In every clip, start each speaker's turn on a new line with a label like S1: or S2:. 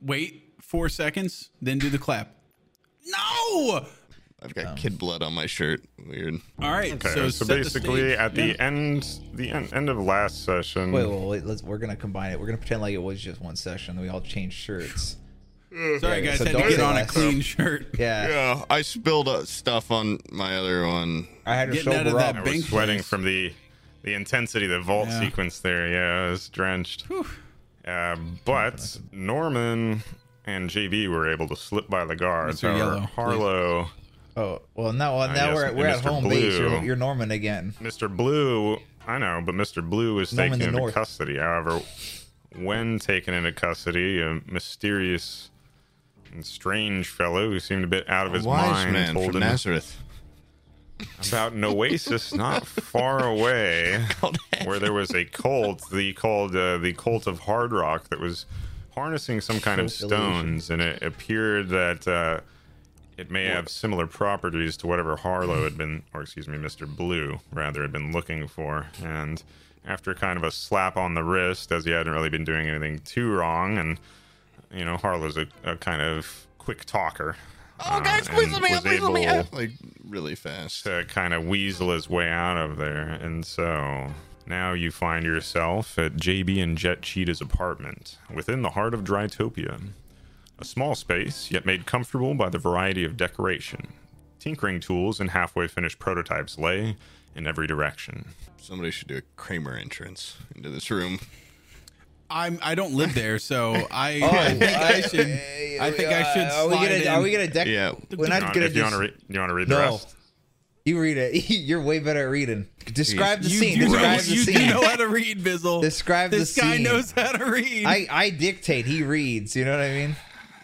S1: wait four seconds, then do the clap. No.
S2: I've
S3: Um,
S2: got kid blood on my shirt. Weird.
S1: All right.
S4: Okay,
S1: so,
S4: so,
S1: set the
S4: basically,
S1: stage.
S4: at the
S1: Yeah.
S4: end, the end, end of last session.
S3: Wait, wait, wait. Let's, we're gonna combine it. We're gonna pretend like it was just one session. and We all changed shirts.
S1: Sorry,
S3: yeah,
S1: guys.
S3: so
S1: had to
S3: don't
S1: get
S3: say
S1: on a
S3: less.
S1: clean shirt.
S3: Yeah,
S2: Yeah, I spilled uh, stuff on my other one.
S3: I had to
S1: Getting out of
S3: sober
S1: that
S3: up.
S4: I
S1: bank
S4: was sweating
S1: place.
S4: from the the intensity, the vault
S1: Yeah.
S4: sequence there. Yeah, I was drenched. Uh, but Norman and JB were able to slip by the guards.
S1: Mr.
S4: However,
S1: Yellow, please.
S4: Harlow,
S3: Oh well, now well,
S4: Ah,
S3: now
S4: yes,
S3: we're at, we're at
S4: Mr.
S3: home base. You're,
S4: Blue.
S3: you're Norman again.
S4: Mr. Blue, I know, but Mr. Blue was
S3: Norman
S4: taken
S3: the
S4: into
S3: North.
S4: custody. However, when taken into custody, a mysterious and strange fellow who seemed a bit out of his
S2: Wise
S4: mind
S2: man
S4: told
S2: from
S4: him
S2: Nazareth.
S4: about an oasis not far away where there was a cult the called uh, the cult of hard rock that was harnessing some kind of
S3: Cult illusion.
S4: stones and it appeared that uh, it may have similar properties to whatever harlow had been or excuse me mr blue rather had been looking for and after kind of a slap on the wrist as he hadn't really been doing anything too wrong and you know harlow's a, a kind of quick talker
S2: Oh, guys,
S4: uh,
S2: please
S4: and
S2: let me
S4: was
S2: out! Please let me
S4: able-
S2: out! Like really fast.
S4: to kind of weasel his way out of there. And so now you find yourself at JB and Jet Cheetah's apartment within the heart of Drytopia. A small space, yet made comfortable by the variety of decoration. Tinkering tools and halfway finished prototypes lay in every direction.
S2: Somebody should do a Kramer entrance into this room.
S1: I'm. I don't live there, so I,
S3: Oh,
S1: I think I should. I think I should
S3: Are we
S1: slide
S3: gonna
S1: in.
S3: are we gonna deck?
S2: Yeah.
S3: We're not
S4: You wanna-
S3: gonna
S4: if you
S3: just-
S4: want to read, you wanna read
S3: no.
S4: the rest?
S3: You read it. You're way better at reading. Describe the
S1: You,
S3: scene.
S1: do know-
S3: Describe the
S1: you do
S3: scene.
S1: know how to read, Bizzle.
S3: Describe the
S1: this guy
S3: scene.
S1: knows how to read.
S3: I, I dictate. He reads. You know what I mean?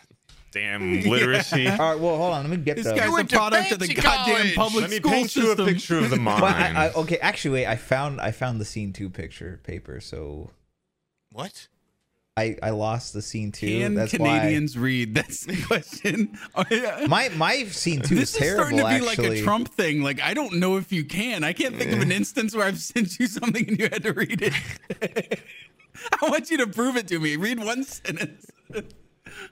S4: Damn literacy.
S3: All right. Well, hold on. Let me get
S1: this
S3: the.
S1: guy's a
S2: went to
S1: product of the
S2: fancy
S1: goddamn
S2: college.
S1: public
S4: Let me
S1: school
S4: paint you a
S1: system.
S4: picture of the mind.
S3: Well, I, I, okay. Actually, wait, I found I found the scene two picture paper. So
S2: What?
S3: I I lost the scene two.
S1: Can
S3: That's
S1: Canadians read? That's the question. Oh, yeah.
S3: why. My my scene two
S1: this
S3: is
S1: is
S3: terrible.
S1: starting to be
S3: actually,
S1: like a Trump thing. Like I don't know if you can. I can't think of an instance where I've sent you something and you had to read it. I want you to prove it to me. Read one sentence.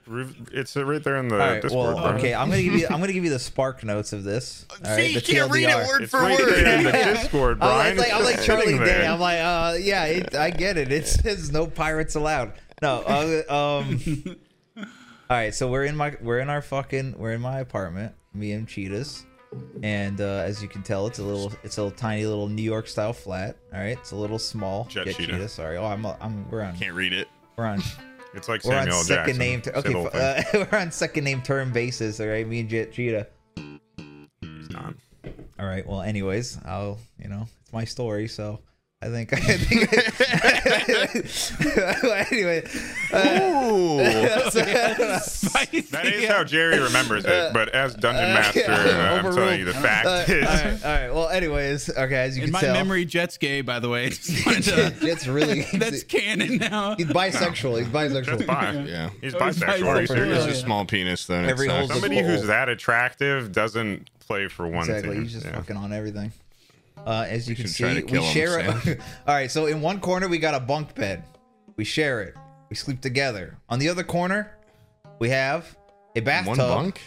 S4: Rev- It's uh, right there in the
S3: All right.
S4: Discord.
S3: Well,
S4: bro.
S3: okay. I'm gonna give you I'm gonna give you the spark notes of this. All
S2: See,
S3: right, the
S2: you can't read
S3: TLDR.
S2: it word
S4: It's
S2: for
S4: right
S2: word.
S4: there in the Discord,
S3: I'm
S4: Brian.
S3: like, like,
S4: It's
S3: I'm
S4: just
S3: like Charlie
S4: sitting there.
S3: Day. I'm like, uh, yeah, it, I get it. It says no pirates allowed. No, uh, um. all right, so we're in my we're in our fucking we're in my apartment. Me and Cheetahs, and uh, as you can tell, it's a little it's a little tiny little New York style flat. All right, it's a little small.
S4: Jet Cheetah.
S3: Sorry. Oh, I'm I'm we're on
S2: Can't read it.
S3: we're on
S4: It's like
S3: we're on
S4: Samuel L.
S3: second
S4: Jackson.
S3: name. Ter-
S4: Say the whole
S3: okay,
S4: thing.
S3: uh, we're on second name term basis. All right, me and Jet Cheetah.
S4: He's
S3: uh,
S4: not.
S3: All right. Well, anyways, I'll you know it's my story, so I think I think. anyway,
S2: Ooh.
S4: That is how Jerry remembers it, but as Dungeon Master, uh, I'm telling you, the fact is,
S3: all right, all right. Well, anyways, okay. As you
S1: In
S3: can
S1: my
S3: tell,
S1: memory, Jet's gay. By the way, Just wanted to-
S3: it's really
S1: that's canon now.
S3: he's bisexual. He's
S4: that's
S3: bisexual.
S4: bi.
S2: Yeah.
S4: He's
S1: Oh, he's
S4: bisexual. Are
S1: bisexual.
S4: you serious?
S2: It's a small penis, though. and it
S3: Every
S2: sucks.
S3: hole's a-
S4: Somebody who's
S3: Oh.
S4: that attractive doesn't play for one
S3: Exactly.
S4: team.
S3: He's just
S4: Yeah.
S3: fucking on everything. Uh, as you can
S2: should try
S3: see,
S2: to
S3: we
S2: kill him,
S3: share a
S2: Sam.
S3: All right, so in one corner we got a bunk bed. We share it. We sleep together. On the other corner, we have a bathtub.
S2: One bunk?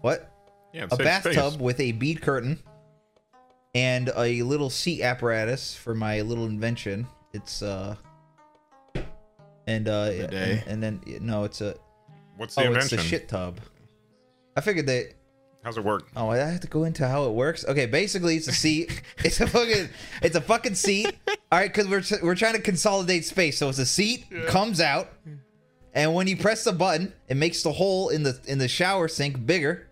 S3: What?
S4: Yeah,
S3: a
S4: save
S3: bathtub
S4: space.
S3: with a bead curtain and a little seat apparatus for my little invention. It's uh and uh and,
S2: Bidet.
S3: and then no, it's a
S4: What's the
S3: oh, it's
S4: invention?
S3: a shit tub. I figured that
S4: How's it work?
S3: Oh, I have to go into how it works. Okay, basically it's a seat. It's a fucking it's a fucking seat. All right, because we're we're trying to consolidate space, so it's a seat comes out, and when you press the button, it makes the hole in the in the shower sink bigger,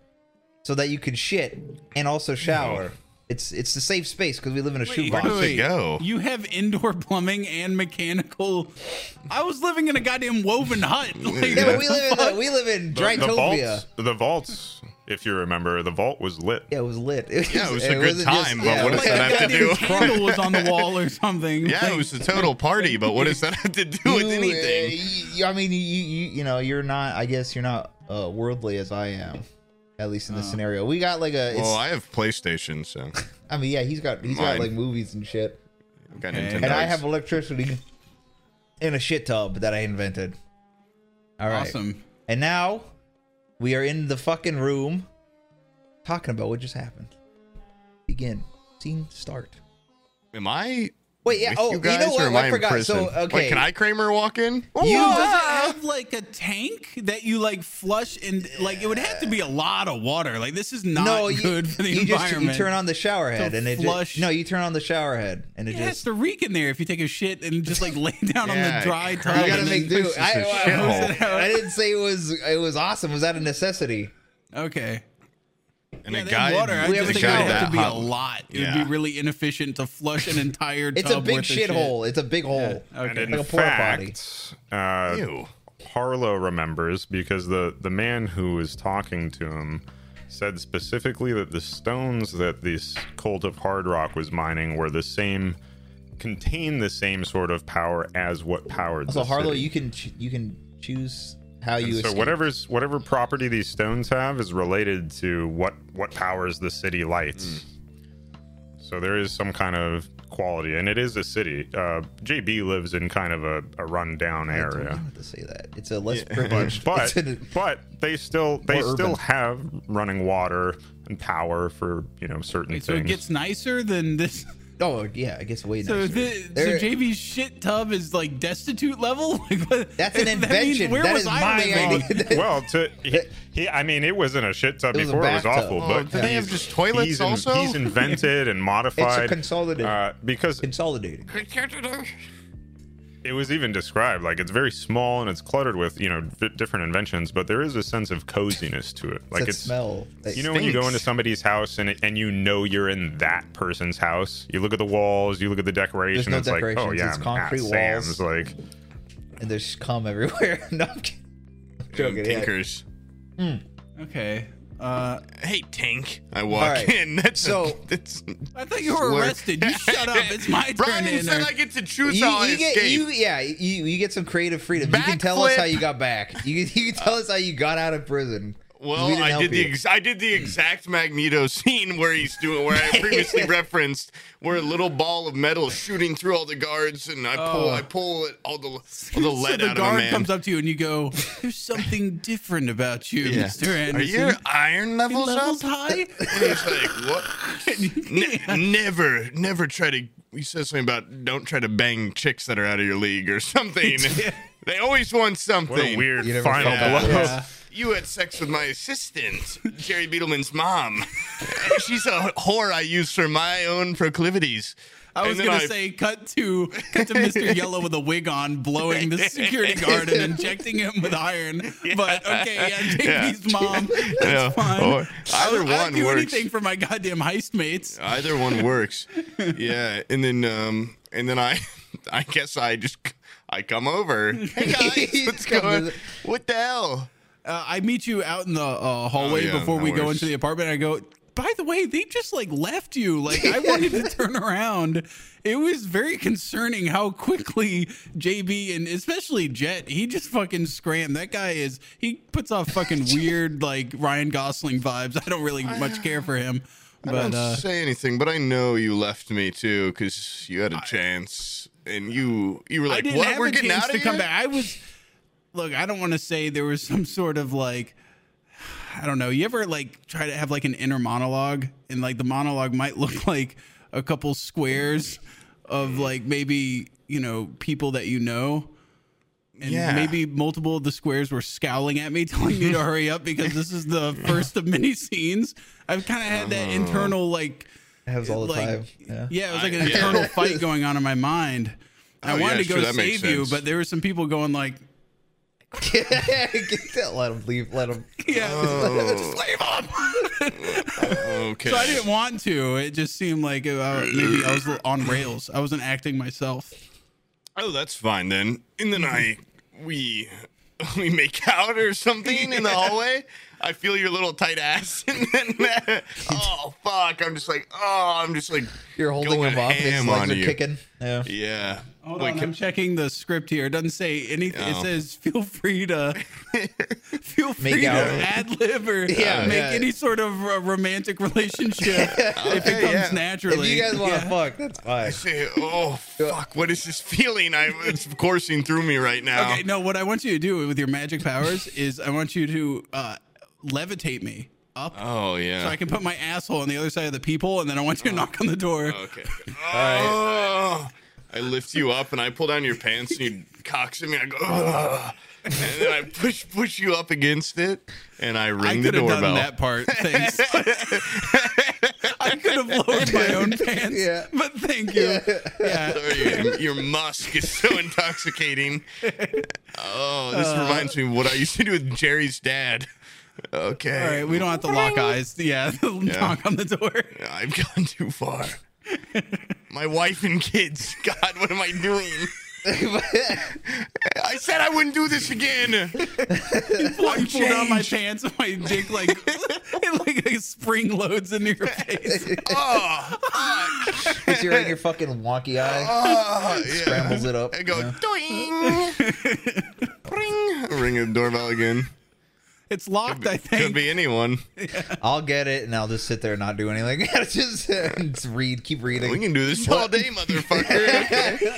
S3: so that you can shit and also shower. It's it's the safe space because we live in a shoebox.
S2: wait, it go?
S1: You have indoor plumbing and mechanical. I was living in a goddamn woven hut. Like,
S3: Yeah, but we
S1: what
S3: live in
S1: the
S3: the, we live in
S4: The, the
S3: Drytopia.
S4: vaults. The vaults. If you remember, the vault was lit.
S3: Yeah, it was lit. It was,
S2: Yeah, it was a good
S3: wasn't just-
S2: time, but
S3: yeah,
S2: what
S3: it
S2: does
S1: fuck?
S3: was-
S2: that
S1: Like,
S2: have to
S1: a goddamn
S2: do?
S1: Candle was on the wall or something.
S2: Yeah, it
S1: Like,
S2: was a total party, but what does that have to do with
S3: you, uh,
S2: anything?
S3: you- I mean, you, you you know, you're not. I guess you're not uh, worldly as I am. At least in this scenario, we got like a. It's,
S2: Oh. Well, I have PlayStation, so
S3: I, mean, yeah, he's got he's got
S2: Mine.
S3: like movies and shit,
S2: I've got
S1: Okay.
S2: Nintendo.
S3: and I have electricity in a shit tub that I invented. All right.
S1: awesome.
S3: And now we are in the fucking room talking about what just happened. Begin. Scene start.
S2: Am I?
S3: Wait, yeah.
S2: with
S3: oh, you,
S2: guys,
S3: know
S2: or
S3: what?
S2: am
S3: I
S2: in
S3: forgot.
S2: prison?
S3: So,
S2: Wait,
S3: okay.
S2: can I Kramer walk in?
S3: You-
S1: Does it have like a tank that you like flush and like it would have to be a lot of water. Like this is not
S3: no, you,
S1: good for the
S3: you just
S1: environment.
S3: you turn on the shower head
S1: To
S3: and it
S1: flush.
S3: just, no, you turn on the shower head and it
S1: it has
S3: just
S1: to reek in there if you take a shit and just like lay down on
S2: Yeah,
S1: the dry
S2: you
S1: tub.
S3: you gotta
S1: and
S3: make
S1: then-
S3: do.
S2: this is
S3: I,
S2: a
S3: I-
S2: shithole.
S3: I, didn't say it was it was awesome. It was out of necessity.
S1: Okay.
S2: And
S1: Yeah,
S2: a
S1: they have
S2: guy,
S1: water. I
S3: We
S1: just
S3: have a
S1: think it
S3: guy
S1: would have
S3: that
S1: to be a
S2: hot-
S1: lot. It would
S2: Yeah.
S1: be really inefficient to flush an entire tub.
S3: It's a big
S1: worth of
S3: shithole. It's a big hole.
S4: And
S1: Okay.
S4: in
S3: Like a porta potty.
S4: fact, uh,
S2: Ew.
S4: Harlow remembers because the, the man who was talking to him said specifically that the stones that this cult of hard rock was mining were the same, contain the same sort of power as what powered
S3: So
S4: the
S3: Harlow,
S4: city.
S3: you can ch- you can choose how you.
S4: so
S3: escape.
S4: whatever's whatever property these stones have is related to what what powers the city lights.
S3: Hmm.
S4: So there is some kind of quality, and it is a city. Uh, JB lives in kind of a, a rundown
S3: I told you
S4: area,
S3: not to say that. It's a less privileged.
S4: but
S3: it's an-
S4: but they still they
S3: More
S4: still
S3: urban.
S4: have running water and power for you know certain
S1: Wait, so
S4: things.
S1: it gets nicer than this.
S3: oh yeah, I guess way
S1: So,
S3: nicer.
S1: the, so
S3: There-
S1: JB's shit tub is like destitute level. Like, what-
S3: That's an
S1: that means
S3: invention.
S1: where
S3: That
S1: was
S3: is
S1: I
S3: my
S1: wrong?
S3: idea.
S4: well, to he, he, I mean, it wasn't a shit tub
S3: It was a
S4: before; it was
S3: bathtub.
S4: awful.
S3: Oh,
S4: but
S2: do they have
S4: he's-
S2: just toilets
S4: he's in-
S2: also?
S4: he's invented and modified.
S3: consolidated-
S4: uh, because
S3: consolidating.
S4: it was even described like it's very small and it's cluttered with you know d- different inventions, but there is a sense of coziness to it. Like
S3: that
S4: it's
S3: smell. that
S4: you know when you go
S2: stinks.
S4: into somebody's house and it, and you know you're in that person's house. You look at the walls, you look at the decoration.
S3: no
S4: it's like oh
S3: decorations,
S4: yeah,
S3: it's
S4: I'm
S3: concrete
S4: at
S3: walls.
S4: Sam's. Like
S3: and there's cum everywhere. no, I'm kidding. I'm joking. yeah.
S2: Tinkers.
S1: Okay. Uh,
S2: Hey, Tank. I walk
S3: Alright,
S2: in. That's
S3: so-
S2: that's
S1: I thought you were
S2: Slurp.
S1: arrested. You shut up. It's my turn.
S2: Brian
S1: to
S2: said
S1: enter.
S2: I get to choose
S3: uh, You,
S2: how I
S3: you get
S2: escape.
S3: you yeah you, you get some creative freedom. You can tell us
S2: Backflip.
S3: how you got back. You can, you can tell us how you got out of prison. 'Cause we
S2: Well,
S3: didn't
S2: I
S3: help
S2: did the
S3: you.
S2: ex- I did
S3: Hmm.
S2: the exact Magneto scene where he's doing where I previously referenced, where a little ball of metal is shooting through all the guards, and I pull
S1: Oh.
S2: I pull it all the all the
S1: so
S2: lead
S1: the
S2: out of a
S1: guard
S2: man.
S1: comes up to you and you go, "There's something different about you,
S2: Yeah.
S1: Mr. Anderson."
S2: Are your iron
S1: Your
S2: levels,
S1: levels
S2: up?
S1: high?
S2: And he's like, what? Ne- never, never try to. He says something about don't try to bang chicks that are out of your league or something. They always want something.
S4: what a weird
S3: You never
S4: final
S3: felt that
S4: blow.
S3: way.
S2: You had sex with my assistant, Jerry Beetleman's mom. She's a whore I use for my own proclivities.
S1: I was
S2: And then
S1: gonna say, cut to cut to Mr. Yellow with a wig on, blowing the security guard and injecting him with iron. But okay, yeah, JP's mom. That's
S2: Yeah,
S1: fine.
S2: or-
S1: I
S2: either
S1: would- I'd
S2: one
S1: do
S2: works.
S1: anything for my goddamn heist mates.
S2: Either one works. yeah, and then um, and then I, I guess I just I come over. Hey guys, what's
S3: Come
S2: going?
S3: visit.
S2: What the hell?
S1: Uh, I meet you out in the uh, hallway
S2: Oh, yeah,
S1: before
S2: that
S1: we go
S2: works.
S1: into the apartment. I go. By the way, they just like left you. Like I wanted to turn around. It was very concerning how quickly JB and especially Jet, he just fucking scram. That guy is he puts off fucking weird like Ryan Gosling vibes. I don't really much care for him.
S2: I
S1: But
S2: don't
S1: uh
S2: say anything, but I know you left me too because you had a chance, and you you were
S1: I
S2: like,
S1: didn't
S2: "What?
S1: have
S2: We're
S1: a
S2: getting
S1: chance
S2: out of
S1: to
S2: here."
S1: come back. I was look. I don't want to say there was some sort of like I don't know. You ever like try to have like an inner monologue, and like the monologue might look like a couple squares of like maybe you know people that you know. And
S2: Yeah.
S1: maybe multiple of the squares were scowling at me, telling me to hurry up because this is the first of many scenes. I've kind of had
S2: Oh.
S1: that internal like
S3: It happens all the time. Yeah.
S1: it was like an
S2: I- yeah.
S1: internal fight going on in my mind. I
S2: Oh,
S1: wanted
S2: yeah,
S1: to go
S2: sure, that makes
S1: save you,
S2: sense.
S1: but there were some people going like,
S3: let him leave. Let him.
S1: "Yeah,
S2: Oh.
S1: just leave 'em."
S2: Okay.
S1: so I didn't want to. It just seemed like uh, maybe I was on rails. I wasn't acting myself.
S2: oh, that's fine then. And then I we we make out or something in the hallway. I feel your little tight ass, and then oh fuck, I'm just like oh, I'm just like
S3: You're holding
S2: going
S3: him up. His
S2: ham
S3: legs
S2: on
S3: are
S2: you.
S3: kicking. Yeah.
S2: Yeah.
S1: Hold
S2: Wait,
S1: on,
S2: can-
S1: I'm checking the script here. It doesn't say anything. It
S2: No.
S1: says feel free to feel free
S3: Make
S1: to
S3: out.
S1: ad lib or
S3: Yeah,
S1: make
S3: yeah.
S1: any sort of uh, romantic relationship if it
S2: Okay,
S1: comes
S2: yeah.
S3: If
S1: naturally.
S3: you guys want to
S1: Yeah.
S3: fuck, that's fine.
S2: Say, oh fuck! What is this feeling? I it's coursing through me right now.
S1: Okay, no. What I want you to do with your magic powers is I want you to uh, levitate me up.
S2: Oh yeah.
S1: So I can put my asshole on the other side of the people, and then I want
S2: Oh.
S1: you to knock on the door.
S2: Okay. Oh, I lift you up and I pull down your pants and you cocks at me. I go, "Ugh." and then I push push you up against it and I
S1: I
S2: ring the
S1: could have
S2: doorbell.
S1: done that part. Thanks. I could have lowered my own pants.
S3: Yeah.
S1: But thank you. Yeah.
S2: Sorry, your, your musk is so intoxicating. Oh, this
S1: Uh,
S2: reminds me of what I used to do with Jerry's dad. Okay.
S1: All right. We don't have to lock eyes. Yeah. Knock on the door.
S2: I've gone too far. My wife and kids. God, what am I doing? I said I wouldn't do this again.
S1: I pull down my pants and my dick like it like, like spring loads into your face.
S2: Oh,
S3: Put your in your fucking wonky eye,
S2: oh yeah.
S3: scrambles it up.
S2: I go doing. Ring. Ring the doorbell again.
S1: It's locked, I
S2: Could
S1: think.
S2: be anyone.
S3: I'll get it, and I'll just sit there and not do anything. just, just read, keep
S2: We
S3: reading.
S2: can do this all day, motherfucker. Okay.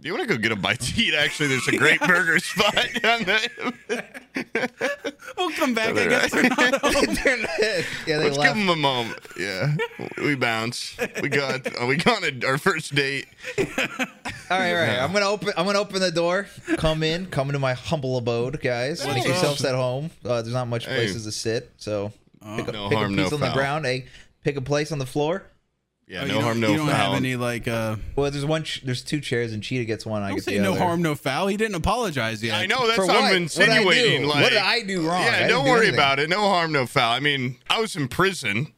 S2: Do you want to go get a bite to eat? Actually, there's a great burger spot down there.
S1: We'll come back. I guess they're not home.
S3: They're not- yeah, they
S2: Let's give
S3: left.
S2: him a moment. Yeah, we bounce. We got uh, we got a, our first date.
S3: All right, all right. I'm gonna open. I'm gonna open the door. Come in. Come into my humble abode, guys. Make
S2: Hey.
S3: yourselves at home. Uh, there's not much
S2: Hey. Oh,
S3: places to sit, so pick a,
S2: No
S3: pick
S2: harm,
S3: a
S2: no
S3: piece on the
S2: foul.
S3: ground. Hey, pick a place on the floor.
S2: Yeah,
S1: Oh, you
S2: no
S1: don't-
S2: harm, no
S1: You don't
S2: foul.
S1: have any like. uh
S3: Well, there's one. Ch- there's two chairs, and Cheetah gets one. I
S1: Don't
S3: get
S1: say
S3: the
S1: no
S3: other.
S1: harm, no foul. He didn't apologize yet.
S2: I know that's
S3: For
S2: what I'm
S3: what? What'd I do?
S2: insinuating. like,
S3: What did I do wrong? I
S2: Yeah,
S3: didn't
S2: don't
S3: do
S2: worry
S3: anything.
S2: about it. No harm, no foul. I mean, I was in prison.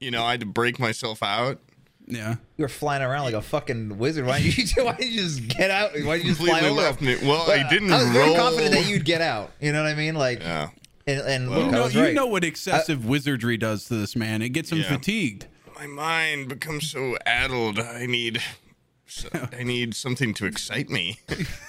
S2: You know, I had to break myself out.
S1: Yeah.
S3: You were flying around like a fucking wizard. Why did you? Why did you just get out? Why did you just fly
S2: Completely
S3: over?
S2: left me. Well, I didn't
S3: I was
S2: roll.
S3: very confident that you'd get out. You know what I mean? Like,
S2: Yeah.
S3: and, and
S2: Well-
S3: look, I
S1: No,
S3: was
S1: you
S3: right.
S1: know what excessive wizardry does to this man. It gets him
S2: Yeah.
S1: fatigued.
S2: My mind becomes so addled. I need, so- I need something to excite me.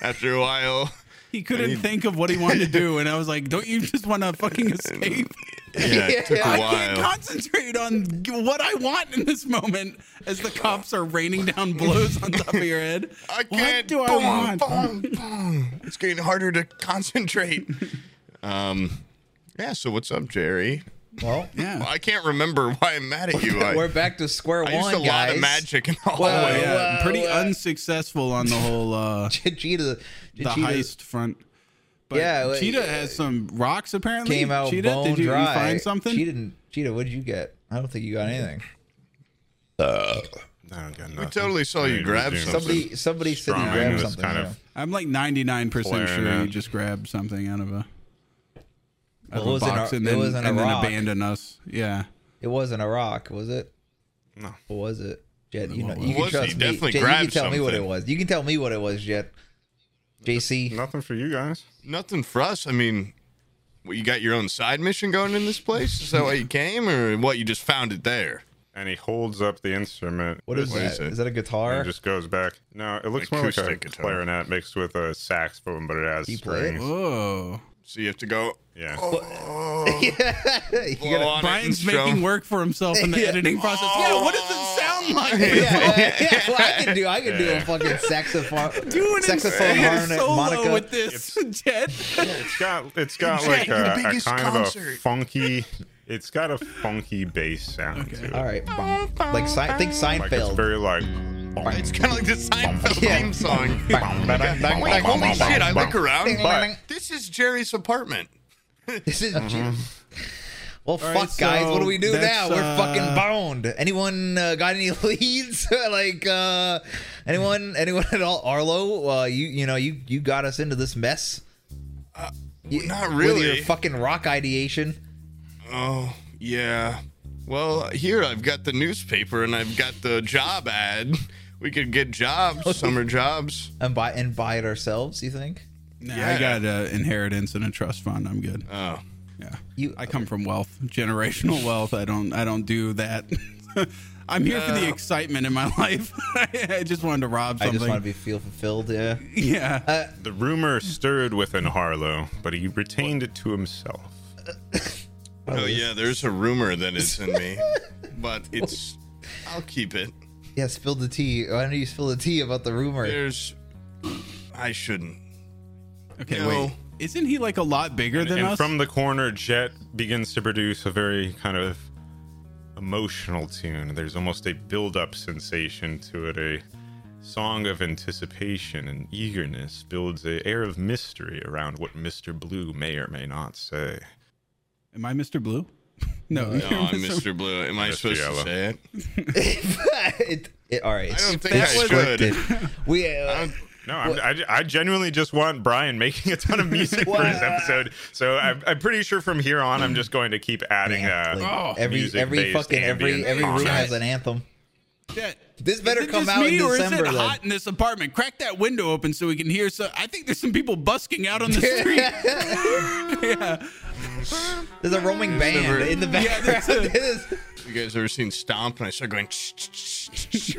S2: After a while,
S1: He couldn't think of what he wanted to do, and I was like, "Don't you just want to fucking escape?"
S2: yeah, it took a
S1: I
S2: while.
S1: can't concentrate on what I want in this moment as the cops are raining down blows on top of your head.
S2: I
S1: What
S2: can't.
S1: do I
S2: boom,
S1: want?
S2: boom, boom. It's getting harder to concentrate. Um, yeah. So what's up, Jerry?
S3: well,
S2: Well,
S1: Yeah.
S2: I can't remember why I'm mad at you. I,
S3: we're back to square
S2: I
S3: one,
S2: used a
S3: guys.
S2: lot of magic and all
S3: Well,
S2: that.
S1: yeah,
S3: Whoa,
S1: pretty
S3: whoa.
S1: unsuccessful on the whole uh
S3: Cheetah,
S1: the
S3: Cheetah
S1: heist front. But
S3: Yeah, well,
S1: Cheetah
S3: uh,
S1: has some rocks apparently.
S3: came out
S1: Cheetah,
S3: bone
S1: did you, you
S3: dry.
S1: find something?
S3: Cheetah, didn't- Cheetah, what did you get? I don't think you got anything.
S4: I don't got nothing.
S2: totally saw
S4: I
S2: you
S4: mean,
S2: grab
S4: doing
S2: something.
S3: Somebody, somebody said you
S4: strong. It
S3: grabbed
S4: was
S3: something.
S4: kind
S3: yeah.
S4: of-
S1: I'm like 99% sure
S4: Flaring
S1: you
S4: it.
S1: just grabbed something out of a out
S3: Well, it
S1: of a
S3: wasn't
S1: box
S3: a-
S1: and
S3: it
S1: then,
S3: wasn't a
S1: and then
S3: rock.
S1: abandoned us. Yeah.
S3: It wasn't a rock, was it?
S4: No.
S3: What was it? Jet, you know,
S1: What
S3: you can
S2: was it?
S3: trust
S2: He
S3: me.
S2: definitely
S3: Jet, you can
S2: grabbed
S3: tell me what it
S2: something.
S3: was. You can tell me what it was, Jet. JC.
S4: Nothing for you guys.
S2: Nothing for us. I mean, what, you got your own side mission going in this place? Is that why you came, or what? You just found it there?
S4: And he holds up the instrument.
S3: What is
S2: What
S3: that?
S2: is it?
S3: Is that a guitar?
S4: And just goes back. No, it looks more like a
S2: Acoustic guitar.
S4: clarinet mixed with a saxophone, but it has
S3: You play it?
S4: strings.
S1: Whoa.
S2: So you have to go.
S4: Yeah.
S2: Oh,
S3: you
S2: blow
S3: gotta-
S2: on it and
S1: Brian's
S2: strum.
S1: making work for himself in the
S3: Yeah. Oh.
S1: editing process. Yeah, what does it sound like?
S3: yeah, yeah, well, I can do. I can do a
S4: Yeah.
S3: fucking saxophone.
S1: Do an
S3: saxophone
S1: insane
S3: harmonic,
S1: solo
S3: Monica.
S1: with this, Jed.
S4: It's got it's got
S2: Exactly,
S4: like a,
S2: the
S4: a
S2: biggest
S4: kind of a
S2: concert.
S4: funky. It's got a funky bass sound
S1: Okay.
S4: to it.
S3: All right, bom. like Se- think
S4: Like it's
S3: Seinfeld.
S4: very like.
S2: It's kind of like the Seinfeld
S3: Yeah.
S2: theme song. I'm like, holy shit! I look around. This is Jerry's apartment.
S3: This
S2: Mm-hmm.
S3: is. Well, fuck,
S1: right,
S3: guys. What do
S1: so
S3: we do
S1: that's,
S3: now? We're
S1: uh,
S3: fucking boned. Anyone uh, got any leads? like, uh, anyone, anyone at all? Arlo, uh, you, you know, you, you got us into this mess.
S2: Well, not
S3: With
S2: really.
S3: your fucking rock ideation.
S2: oh, yeah. Well, here I've got the newspaper and I've got the job ad. We could get jobs, summer jobs.
S3: And buy and buy it ourselves. You think?
S1: Nah, I
S2: Yeah.
S1: got an inheritance and a trust fund. I'm good.
S2: Oh,
S1: Yeah.
S3: You-
S1: I come from wealth, generational wealth. I don't I don't do that. I'm here for the
S4: Uh,
S1: excitement in my life. I just wanted to rob
S3: I
S1: something.
S3: just want to be Uh, feel fulfilled. Yeah.
S1: yeah.
S4: The rumor stirred within Harlow, but he retained it to himself.
S2: Oh yeah, there's a rumor that it's in me, but it's I'll keep it.
S3: Yeah. Spill the tea. Why don't you spill the tea about the rumor?
S2: There's I shouldn't.
S1: okay,
S2: no.
S1: wait. Isn't he like a lot bigger than
S4: and
S1: us?
S4: from the corner, Jet begins to produce a very kind of emotional tune. There's almost a build-up sensation to it. A song of anticipation and eagerness builds a air of mystery around what Mr. Blue may or may not say.
S1: Am I Mr. Blue? no.
S2: No, I'm Mr. Blue. Am I
S4: Mr.
S2: supposed to
S4: Yellow.
S2: say it?
S3: it, it, all right.
S2: I don't
S3: it's
S2: think I should.
S3: scripted. We. Uh,
S4: No, I'm, I, I genuinely just want Brian making a ton of music for his episode. So I'm, I'm pretty sure from here on, I'm just going to keep adding.
S3: yeah,
S4: Uh,
S1: Oh,
S3: like every
S4: music
S3: every
S4: based
S3: fucking every
S4: ambient
S3: every room
S4: content.
S3: has an anthem.
S1: Jet.
S3: This better
S1: Is it
S3: come
S1: just
S3: out
S1: me,
S3: in
S1: or
S3: December,
S1: Is it
S3: then.
S1: hot in this apartment? Crack that window open so we can hear. So I think there's some people busking out on the street. yeah.
S3: There's a roaming band
S2: never-
S3: in the
S1: Yeah,
S3: background.
S1: there's a-
S3: It is-
S2: You guys ever seen Stomp? And I start going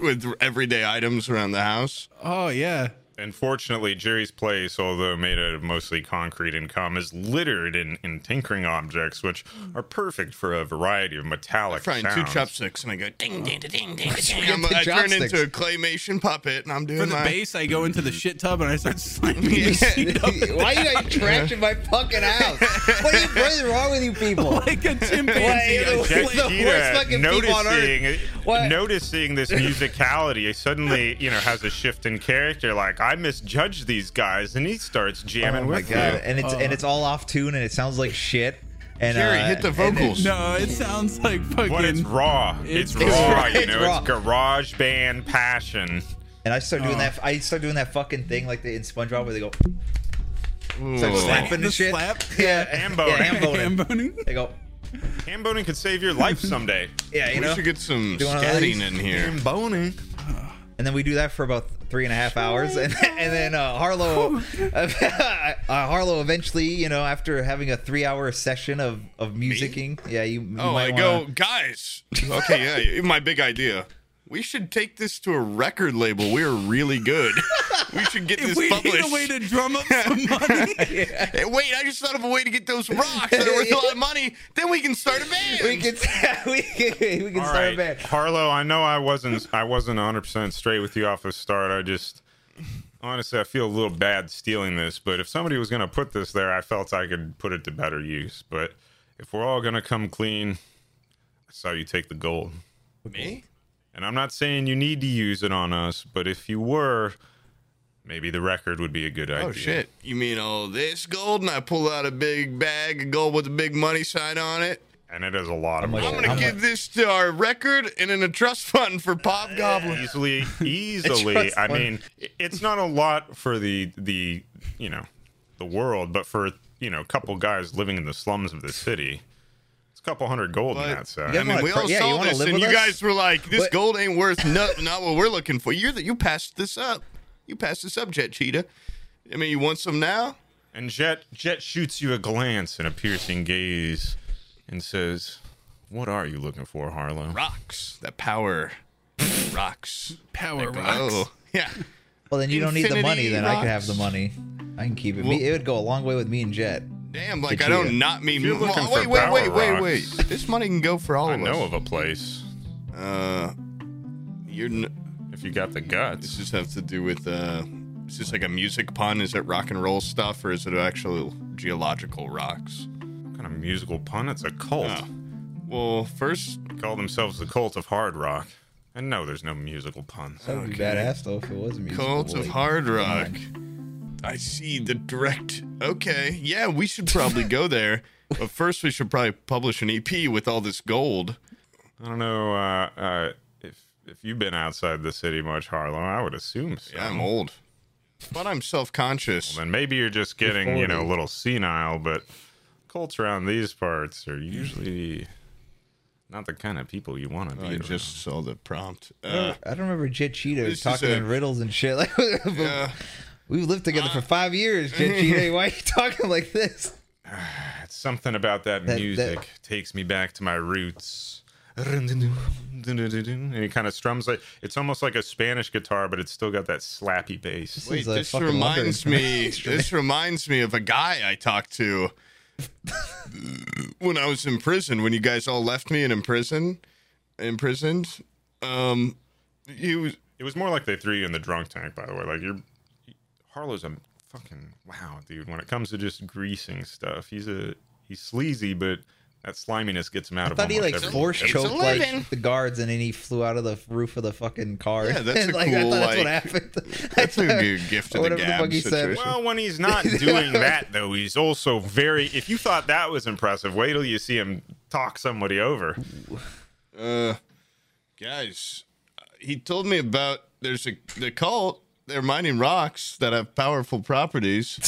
S2: with everyday items around the house.
S1: Oh yeah.
S4: Unfortunately, Jerry's place, although made out of mostly concrete and cum, is littered in, in tinkering objects, which are perfect for a variety of metallic
S2: Frying two
S4: sounds.
S2: chopsticks, and I go ding ding ding ding ding. ding. I'm,
S3: the
S2: I turn
S3: chopsticks.
S2: into a claymation puppet, and I'm doing
S1: For the
S2: my.
S1: base, I go into the shit tub and I start slamming the
S2: Yeah.
S1: seat up
S3: Why are you trashing my fucking house? What, are you, what is wrong with you people?
S1: like a chimpanzee.
S3: Wait,
S1: I
S3: wait,
S1: slam-
S3: wait. The worst
S4: Gita,
S3: fucking people on
S4: noticing
S3: What?
S4: noticing this musicality suddenly you know has a shift in character like i misjudged these guys and he starts jamming
S3: oh my
S4: with
S3: god!
S4: you
S3: And it's and it's all off tune and it sounds like shit. And
S2: Jerry,
S3: uh,
S2: hit the
S3: and-
S2: vocals.
S1: No, it sounds like fucking.
S4: but it's raw
S1: It's-
S4: it's, raw
S1: it's
S3: raw,
S4: you
S3: it's
S4: know
S3: raw.
S4: it's garage band passion
S3: And I start doing that. I start doing that fucking thing like they in SpongeBob where they go
S2: Ooh.
S3: start slapping
S1: The
S3: and shit.
S1: slap?
S3: Yeah,
S4: Ambo.
S3: Yeah, ambo.
S1: Amboning?
S3: They go.
S4: hand boning could save your life someday
S3: Yeah, you
S2: We
S3: know.
S2: should get some
S3: Do one of these?
S2: scatting in here.
S4: boning
S3: And then we do that for about three and a half hours, and, and then uh, Harlow, uh, Harlow eventually, you know, after having a three-hour session of of musicking, yeah, you. you
S2: Oh,
S3: might
S2: I go,
S3: wanna-
S2: guys. Okay, yeah, my big idea. We should take this to a record label. We're really good. We should get
S1: If
S2: this
S1: we need
S2: published.
S1: a way to drum up some money,
S2: Hey, wait, I just thought of a way to get those rocks that are worth a lot of money. Then we can start a band.
S3: We can we can, we can
S4: All
S3: start
S4: right,
S3: a band.
S4: Harlow. I know I wasn't I wasn't 100 percent straight with you off the start. I just honestly I feel a little bad stealing this, but if somebody was gonna put this there, I felt I could put it to better use. But if we're all gonna come clean, I saw you take the gold,
S2: Me?
S4: and I'm not saying you need to use it on us, but if you were, maybe the record would be a good idea.
S2: Oh shit! You mean all this gold? And I pull out a big bag of gold with a big money sign on it.
S4: And it has a lot of
S3: much-
S2: I'm
S4: gold.
S2: gonna
S3: How
S2: give this to our record and in a trust fund for Pop Goblin.
S4: easily easily
S3: Trust
S4: i
S3: fund.
S4: mean i- it's not a lot for the the you know the world but for you know a couple guys living in the slums of the city it's a couple hundred gold in
S2: But-
S4: that set
S3: Yeah,
S2: I mean, we all
S3: Yeah, you
S2: saw
S3: wanna
S2: this,
S3: live
S2: and
S3: with
S2: you
S3: us?
S2: guys were like, "This
S3: What-
S2: gold ain't worth nothing. Not what we're looking for." You're the, you passed this up. You passed this up, Jet Cheetah. I mean, you want some now?
S4: and jet jet shoots you a glance and a piercing gaze and says what are you looking for harlow
S2: Rocks. That power. Rocks.
S1: power rocks.
S2: Oh, yeah.
S3: Well, then you don't need the
S2: Infinity
S3: money. Then I can have the
S2: rocks.
S3: money. I can keep it. Me-
S2: Well-
S3: it would go a long way with me and Jet.
S2: Damn, like
S3: Did
S2: I
S3: you-
S2: don't not mean. Oh,
S4: you're looking
S2: Wait, wait,
S4: for
S2: wait,
S4: power
S2: wait, wait,
S4: rocks-
S2: wait. This money can go for all
S4: i
S2: of
S4: know
S2: us.
S4: of a place
S2: Uh, you're. N-
S4: if you got the
S2: does
S4: guts
S2: this have to do with? uh Is this like a music pun? Is it rock and roll stuff, or is it actual geological rocks?
S4: what kind of musical pun it's a cult
S2: Oh. Well, first
S4: they call themselves the cult of hard rock and no there's no musical puns
S3: That would be
S2: Okay.
S3: badass though if it was me.
S2: Cult of Hard Rock. I see the direct. Okay, yeah, we should probably go there. But first, we should probably publish an EP with all this gold.
S4: I don't know uh, uh, if if you've been outside the city much, Harlow. I would assume so.
S2: Yeah, I'm old, but I'm self-conscious.
S4: and maybe you're just getting you know a
S3: Forty.
S4: little senile, but cults around these parts are usually not the kind of people you want to be.
S2: I
S4: around.
S2: just saw the prompt. Uh,
S3: I don't remember Jet Cheetah
S2: This is
S3: talking
S2: a-
S3: in riddles and shit. Like
S2: yeah.
S3: we've lived together for five years, Jet Cheetah. Why are you talking like this?
S4: Something about that,
S3: That- that-
S4: music takes me back to my roots. and he kind of strums it. It's almost like a Spanish guitar, but it's still got that slappy bass.
S2: Wait,
S3: is a
S2: this
S3: fucking
S2: reminds
S3: wonder.
S2: me. this reminds me of a guy I talked to uh, when I was in prison. When you guys all left me and in prison, imprisoned. Um, he was.
S4: It was more like they threw you in the drunk tank, by the way. Like you're Harlow's a fucking wow, dude. When it comes to just greasing stuff, he's a he's sleazy, but that sliminess gets him out
S3: I
S4: of
S3: thought he
S4: almost
S3: like
S4: everything.
S3: force
S2: It's a
S3: choked
S2: living.
S3: like the guards, and then he flew out of the roof of the fucking car.
S2: Yeah, that's a
S3: like, I
S2: cool,
S3: thought that's
S2: like-
S3: what happened.
S2: That's a good gift of the
S3: Whatever the
S2: gab
S3: fuck he said.
S2: situation.
S4: Well, when he's not doing that though, he's also very. If you thought that was impressive, wait till you see him talk somebody over.
S2: uh, guys, he told me about there's a the cult. They're mining rocks that have powerful properties,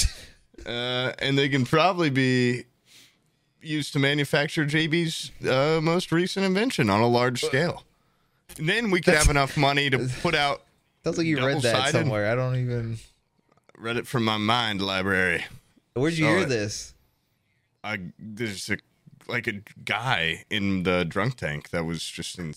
S2: uh, and they can probably be used to manufacture JB's uh, most recent invention on a large scale. And then we could have enough money to put out.
S3: Sounds like you read that
S2: Double-sided.
S3: somewhere. I don't even.
S2: Read it from my mind library.
S3: Where'd you
S2: Saw
S3: hear
S2: it.
S3: this?
S2: I there's a like a guy in the drunk tank that was just in.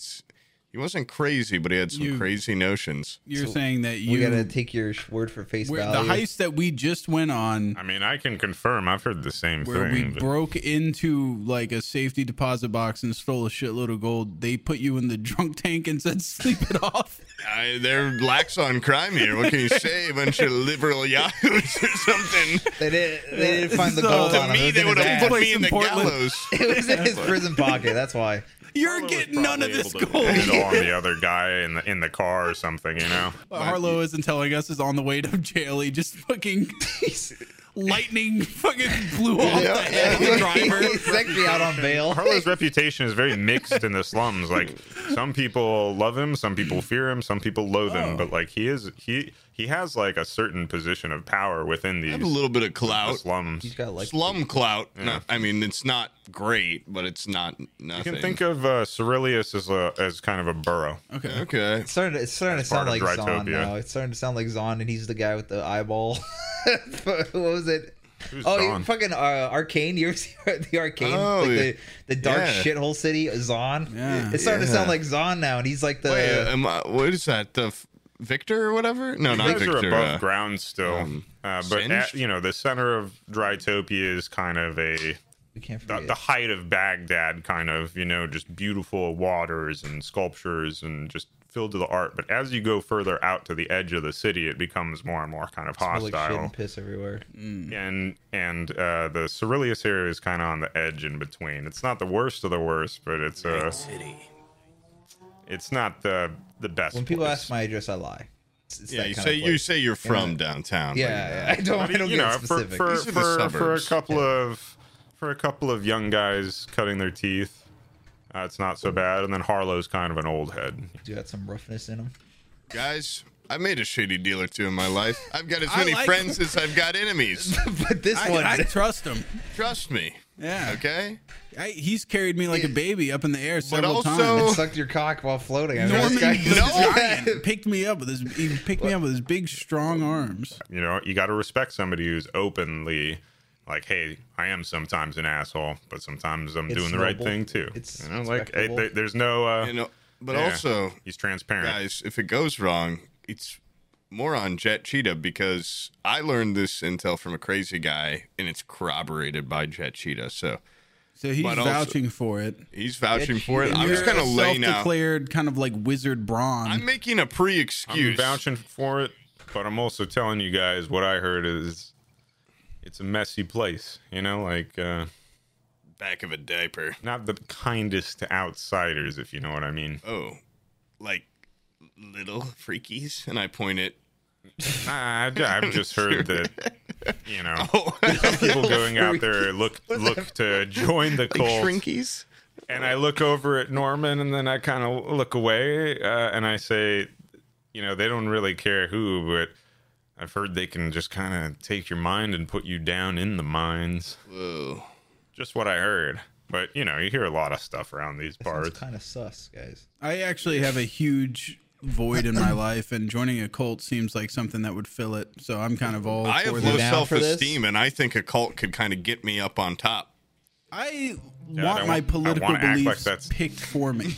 S2: He wasn't crazy, but he had some
S1: You-
S2: crazy notions.
S1: You're saying that
S3: We
S1: you
S3: gotta take your sh- word for face
S1: where- the
S3: value.
S1: heist that we just went on,
S4: I mean, I can confirm. I've heard the same
S1: where we
S4: thing. but-
S1: broke into like a safety deposit box and stole a shitload of gold. They put you in the drunk tank and said, "Sleep it off."
S2: I, they're lax on crime here. What can you say? A bunch of liberal yahoos or something.
S3: They didn't. They didn't find the
S1: So-
S3: gold
S1: To
S3: on him.
S2: Me,
S3: It was
S2: they
S3: in
S2: would
S3: his
S2: have put
S3: ass.
S2: me in the
S1: Portland.
S2: gallows.
S3: It was in his prison pocket. That's why.
S1: You're
S4: Harlow was
S1: getting none of
S4: probably
S1: this
S4: able to
S1: gold.
S4: hit on the other guy in the in the car or something, you know.
S1: But Harlow isn't telling us is on the way to jail. He just fucking lightning fucking blew off the head of the driver.
S3: He's actually out on bail.
S4: Harlow's reputation is very mixed in the slums. Like some people love him, some people fear him, some people loathe him. But like he is he he has like a certain position of power within
S2: I
S4: these
S2: have a little bit of clout.
S4: slums.
S3: He's got like
S2: Slum clout. No, I mean, it's not great, but it's not
S4: You
S2: nothing.
S4: can think of uh, Ceruleus as a as kind of a borough.
S1: Okay.
S2: okay.
S3: It's starting to, it's starting to
S4: part
S3: sound like
S4: of
S3: Zon
S4: Drytopia.
S3: now. It's starting to sound like Zon, and he's the guy with the eyeball. what was it?
S4: Who's
S3: oh, you
S4: Zon?
S3: fucking uh, Arcane. You ever see the Arcane?
S2: Oh,
S3: like
S2: yeah.
S3: the, the dark
S2: Yeah.
S3: shithole city, Zon?
S1: Yeah.
S3: It's starting to
S2: Yeah.
S3: sound like Zon now, and he's like the.
S2: Wait, uh, am I, what is that? The f- Victor or whatever? No,
S4: You
S2: not
S4: guys
S2: Victor.
S4: are above
S2: uh,
S4: ground still, uh, but at,
S2: Singed?
S4: you know the center of Drytopia is kind of a
S3: we can't
S4: the,
S3: forget.
S4: the height of Baghdad, kind of, you know, just beautiful waters and sculptures and just filled to the art. But as you go further out to the edge of the city, it becomes more and more kind of
S3: Smell like shit
S4: hostile.
S3: and piss everywhere.
S4: and and uh, the Ceruleus area is kind of on the edge in between. It's not the worst of the worst, but it's uh, it's not the the best.
S3: When people
S4: place.
S3: ask my address, I lie. It's, it's
S2: Yeah,
S3: that
S2: you
S3: kind
S2: say
S3: of place.
S2: you say you're from downtown.
S3: Yeah,
S2: but
S3: yeah, I don't. I,
S4: But,
S3: don't
S4: you
S3: get
S4: know, for,
S3: specific.
S4: for,
S2: These are the
S4: for, for a
S2: suburbs.
S4: couple of for a couple of young guys cutting their teeth, uh, it's not so bad. And then Harlow's kind of an old head.
S3: Do you got some roughness in him?
S2: Guys, I made a shitty deal or two in my life. I've got as
S1: I
S2: many
S1: like-
S2: friends as I've got enemies.
S3: but this
S1: I,
S3: one,
S1: I trust him.
S2: Trust me.
S1: Yeah.
S2: Okay?
S1: I, he's carried me like a baby up in the air several
S2: also-
S1: times.
S3: sucked your cock while floating. I mean,
S1: Norman
S3: this guy-
S1: the
S2: No.
S1: Giant picked me up with his he picked me up with his big strong arms.
S4: You know, you got to respect somebody who's openly like, "Hey, I am sometimes an asshole, but sometimes I'm
S3: It's
S4: doing the right
S3: noble.
S4: thing too."
S3: It's
S4: you know, like hey,
S3: respectable.
S4: there- there's no. Uh,
S2: You know, but
S4: yeah,
S2: also,
S4: he's transparent.
S2: guys, if it goes wrong, it's more on Jet Cheetah because I learned this intel from a crazy guy and it's corroborated by Jet Cheetah. So
S1: So he's
S2: But also-
S1: vouching for it.
S2: he's vouching
S3: Jet
S2: for it.
S3: Cheetah.
S2: I'm just
S1: You're
S2: going to
S1: a
S2: lay now.
S1: Self-declared kind of like wizard brawn.
S2: I'm making a pre
S4: I'm
S2: excuse.
S4: vouching for it, but I'm also telling you guys what I heard is it's a messy place. You know, like. uh
S2: Back of a diaper.
S4: not the kindest to outsiders, if you know what I mean.
S2: Oh, like little freakies? And I point it.
S4: I, have just heard that you know
S2: Oh,
S4: people going out there look look to join the
S2: like
S4: cult,
S2: shrinkies?
S4: and I look over at Norman, and then I kind of look away, uh, and I say, you know, they don't really care who, but I've heard they can just kind of take your mind and put you down in the mines.
S2: Whoa.
S4: Just what I heard. But you know, you hear a lot of stuff around these parts.
S3: kind of sus, guys.
S1: I actually have a huge void in my life, and joining a cult seems like something that would fill it. So I'm kind of all
S2: I
S1: for
S2: have
S1: that.
S2: low
S3: down
S2: self
S3: for this?
S2: esteem, and I think a cult could kind of get me up on top.
S1: I
S4: I
S1: want my
S4: want- I
S1: political
S4: wanna act like
S1: beliefs
S4: that's-
S1: picked for me.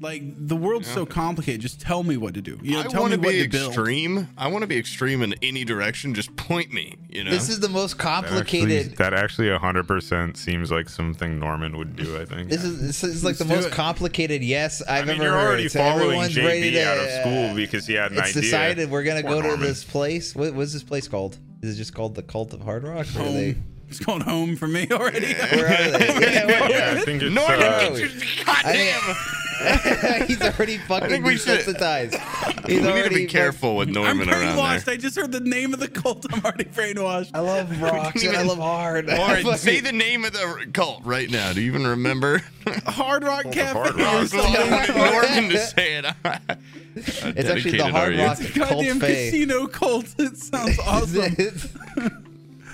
S1: like the world's so complicated. Just tell me what to do. You know,
S2: I
S1: tell
S2: want
S1: me
S2: to
S1: what
S2: be
S1: to build.
S2: extreme. I want to be extreme in any direction. Just point me. You know.
S3: This is the most complicated.
S4: Actually, that actually 100% seems like something Norman would do, I think.
S3: this is this is like the
S1: Let's do it.
S3: most complicated yes I've
S4: I mean,
S3: ever
S4: you're
S3: heard.
S4: already
S3: It's
S4: following
S3: everyone's
S4: JB
S3: ready to- uh,
S4: out of school because he had an
S3: It's
S4: idea.
S3: decided we're gonna
S4: Poor
S3: go to
S4: Norman.
S3: this place. What was this place called? Is it just called the Cult of Hard Rock? Or are they,
S1: Home. It's called home for me already.
S3: where are they? Yeah, where-
S4: Yeah, I think it's,
S2: Norman,
S4: uh,
S2: get your
S3: I
S2: goddamn.
S3: think- he's already fucking
S2: think we should-
S3: desensitized.
S2: We
S3: He's
S2: need to
S3: already
S2: be careful with
S1: I'm
S2: Norman around
S1: brainwashed.
S2: there.
S1: I just heard the name of the cult. I'm already brainwashed.
S3: I love rocks and I
S2: even-
S3: love hard.
S2: All right,
S3: Fucking-
S2: say the name of the cult right now. Do you even remember?
S1: Hard Rock Cafe.
S4: Hard
S1: or
S4: Rock.
S2: I
S1: something.
S2: want Norman to say it.
S3: it's actually
S2: dedicated
S3: the
S2: are
S3: Hard
S2: you?
S3: Rock
S2: It's
S3: Cult
S1: Goddamn
S3: Fay.
S1: casino cult. It sounds awesome.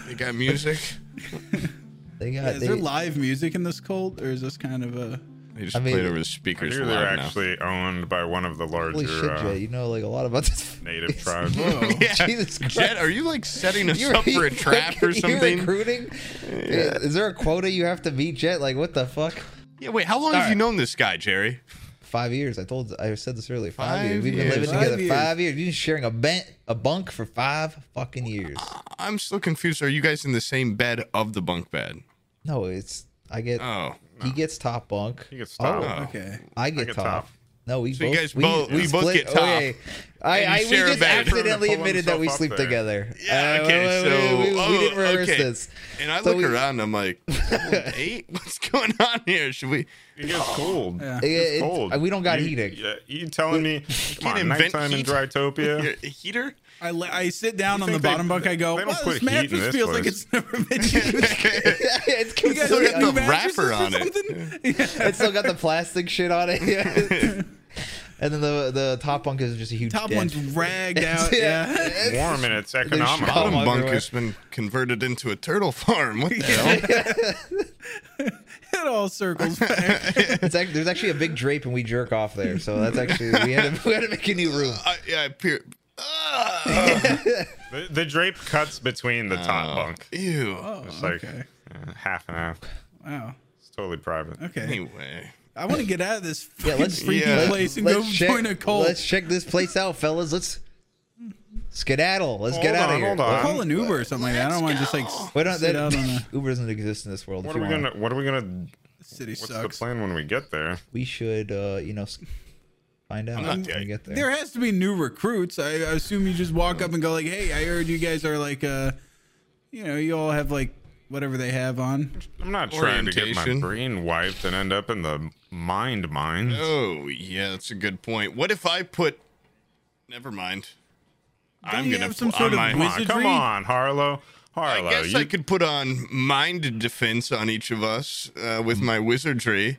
S2: They got music.
S3: they
S1: Yeah,
S3: got.
S1: is
S3: they-
S1: there live music in this cult, or is this kind of a?
S2: They just
S3: I mean-
S2: played over the
S4: I
S2: speakers.
S4: hear
S2: loud
S4: they're
S2: now.
S4: actually owned by one of the larger
S3: holy shit,
S4: uh,
S3: Jay! You know like a lot about this.
S4: native tribes.
S2: Yeah.
S3: Jesus Christ.
S2: Jet, are you like setting us up for a trap or
S3: You
S2: something?
S3: recruiting? Is there a quota you have to meet, Jet? Like what the fuck?
S2: Yeah, wait, how long have you known this guy, Jerry?
S3: Five years. I told. I said this earlier. Five,
S2: Five
S3: years. We've been
S2: years.
S3: living
S1: Five
S3: together
S1: years.
S3: five years. You've been sharing a bent, a bunk for five fucking years.
S2: I'm still confused. Are you guys in the same bed of the bunk bed?
S3: No, it's I get.
S2: Oh.
S3: He gets top bunk.
S4: He gets top.
S2: Oh.
S1: Okay.
S3: I get,
S4: get
S3: top.
S4: top.
S3: No, we
S2: you
S3: both.
S2: guys both- we both get top,
S3: okay. I,
S2: and you
S3: I we
S2: share a
S3: just
S2: bed.
S3: accidentally
S4: Trying to pull
S3: admitted that we
S4: himself up
S3: sleep
S4: there.
S3: together.
S2: Yeah,
S3: Uh,
S2: okay,
S3: we-
S2: so.
S3: we, we- we
S2: oh,
S3: didn't rehearse
S2: okay.
S3: this.
S2: And I
S3: So
S2: look
S3: we-
S2: around, I'm like, eight? What's going on here? Should we
S4: It gets cold.
S1: Yeah.
S3: It-
S4: It's
S3: it's-
S4: cold.
S3: we don't got
S4: you,
S3: heating.
S4: Yeah, you telling me? Come on,
S2: invent
S4: nighttime in
S2: heat?
S4: Drytopia.
S2: your heater?
S1: I, le- I sit down on the
S4: think they-
S1: bottom bunk. I go,
S4: they don't
S1: wow, this
S4: put heat in
S1: mattress
S4: this
S1: feels like
S4: place."
S1: it's never been used.
S3: it's
S1: You guys
S3: still
S2: look
S1: got
S2: at
S3: got,
S1: new
S2: the
S1: mattresses
S2: wrapper
S1: or
S2: on it.
S1: something? Yeah.
S3: it's still got the plastic shit on it. Yeah. and then the the top bunk is just a huge.
S1: Top
S3: dent.
S1: one's ragged out.
S3: Yeah.
S1: Yeah.
S4: It's warm and it's
S2: Bottom
S4: economical.
S3: Bottom
S2: bunk
S3: everywhere.
S2: has been converted into a turtle farm. What the hell?
S1: It all circles back.
S3: It's act- there's actually a big drape and we jerk off there. So that's actually we had to, we had to make a new room.
S2: I, yeah, I peer. Ah!
S4: The, the drape cuts between the
S2: Oh.
S4: top bunk.
S2: Ew.
S4: It's
S1: Oh,
S4: like
S1: okay.
S4: uh, half and half.
S1: Wow.
S4: It's totally private.
S1: Okay.
S2: Anyway.
S1: I want to get out of this
S3: Yeah,
S1: fucking
S3: let's
S1: freaky
S2: yeah.
S1: place and
S3: let's
S1: go
S3: check,
S1: join a cult.
S3: Let's check this place out, fellas. Let's skedaddle. Let's
S4: Hold
S3: get out of
S4: on,
S3: here.
S4: hold on.
S1: Call an Uber or something like that. I don't want to just like s-
S3: Wait, no,
S1: sit out on
S3: that,
S1: a
S3: Uber doesn't exist in this world.
S4: What
S3: if
S4: are
S3: you
S4: we
S3: want.
S4: gonna? What are we gonna?
S1: city
S4: What's the
S1: sucks.
S4: plan when we get there?
S3: We should, uh, you know, s- find out
S2: not
S3: when
S2: gay.
S3: we get there.
S1: There has to be new recruits. I, I assume you just walk up and go like, "Hey, I heard you guys are like, uh, you know, you all have like whatever they have on."
S4: I'm not trying to get my
S2: Orientation.
S4: brain wiped and end up in the mind mines.
S2: Oh, yeah, that's a good point. What if I put. Never mind. I'm
S1: you
S2: gonna
S1: have some
S2: put
S1: sort
S2: on
S1: of
S2: my
S4: Come on, Ah, come
S1: Wizardry?
S4: on, Harlow. Harlow,
S2: I guess
S4: you
S2: I could put on mind defense on each of us uh, with my wizardry.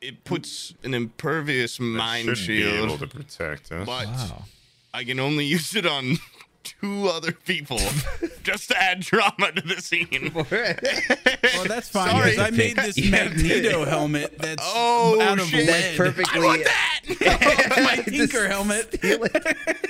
S2: It puts an impervious mind
S4: should be able
S2: shield,
S4: to protect us.
S2: but
S3: Wow.
S2: I can only use it on two other people, just to add drama to the scene.
S1: Well, that's fine.
S2: Sorry.
S1: 'cause I made this
S3: You have to-
S1: Magneto helmet that's
S2: Oh,
S1: out of
S2: shit.
S1: lead.
S3: That's perfectly.
S1: It's my Tinker
S3: This-
S1: helmet.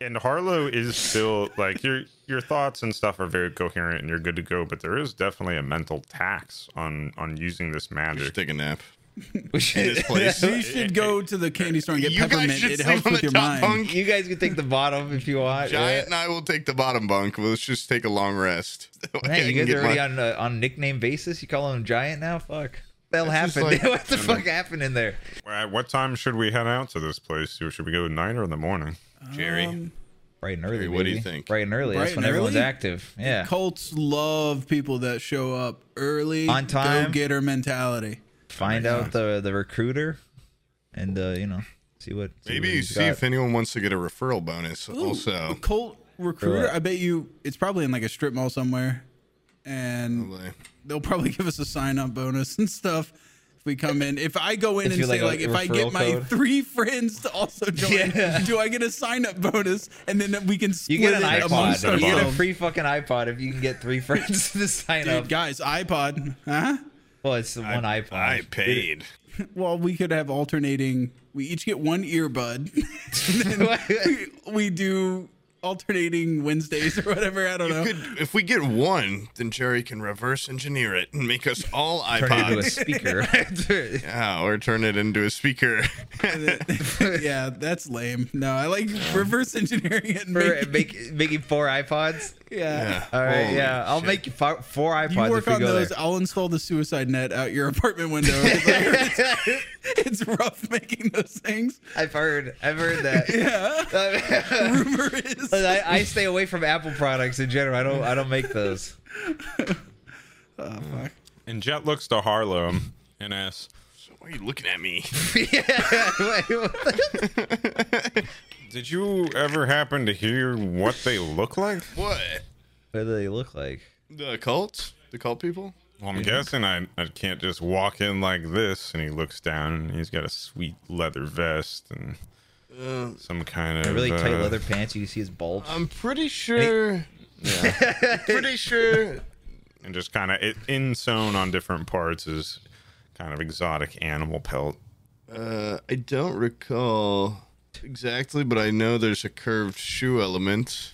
S4: and Harlow is still like your your thoughts and stuff are very coherent and you're good to go. But there is definitely a mental tax on on using this magic.
S2: Take a nap.
S3: We should-
S2: this place.
S1: You should go to the candy store and get
S2: you guys
S1: peppermint.
S2: should
S1: It
S2: sleep
S1: helps
S2: on
S1: with
S2: the
S1: your
S2: top
S1: mind.
S2: bunk.
S3: you guys can take the bottom if you want.
S2: Giant and
S3: yeah.
S2: I will take the bottom bunk. Let's just take a long rest. That way I
S3: Man,
S2: can
S3: you guys
S2: get
S3: are already
S2: my-
S3: on uh, on nickname basis. You call him Giant now? Fuck. That'll
S2: That's just
S3: happen.
S2: like-
S3: what the fuck happened in there?
S4: At what time should we head out to this place? Should we go at night or in the morning?
S2: Jerry.
S3: Bright and early.
S2: what do you
S3: baby.
S2: think?
S3: Bright and early.
S1: Bright
S3: That's when
S1: and
S3: everyone's
S1: early?
S3: active. Yeah.
S1: Cults love people that show up early,
S3: On time.
S1: go getter mentality.
S3: Find out the the recruiter, and uh, you know, see what. see
S2: Maybe
S3: what
S2: you
S3: he's
S2: see
S3: got.
S2: if anyone wants to get a referral bonus.
S1: a
S2: Also,
S1: cult
S3: Or
S1: recruiter.
S3: what?
S1: I bet you it's probably in like a strip mall somewhere, and
S2: Probably.
S1: they'll probably give us a sign up bonus and stuff if we come in. If I go in
S3: If
S1: and
S3: you're,
S1: say like,
S3: like, a
S1: if I get
S3: referral
S1: my
S3: code.
S1: three friends to also join,
S3: Yeah.
S1: do I get a sign up bonus? And then we can
S3: You
S1: split
S3: get an
S1: it amongst
S3: iPod. You
S1: ourselves.
S3: get a free fucking iPod if you can get three friends to sign
S1: Dude,
S3: up.
S1: guys, iPod, huh?
S3: Well, it's the one iPod.
S2: I paid.
S1: Well, we could have alternating. We each get one earbud. we do alternating Wednesdays or whatever. I don't know.
S2: Could, if we get one, then Jerry can reverse engineer it and make us all
S3: Turn it into a
S2: iPods.
S3: speaker.
S2: Yeah, or turn it into a speaker.
S1: yeah, that's lame. No, I like reverse engineering it. And
S3: For
S1: making-
S3: make, making four iPods.
S1: yeah.
S2: Yeah.
S3: All right,
S2: Holy
S3: yeah. I'll
S2: shit.
S3: make you four, four iPods.
S1: You work
S3: if we
S1: on
S3: go
S1: those.
S3: There.
S1: I'll install the suicide net out your apartment window. it's, it's rough making those things.
S3: I've heard. I've heard that. yeah.
S1: Rumor is.
S3: I, I stay away from Apple products in general. I don't. I don't make those.
S4: And Jet looks to Harlow and asks,
S2: Why are you looking at me?
S3: yeah.
S4: Did you ever happen to hear what they look like?
S2: What?
S3: What do they look like?
S2: The cult? The cult people?
S4: Well, I'm guessing I, I can't just walk in like this. And he looks down and he's got a sweet leather vest and some kind of.
S3: Uh, Really tight
S4: uh,
S3: leather pants. You can see his bulge.
S1: Um,
S2: I'm pretty sure. Yeah. pretty sure.
S4: And just kind of it insewn on different parts is kind of exotic animal pelt.
S2: Uh, I don't recall exactly, but I know there's a curved shoe element.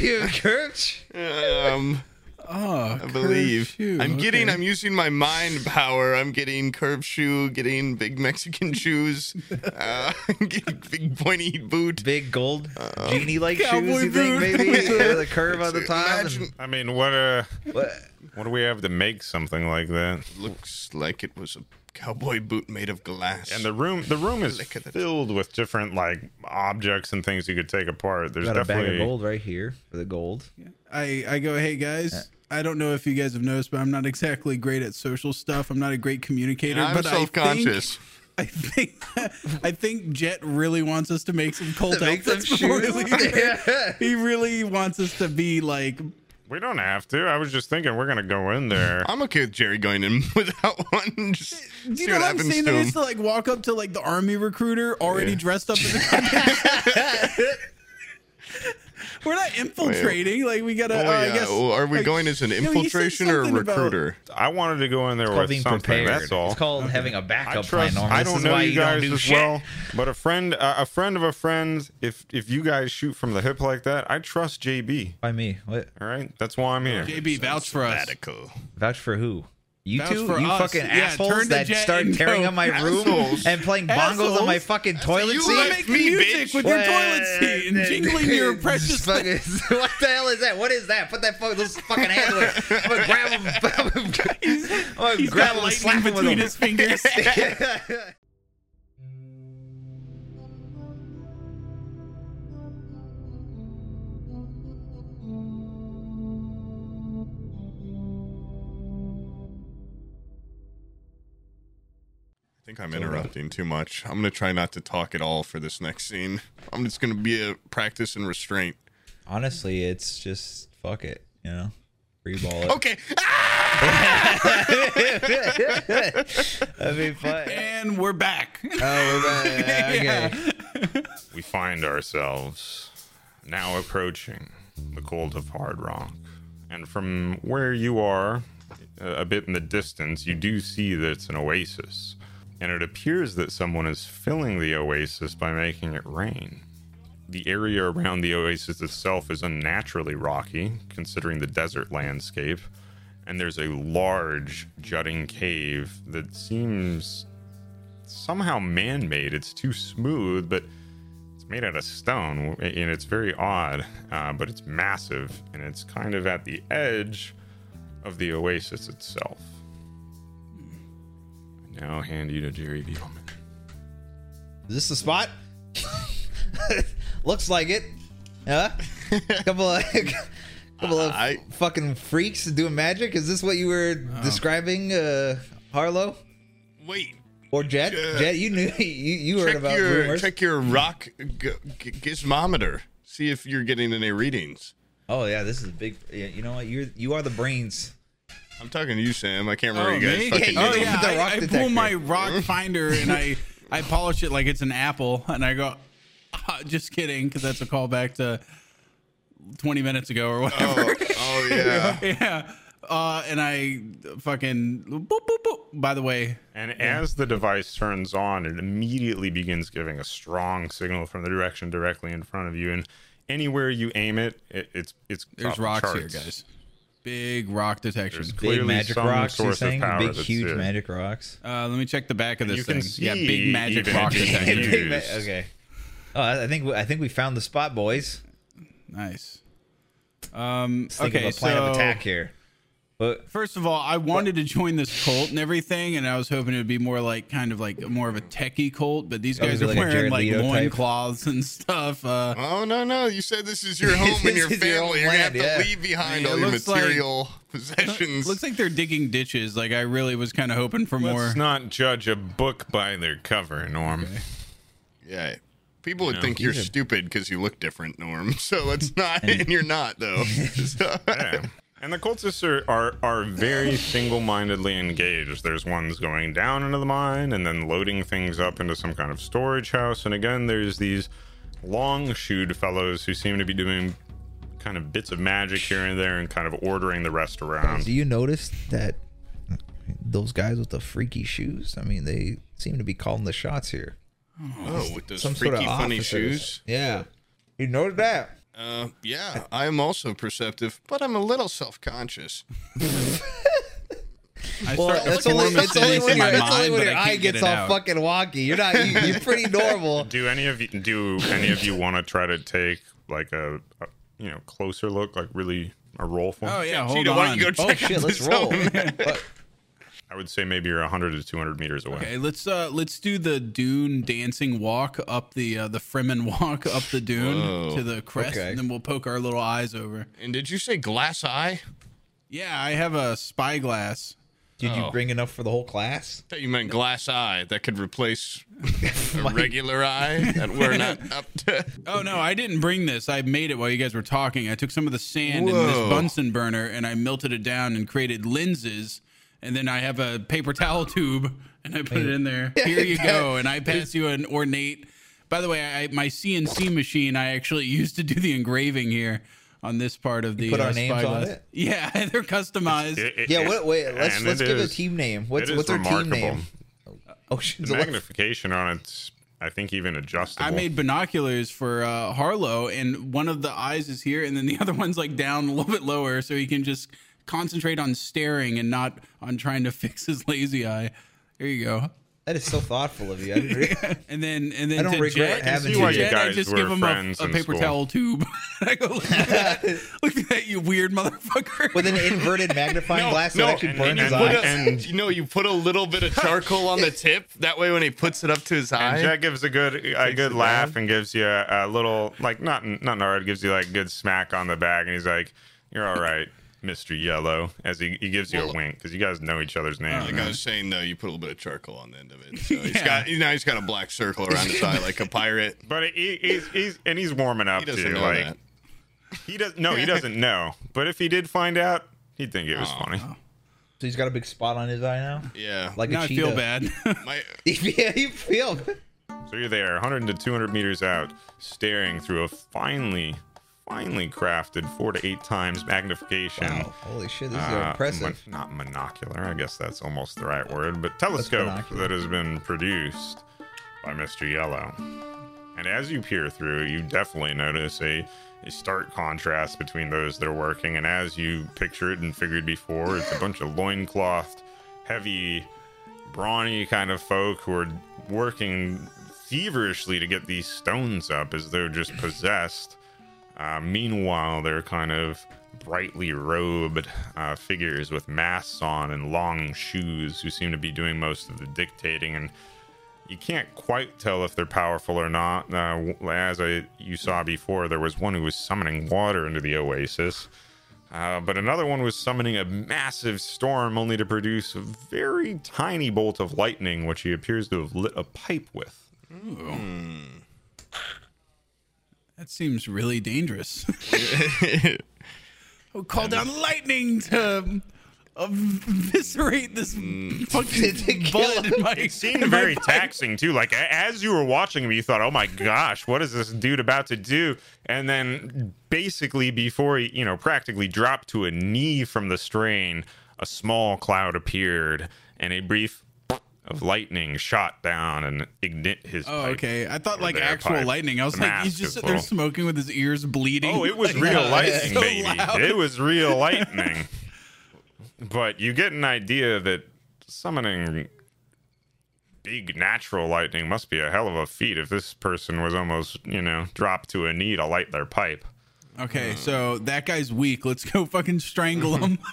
S3: you church?
S2: Um,
S1: oh,
S2: I believe.
S1: shoe.
S2: I'm getting.
S1: okay.
S2: I'm using my mind power. I'm getting curved shoe. Getting big Mexican shoes. Uh, getting big pointy boot.
S3: Big gold
S4: Uh,
S3: genie like
S1: Cowboy
S3: shoes. You think
S1: boot.
S3: maybe with a curve on the top.
S2: Imagine,
S4: I mean, what uh,
S3: and- what?
S4: what do we have to make something like that?
S2: looks like it was a cowboy boot made of glass.
S4: And the room the room is
S2: Look at it.
S4: filled with different like objects and things you could take apart. There's
S3: Got a bag
S4: definitely
S3: of gold right here for the gold.
S1: I, I go, hey guys. I don't know if you guys have noticed, but I'm not exactly great at social stuff. I'm not a great communicator.
S2: I'm
S1: but I think-
S2: self-conscious.
S1: I think I think Jet really wants us to make some cult
S3: make some
S1: outfits before we
S3: shoes.
S1: leave. here. He really wants us to be like
S4: We don't have to. I was just thinking we're gonna go in there.
S2: I'm okay with Jerry going in without one. Just
S1: Do
S2: see
S1: you know
S2: what
S1: what I'm
S2: happens
S1: saying?
S2: to
S1: That
S2: him.
S1: is to like walk up to like the army recruiter already dressed up as a cop. We're not infiltrating. Like we gotta.
S2: oh,
S1: uh, I
S2: yeah.
S1: guess-
S2: well, are we
S1: like,
S2: going as an
S1: you said
S2: infiltration or a
S1: something about-
S2: recruiter?
S4: I wanted to go in there
S3: Called
S4: with
S3: being
S4: something.
S3: prepared.
S4: That's all.
S3: It's called having a
S4: I
S3: backup plan.
S4: trust.
S3: Norman.
S4: I
S3: This
S4: don't
S3: is
S4: know
S3: why
S4: you guys
S3: don't do
S4: as
S3: shit.
S4: well, but a friend, uh, a friend of a friend. If if you guys shoot from the hip like that, I trust JB.
S3: Why me? What?
S4: All right, that's why I'm here.
S1: JB, vouch for us.
S2: Radical.
S3: Vouch for who? You
S1: Vouch
S3: two,
S1: for
S3: you
S1: us.
S3: fucking
S1: Yeah, turn
S3: assholes
S1: to
S3: that
S1: Jet
S3: start
S1: and
S3: tearing
S1: go,
S3: up my room
S2: "Assholes.
S3: and playing bongos on my
S1: Assholes.
S3: fucking toilet
S2: you
S1: You
S3: seat.
S2: like
S1: make
S2: me,
S1: music
S2: bitch.
S1: with your toilet seat and jingling your precious.
S3: Just fucking- what the hell is that? What is that? Put that fucking those fucking hands away. I'm gonna grab him. I'm gonna
S1: He's got
S3: grab him and
S1: lightning
S3: slap him with
S1: between
S3: him.
S1: his fingers.
S2: I think I'm interrupting too much. I'm gonna try not to talk at all for this next scene. I'm just gonna be a practice and restraint.
S3: Honestly, it's just fuck it. You know, free ball it.
S2: Okay. Ah!
S3: That'd be fun.
S1: and we're back.
S3: Oh, we're back. okay.
S4: We find ourselves now approaching the cold of Hard Rock, and from where you are, uh, a a bit in the distance, you do see that it's an oasis, and it appears that someone is filling the oasis by making it rain. The area around the oasis itself is unnaturally rocky, considering the desert landscape, and there's a large jutting cave that seems somehow man made. It's too smooth, but it's made out of stone, and it's very odd, uh, but it's massive, and it's kind of at the edge of the oasis itself. I now hand you to Jerry Beetleman.
S3: Is this the spot? Looks like it. Huh? couple of couple of
S2: I-
S3: fucking freaks doing magic. Is this what you were describing, uh, Harlow
S2: Wait.
S3: or Jet?
S2: Yeah.
S3: Jet, you knew you, you heard
S2: Check
S3: about
S2: your
S3: rumors.
S2: check your rock g- g- gizmometer. See if you're getting any readings.
S3: Oh yeah, this is a big. Yeah, you know what? You're you are the brains.
S2: I'm talking to you, Sam. I can't
S1: Oh,
S2: remember you guys.
S1: me?
S2: Fucking
S1: oh
S3: did.
S1: yeah,
S3: The
S1: I-
S3: rock
S1: I,
S3: detector.
S1: pull my rock finder and I I polish it like it's an apple, and I go, ah, just kidding, because that's a callback to twenty minutes ago or whatever.
S2: Oh, oh yeah.
S1: yeah. Uh, and I fucking boop boop boop. By the way,
S4: And as the device turns on, it immediately begins giving a strong signal from the direction directly in front of you, and Anywhere you aim it, it it's it's
S1: There's
S4: top
S1: rocks here,
S4: charts.
S1: guys. Big rock detection.
S4: There's
S3: Big
S4: Clearly
S3: magic
S4: some
S3: rocks, you're
S4: source of
S3: saying?
S4: power
S3: Big,
S4: that's
S3: huge
S4: it.
S3: magic rocks.
S1: Uh, let me check the back of this
S4: You
S1: thing.
S4: can
S1: yeah, big
S4: see
S1: magic
S4: even
S1: rock
S4: if you
S1: detection.
S4: can't
S3: Big ma-
S4: Huge.
S3: okay. Oh, I I think we- I think we found the spot, boys.
S1: Nice. Um,
S3: Let's think
S1: okay,
S3: of a plan
S1: so
S3: of attack here. But
S1: first of all, I wanted to join this cult and everything, and I was hoping it would be more like kind of like more of a techie cult, but these
S3: Oh,
S1: guys
S3: is it
S1: are
S3: like a
S1: wearing
S3: Jared
S1: like
S3: Leto type?
S1: loincloths and stuff. Uh,
S2: Oh no no! You said this is your home and
S3: This
S2: your
S3: is your own
S2: family. You're gonna have
S3: land,
S2: to
S3: yeah.
S2: leave behind
S1: Yeah, it
S2: all your
S1: looks like-
S2: material possessions.
S1: looks like they're digging ditches. Like I really was kind of hoping for more.
S4: Let's not judge a book by their cover, Norm.
S2: yeah, people would think you're
S3: he's a-
S2: stupid because you look different, Norm. So let's not, and you're not though. So-
S4: Yeah. And the cultists are, are, are very single mindedly engaged. There's ones going down into the mine and then loading things up into some kind of storage house. And again, there's these long shoed fellows who seem to be doing kind of bits of magic here and there and kind of ordering the rest around.
S3: do you notice that those guys with the freaky shoes? I mean, they seem to be calling the shots here.
S2: oh, with those
S3: Some sort
S2: freaky
S3: of
S2: funny
S3: officers.
S2: shoes.
S3: Yeah, you noticed that.
S2: Uh, yeah, I am also perceptive, but I'm a little self-conscious.
S1: I
S3: Well,
S1: start to
S3: that's only,
S1: form a
S3: it's only
S1: sentence
S3: when,
S1: in
S3: your,
S1: my
S3: it's only
S1: mind,
S3: when
S1: but
S3: your
S1: I
S3: eye
S1: can't
S3: gets
S1: get it
S3: all
S1: out.
S3: fucking wonky. You're not. You, you're pretty normal.
S4: Do any of you do any of you want to try to take like a, a you know closer look, like really a roll for?
S1: Oh
S4: me?
S1: yeah, hold
S2: Cheetah,
S1: on.
S2: why don't you go
S1: Oh,
S2: check
S3: Shit,
S2: out
S3: let's
S2: this
S3: roll.
S2: home?
S3: But-
S4: I would say maybe you're 100 to 200 meters away.
S1: Okay, let's uh let's do the dune dancing walk up the uh, the Fremen walk up the dune
S2: Whoa.
S1: to the crest,
S3: Okay.
S1: and then we'll poke our little eyes over.
S2: And did you say glass eye?
S1: Yeah, I have a spyglass.
S3: Did you
S2: Oh.
S3: bring enough for the whole class?
S2: thought you meant glass eye that could replace a regular eye that we're not up to.
S1: Oh no, I didn't bring this. I made it while you guys were talking. I took some of the sand in this
S2: Whoa.
S1: Bunsen burner and I melted it down and created lenses. And then I have a paper towel tube and I put it in there. Here you go. And I pass you an ornate. By the way, I, my CNC machine I actually used to do the engraving here on this part of the
S3: put our
S1: uh,
S3: names on
S1: spyglass.
S3: it?
S1: Yeah, they're customized.
S4: It- it-
S3: Yeah.
S4: it-
S3: What, wait. Let's
S4: and
S3: let's
S4: it
S3: give
S4: is-
S3: a team name.
S4: it
S3: What's
S4: is
S3: what's our team
S4: remarkable.
S3: name? Oh, Ocean's
S4: The
S3: Eleven.
S4: magnification on it's, I think, even adjustable.
S1: I made binoculars for uh, Harlow, and one of the eyes is here, and then the other one's like down a little bit lower, so he can just concentrate on staring and not on trying to fix his lazy eye. There you go.
S3: That is so thoughtful of you. I didn't really-
S1: And then, and then
S3: don't
S1: to
S3: regret
S1: Jet,
S3: having
S1: to
S3: you. See why you
S1: Jet, I
S4: guys
S1: just
S4: were
S1: give him a,
S4: friends
S1: a
S4: in
S1: paper
S4: school.
S1: towel tube. I go, look at that, look at that, you weird motherfucker.
S3: With an inverted magnifying glass
S2: no,
S3: that actually
S4: and-
S3: burns
S4: and-
S3: his
S4: and-
S3: eye.
S2: But, uh,
S4: And-
S2: you know, you put a little bit of charcoal on the tip. That way, when he puts it up to his
S4: And
S2: eye,
S4: Jack gives a good a good
S2: it
S4: laugh
S2: down.
S4: and gives you a, a little like not not hard gives you like good smack on the back and he's like, "You're all right, Mister Yellow." As he, he gives you a
S2: Well-
S4: wink because you guys know each other's names.
S2: like I was saying, though, you put a little bit of charcoal on the end of it. So he's
S1: Yeah.
S2: got you know he's got a black circle around his eye like a pirate.
S4: but he, he's, he's and he's warming up
S2: He
S4: to
S2: doesn't
S4: you.
S2: know
S4: Like
S2: that.
S4: he does no, he doesn't know. But if he did find out, he'd think it was
S2: Oh,
S4: funny.
S3: So he's got a big spot on his eye now,
S2: Yeah,
S3: like
S1: now
S3: a
S1: I
S3: cheetah.
S1: feel bad.
S2: my
S3: yeah, you feel.
S4: So you're there, 100 to 200 meters out, staring through a finely, finely crafted four to eight times magnification.
S3: Wow, holy shit, this is
S4: uh,
S3: impressive.
S4: mon- not monocular, I guess that's almost the right word, but telescope
S3: binocular.
S4: that has been produced by Mr. Yellow. And as you peer through, you definitely notice a, a stark contrast between those that are working. And as you pictured and figured before, it's a bunch of loincloth, heavy, brawny kind of folk who are working feverishly to get these stones up as though just possessed. Uh, meanwhile, they're kind of brightly robed uh, figures with masks on and long shoes who seem to be doing most of the dictating. And you can't quite tell if they're powerful or not. Uh, w- as I, you saw before, there was one who was summoning water into the oasis. Uh, but another one was summoning a massive storm only to produce a very tiny bolt of lightning, which he appears to have lit a pipe with.
S1: that seems really dangerous. oh, call down lightning to uh, eviscerate this
S4: Mm.
S3: To
S1: fucking
S3: kill
S1: bullet in
S3: him.
S1: my.
S4: It seemed
S1: in my
S4: very
S1: pipe.
S4: taxing too. Like a- as you were watching me, you thought, "Oh my gosh, what is this dude about to do?" And then, basically, before he, you know, practically dropped to a knee from the strain, a small cloud appeared, and a brief of lightning shot down and ignite his.
S1: Oh,
S4: pipe.
S1: okay. I thought
S4: Or
S1: like
S4: their
S1: actual
S4: pipe.
S1: lightning. I was
S4: The
S1: like,
S4: mask
S1: he's just
S4: as
S1: sitting there
S4: well.
S1: smoking with his ears bleeding.
S4: Oh, it was
S1: Like,
S4: real
S1: it's
S4: lightning,
S1: so
S4: baby.
S1: loud.
S4: It was real lightning. but you get an idea that summoning big natural lightning must be a hell of a feat if this person was almost, you know, dropped to a knee to light their pipe. Mm.
S1: Okay, so that guy's weak. Let's go fucking strangle him.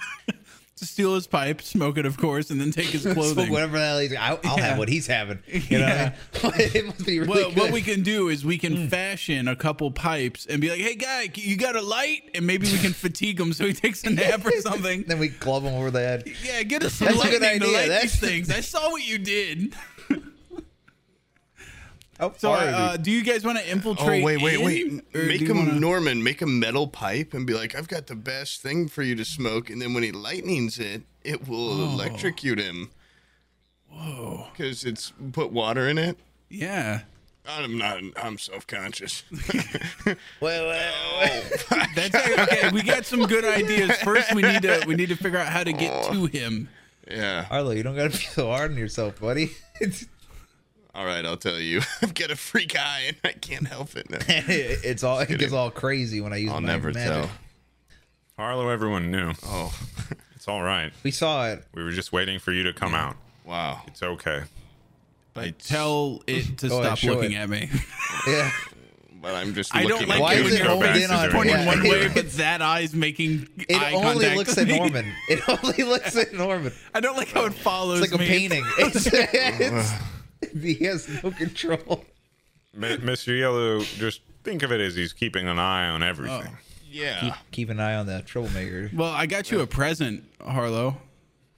S1: to steal his pipe, smoke it, of course, and then take his
S3: Smoke
S1: clothing.
S3: whatever the hell he's. I'll, I'll have what he's having. You know, what I mean? it must be really
S1: Well, what
S3: good.
S1: we can do is we can
S3: Mm.
S1: fashion a couple pipes and be like, "Hey, guy, you got a light?" And maybe we can fatigue him so he takes a nap or something.
S3: then we club him over the head.
S1: Yeah, get us some
S3: That's a
S1: lightning
S3: good
S1: to
S3: idea.
S1: light
S3: That's-
S1: these things. I saw what you did.
S3: How
S1: So,
S3: far
S1: uh,
S3: is
S1: do you guys want to
S2: Oh
S1: infiltrate?
S2: wait, wait,
S1: in,
S2: wait!
S1: or
S2: Make
S1: do you
S2: him
S1: wanna-
S2: Norman. Make a metal pipe and be like, "I've got the best thing for you to smoke." And then when he lightnings it, it will electrocute him. Whoa! Because it's put water in it.
S1: Yeah,
S2: I'm not. I'm self conscious.
S3: he? Wait, wait, wait.
S1: that's okay. We got some good ideas. First, we need to we need to figure out how to get to him.
S2: yeah.
S3: Arlo, you don't gotta be so hard on yourself, buddy. It's,
S2: All right. I'll tell you. I've got a freak eye and I can't help it. No.
S3: it's all it gets all crazy when I use
S2: I'll
S3: my
S2: never
S3: magic.
S2: tell.
S4: Harlow, everyone knew.
S2: Oh,
S4: It's all right.
S3: We saw it.
S4: We were just waiting for you to come out.
S2: wow.
S4: It's okay.
S2: But
S1: Tell it to
S3: Go ahead,
S1: stop
S3: Oh, show
S1: looking
S3: it.
S1: at me.
S3: Yeah.
S2: But I'm just.
S1: I don't
S2: looking
S1: like
S2: at
S3: Why
S2: you
S1: it
S3: is
S1: would
S3: it
S1: go
S3: only
S1: back
S3: in
S4: to
S3: on
S4: doing
S1: Pointing
S4: Yeah.
S1: one
S4: Yeah.
S1: way, but that eye's making
S3: It
S1: eye
S3: only
S1: contact
S3: looks
S1: with
S3: at
S1: me.
S3: Norman. It only looks at Norman.
S1: I don't like how it follows
S3: It's like a
S1: me.
S3: painting. It's, it's, he has no control.
S4: M- Mr. Yellow, just think of it as he's keeping an eye on everything.
S1: Oh.
S2: Yeah.
S3: Keep an eye on that troublemaker.
S1: Well, I got you a present, Harlow.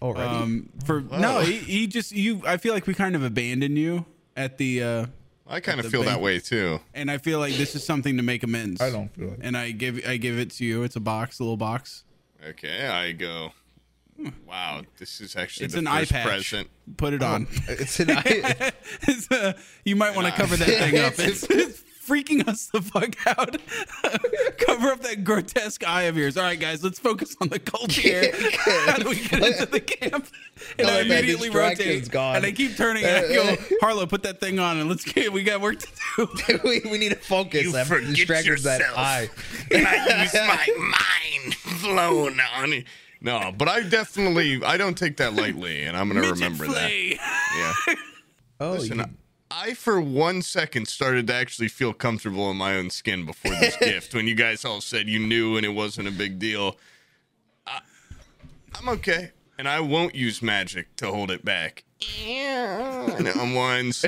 S3: Already.
S1: Um, for no, he, he just you. I feel like we kind of abandoned you at the, uh,
S2: I kind
S1: The
S2: of feel
S1: big-
S2: that way too.
S1: and I feel like this is something to make amends.
S3: I don't feel it.
S1: And I give I give it to you. It's a box, a little box.
S2: Okay, I go. hmm, Wow, this is actually
S1: It's
S2: the
S1: an eye
S2: first
S1: patch.
S2: present.
S1: Put
S3: Oh.
S1: it on.
S3: It's an eye.
S1: It's, uh, you might want to cover that thing up. It's, it's freaking us the fuck out. cover up that grotesque eye of yours. All right, guys, let's focus on the cult here. How do we get into the camp?
S2: Oh,
S1: And
S3: Now
S1: I
S3: that that
S1: immediately
S3: distraction's
S1: rotate.
S3: gone.
S1: And I keep turning. And I go, Harlow, put that thing on, and let's get. We got work to do.
S3: we, we need to focus.
S2: You
S3: that
S2: forget
S3: distractors that
S2: yourself.
S3: eye.
S2: And I use my mind blown on it. No, but I definitely I don't take that lightly, and I'm gonna
S1: Midget
S2: remember
S1: flay.
S2: that. Yeah.
S3: Oh, you,
S2: Listen, I for one second started to actually feel comfortable in my own skin before this gift. When you guys all said you knew and it wasn't a big deal, I, I'm okay, and I won't use magic to hold it back. And unwinds.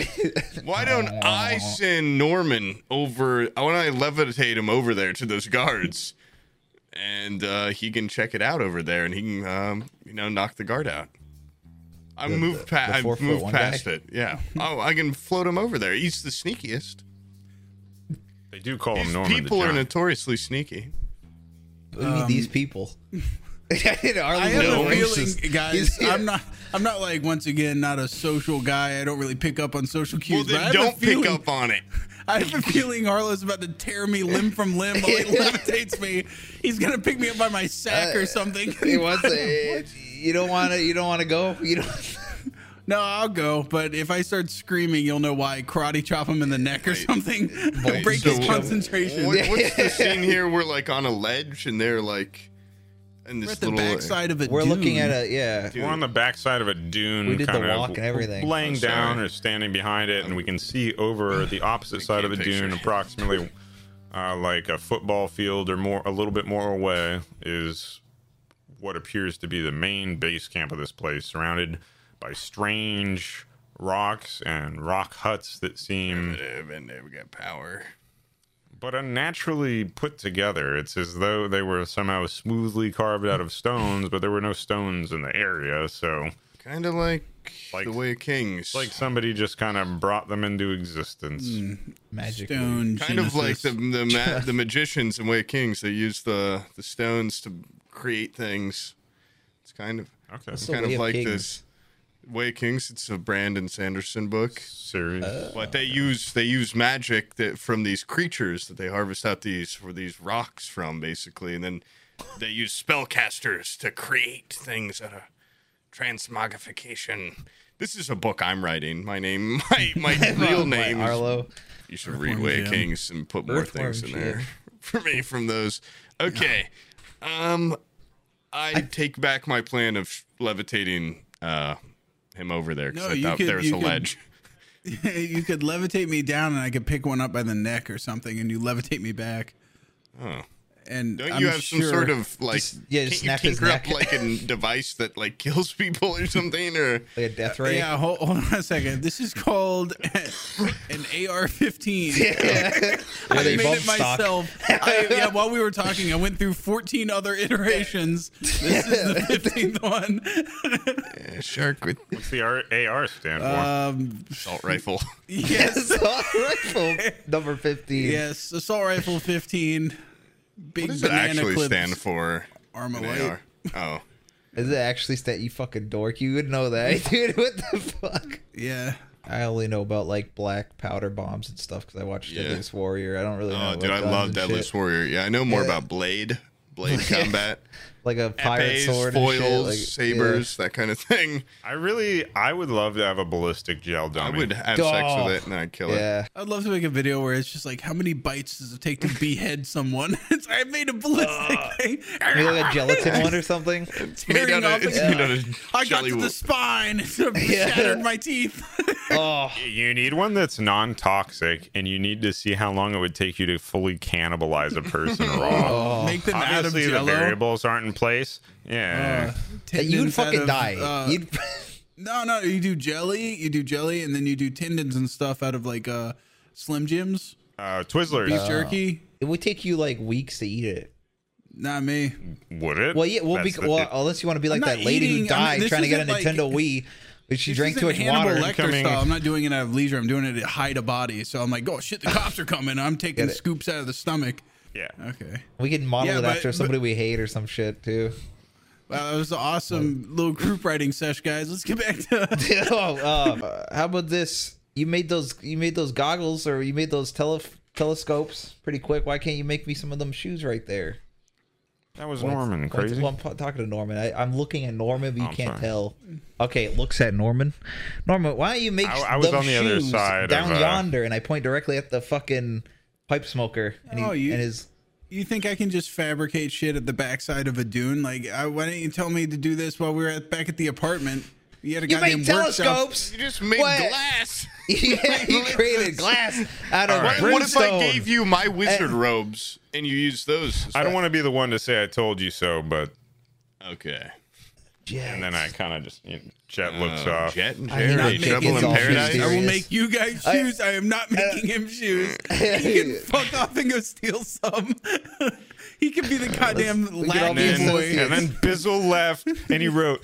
S2: Why don't I
S3: Oh.
S2: send Norman over? Why don't I levitate him over there to those guards, and uh, he can check it out over there, and he can, um, you know, knock the guard out. I
S3: The-
S2: moved
S3: the-
S2: past.
S3: the
S2: I
S3: four foot
S2: moved
S3: one guy?
S2: past it. Yeah. Oh, I can float him over there. He's the sneakiest.
S4: They do call him
S2: These
S4: Norman. the
S2: people are
S4: Giant.
S2: notoriously sneaky.
S3: who are these people. I
S1: Um, I have
S2: No,
S1: a feeling, guys.
S3: He's-
S1: I'm not. I'm not like once again not a social guy. I don't really pick up on social
S2: Well,
S1: cues. but I
S2: then
S1: have a
S2: don't pick
S1: feeling-
S2: up on it.
S1: I have a feeling Harlow's about to tear me limb from limb while he levitates me. He's gonna pick me up by my sack or something.
S3: Uh, He wants to, you don't want to. You don't want to go. You don't.
S1: no, I'll go. But if I start screaming, you'll know why. Karate chop him in the neck or something.
S2: Wait,
S1: Break
S2: so
S1: his concentration.
S2: What, what's the scene here? We're like on a ledge, and they're like in this
S1: We're at the
S2: little.
S1: backside of it.
S3: We're looking at a yeah.
S4: We're on the backside of a dune.
S3: We did the
S4: kinda
S3: walk and everything.
S4: Laying
S2: Oh, sorry.
S4: down or standing behind it, and we can see over the opposite side of the
S2: can't
S4: dune,
S2: picture.
S4: approximately uh, like a football field or more, a little bit more away, is what appears to be the main base camp of this place, surrounded by strange rocks and rock huts that seem
S2: And they got power.
S4: but unnaturally put together. It's as though they were somehow smoothly carved out of stones, but there were no stones in the area, so.
S2: Kind of like,
S4: Like-
S2: the way of kings.
S4: like somebody just kind of brought them into existence.
S3: Hmm. Magic.
S1: stone.
S2: kind of like the the, ma- the magicians in way of kings. They use the the stones to create things. It's kind of
S4: Okay.
S2: it's
S3: the
S2: kind
S3: Way
S2: of
S3: of
S2: like
S3: Kings?
S2: this. Way of Kings, it's a Brandon Sanderson book.
S4: Serious.
S3: uh,
S2: But they use they use magic that from these creatures that they harvest out these for these rocks from basically, and then they use spellcasters to create things out of transmogrification. This is a book I'm writing. My name, my my real
S3: Fuck, my
S2: name. is-
S3: Arlo.
S2: you should read Way of
S1: Jim.
S2: Kings and put more
S3: Earthworm
S2: things in there for me from those. Okay, um, I, take back my plan of sh- levitating uh him over there because
S1: No,
S2: I
S1: you
S2: thought
S1: could-
S2: there was
S1: you
S2: a
S1: could-
S2: ledge.
S1: you could levitate me down, and I could pick one up by the neck or something, and you levitate me back.
S2: Oh.
S1: And
S2: Don't
S1: I'm
S2: you have some
S1: sure-
S2: sort of like
S3: Just- yeah, just snap
S2: you
S3: his
S2: tinker up
S3: neck.
S2: like a device that like kills people or something or
S3: Like a death ray.
S1: Yeah, hold, hold on a second. This is called an AR-15.
S3: Where
S1: I
S3: they
S1: made
S3: bump
S1: it
S3: stock.
S1: myself. I, yeah, while we were talking, I went through 14 other iterations. This is the 15th one.
S2: a shark with
S4: What's the R- AR stand for?
S3: uh,
S1: Um,
S2: assault rifle.
S1: yes,
S3: Assault rifle number 15.
S1: yes, assault rifle 15. Big
S2: What does it
S1: banana
S2: actually
S1: clips.
S2: stand for?
S1: Arma
S2: in
S1: light.
S2: AR? Oh.
S3: Is it actually stat? You fucking dork. You would know that, dude. What the fuck?
S1: Yeah.
S3: I only know about like black powder bombs and stuff because I watched
S2: Yeah.
S3: Deadliest Warrior. I don't really know.
S2: Oh,
S3: about
S2: dude, I
S3: guns
S2: love
S3: and
S2: Deadliest
S3: shit.
S2: Warrior. Yeah, I know more
S3: Yeah.
S2: about Blade, Blade combat,
S3: Like a pirate
S2: epes,
S3: sword, and
S2: foils,
S3: shit, like-
S2: sabers, that kind of thing.
S4: I really, I would love to have a ballistic gel
S2: I
S4: dummy.
S2: would have sex
S3: Oh.
S2: with it and I'd kill
S3: Yeah.
S2: it.
S3: yeah.
S1: I'd love to make a video where it's just like, how many bites does it take to behead someone? It's- I made a ballistic
S2: Uh,
S1: thing.
S3: Maybe like a gelatin one or something.
S2: It's made
S1: Tearing
S2: out of,
S1: off
S2: it's
S1: a-
S2: made out of
S1: I got
S2: jelly
S1: to
S2: wo-
S1: the spine. It
S3: Yeah.
S1: shattered my teeth.
S3: Oh,
S4: You need one that's non-toxic, and you need to see how long it would take you to fully cannibalize a person
S3: Oh,
S4: raw.
S2: Oh,
S1: Make them
S4: Obviously, the
S1: out of jello.
S4: variables aren't in place. Yeah,
S3: Uh,
S1: tendons
S3: you'd
S1: out
S3: fucking
S1: of,
S3: die.
S1: uh,
S3: You'd
S1: No, no, you do jelly, you do jelly, and then you do tendons and stuff out of like uh Slim Jims,
S4: uh, Twizzlers.
S1: beef jerky.
S3: it would take you like weeks to eat it.
S1: Not me.
S4: would it?
S3: Well, yeah, well,
S4: That's
S3: bec-
S4: the-
S3: well unless you want to be like
S1: not
S3: that lady
S1: eating-
S3: who
S1: I'm-
S3: died
S1: this
S3: trying to get a
S1: isn't, like-
S3: Nintendo Wii, but she
S1: This
S3: drank too
S1: isn't
S3: much
S1: Hannibal
S3: water.
S1: Lecter
S4: coming-
S1: style. I'm not doing it out of leisure. I'm doing it to hide a body. So I'm like, oh shit, the cops are coming. I'm taking
S3: Get it.
S1: scoops out of the stomach.
S4: yeah.
S1: Okay.
S3: We can model
S1: Yeah,
S3: it
S1: but-
S3: after
S1: but-
S3: somebody we hate or some shit too.
S1: Wow, that was an awesome little group writing sesh, guys. Let's get back to.
S3: oh, uh, how about this? You made those you made those goggles or you made those tele- telescopes pretty quick. Why can't you make me some of them shoes right there?
S4: That was Norman.
S3: Well,
S4: Crazy.
S3: well, I'm po- talking to Norman. I, I'm looking at Norman, but you
S4: I'm
S3: can't
S4: sorry.
S3: tell. Okay, it looks at Norman. Norman, why don't you make
S4: I- I was
S3: them
S4: on the other
S3: shoes
S4: side of,
S3: down
S4: uh,
S3: yonder? And I point directly at the fucking pipe smoker. And he,
S1: Oh, you-
S3: and his
S1: You think I can just fabricate shit at the backside of a dune? Like, I, why didn't you tell me to do this while we were at, back at the apartment? You had a
S3: you
S1: goddamn
S3: made
S1: workshop.
S3: telescopes.
S2: You just made
S3: What?
S2: glass.
S3: yeah, you created glass out of
S4: All right.
S2: What, what if I
S3: brimstone. Eh.
S2: gave you my wizard robes and you used those?
S4: I don't want to be the one to say I told you so, but
S2: Okay.
S3: Yes.
S4: and then I kind of just you know, Jet looks
S2: Uh,
S4: off.
S2: Jet and
S3: I am not
S2: Jerry,
S3: making
S2: Trouble in
S3: all
S2: Paradise.
S1: I
S3: serious.
S1: will make you guys shoes. I, am not making him shoes. He can fuck off and go steal some. he could be the goddamn
S3: we could all
S1: lab
S4: And
S1: boy.
S3: be
S4: then,
S3: associates.
S4: and then Bizzle left, and he wrote,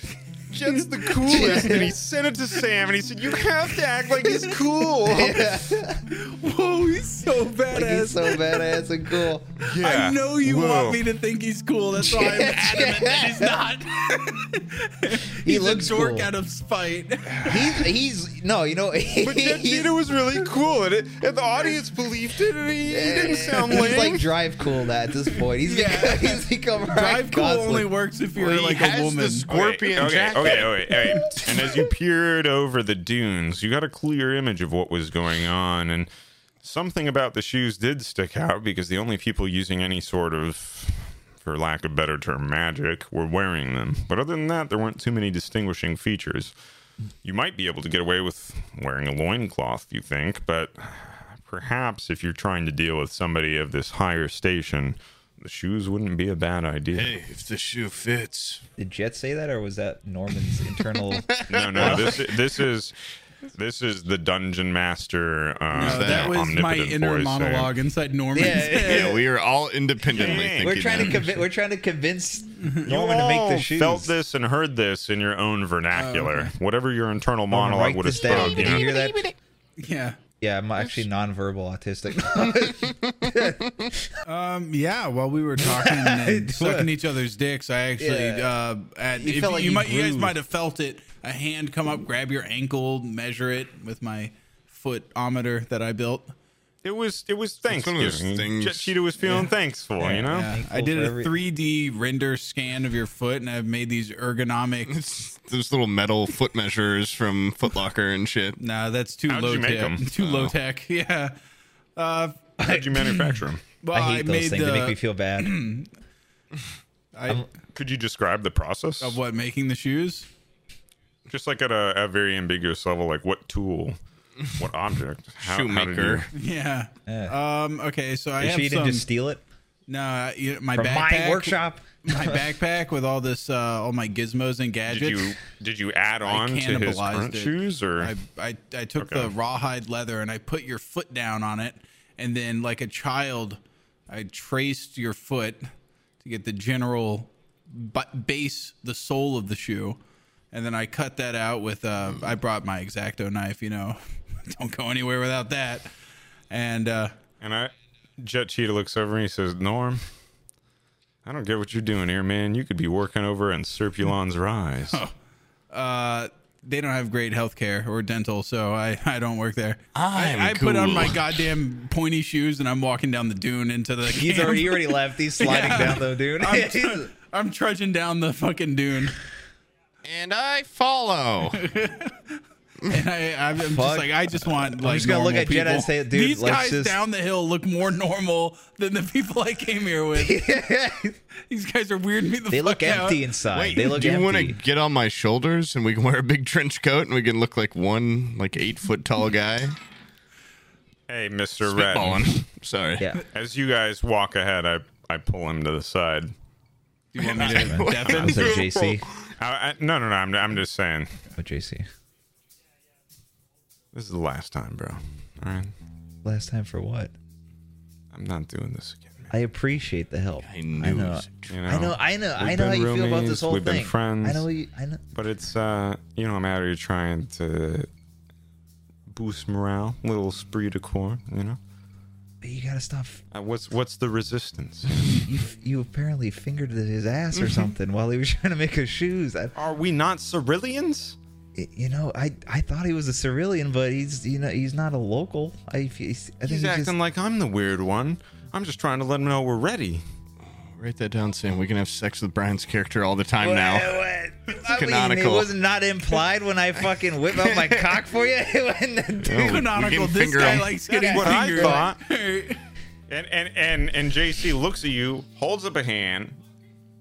S4: "Jet's the coolest." and he sent it to Sam, and he said, "You have to act like he's cool."
S1: Whoa, he's so
S3: Like, he's
S1: badass.
S3: so badass and cool.
S1: I know you
S4: Whoa.
S1: want me to think he's cool. That's why I'm adamant that he's not. he's
S3: looks
S1: a dork
S3: cool.
S1: out of spite.
S3: He's he's no, you know,
S4: But Jet
S3: he's,
S4: Jeter was really cool, and, it, and the audience believed it, and he, he didn't sound
S3: he's
S4: lame.
S3: like drive cool now at this point. He's
S1: Yeah.
S3: become, he's become
S1: Drive
S3: Ryan
S1: cool only
S3: Gosling.
S1: works if you're
S2: Well, he
S1: like
S2: has
S1: a
S2: the
S1: woman.
S2: square- Scorpion
S4: okay,
S2: jacket.
S4: Okay, okay, okay. And as you peered over the dunes, you got a clear image of what was going on, and something about the shoes did stick out because the only people using any sort of, for lack of better term, magic were wearing them. But other than that, there weren't too many distinguishing features. You might be able to get away with wearing a loincloth, you think, but perhaps if you're trying to deal with somebody of this higher station, the shoes wouldn't be a bad idea.
S2: Hey, if the shoe fits.
S3: Did Jet say that, or was that Norman's internal?
S4: No, no. This this is this is the dungeon master. Uh,
S1: No, that was my
S4: omnipotent
S1: inner
S4: voice
S1: monologue inside Norman's
S3: Yeah,
S1: head.
S2: Yeah, we are all independently
S4: Yeah.
S2: thinking.
S3: we're trying to
S2: that.
S3: convince. We're trying to convince
S4: Saying,
S3: Norman to make the
S4: You all
S3: shoes.
S4: Felt this and heard this in your own vernacular.
S1: Oh,
S4: Whatever your internal
S3: Norman,
S4: monologue
S3: write
S4: would have
S3: this down.
S4: spoke. You
S3: Did you
S4: know?
S3: hear that?
S1: yeah.
S3: Yeah, I'm actually nonverbal autistic.
S1: Um, yeah, while we were talking and sucking each other's dicks, I actually
S3: Yeah.
S1: uh, at,
S3: You
S1: if
S3: felt like
S1: you,
S3: you
S1: might, you guys
S3: grooved.
S1: might have felt it. A hand come up, grab your ankle, measure it with my footometer that I built,
S4: it was it was
S2: It's one of
S4: Thanksgiving.
S2: those things-
S4: Jet Cheetah was feeling thankful, you know.
S1: Yeah, I
S3: Thankful
S1: did
S3: for
S1: a
S3: every-
S1: 3D render scan of your foot, and I've made these ergonomic.
S2: It's those little metal foot measures from Foot Locker and shit.
S1: nah, that's too
S4: How'd
S1: low
S4: you make 'em?
S1: tech. Too low tech. Yeah. Uh,
S4: How'd you manufacture them?
S1: well,
S3: I
S1: I,
S3: hate those
S1: made
S3: things.
S1: the.
S3: They make me feel bad.
S1: I,
S4: Could you describe the process?
S1: of what making the shoes?
S4: Just like at a, a very ambiguous level, like what tool, what object, how, how did
S2: Shoemaker.
S4: you-
S1: Yeah. Um. Okay. So I
S3: You sure
S1: have
S3: you
S1: some.
S3: didn't just steal it
S1: Nah, you know, my
S3: from
S1: backpack.
S3: my workshop?
S1: my backpack with all this, uh, all my gizmos and gadgets.
S4: did you did you add on to his
S1: cannibalized
S4: current
S1: it.
S4: shoes or
S1: I, I, I took
S4: Okay.
S1: the rawhide leather and I put your foot down on it. And then, like a child, I traced your foot to get the general bu- base, the sole of the shoe. And then I cut that out with, uh, I brought my exacto knife, you know, don't go anywhere without that. And uh,
S4: and I Jet Cheetah looks over and he says, Norm, I don't get what you're doing here, man. You could be working over in Serpulon's Rise.
S1: they don't have great health care or dental, so I, I don't work there.
S2: I'm
S1: I, I put on
S2: cool.
S1: my goddamn pointy shoes and I'm walking down the dune into the.
S3: He's
S1: camp.
S3: already, he already left. He's sliding
S1: Yeah.
S3: down though, dude.
S1: I'm,
S3: He's-
S1: tru- I'm trudging down the fucking dune,
S2: And I follow.
S1: and I, I'm just
S3: Fuck.
S1: like, I just want like.
S3: just gonna look
S1: normal
S3: at Jedi and
S1: people.
S3: say, dude,
S1: these
S3: let's
S1: guys
S3: just-
S1: down the hill look more normal than the people I came here with. these guys are weirding me the
S3: they look
S1: fuck out.
S3: empty inside.
S2: Wait,
S3: they look
S2: do you want to
S3: empty.
S2: get on my shoulders and we can wear a big trench coat and we can look like one like eight foot tall guy?
S4: hey, Mr. Red.
S2: Spitballing. Sorry.
S3: Yeah.
S4: As you guys walk aad, I, I pull him to the side.
S1: Do you want me to deafen?
S3: I'm so JC.
S4: I, I, no, no, no. I'm, I'm just saying.
S3: Oh, JC.
S4: This is the last time, bro. All right.
S3: Last time for what?
S4: I'm not doing this again, man.
S3: I appreciate the help. I
S2: knew it
S3: know.
S2: was
S4: You know?
S3: I know. I know. I
S4: We've
S3: know how
S4: been
S3: you feel about
S4: roomies,
S3: this whole
S4: we've
S3: thing.
S4: been friends.
S3: I know. You, I know.
S4: But it's uh, you know, I'm out here trying to boost morale, little spree de corps, you know.
S3: But you gotta stop.
S4: Uh, what's what's the resistance?
S3: You you apparently fingered his ass or something while he was trying to make his shoes. I,
S4: Are we not Ceruleans?
S3: you know, I I thought he was a Cerulean, but he's you know he's not a local. I, I think he's,
S4: He's acting
S3: just,
S4: like I'm the weird one. I'm just trying to let him know we're ready.
S2: Write that down, Sam. We can have sex with Brian's character all the time
S3: What-
S2: now.
S3: what? I
S2: canonical.
S3: Mean, it was not implied when I fucking whip out my cock for you. When-
S1: Canonical.
S2: can
S1: This
S2: finger
S1: guy
S2: 'em.
S1: likes getting
S4: what I
S1: fingered.
S4: thought. And and and and JC looks at you, holds up a hand,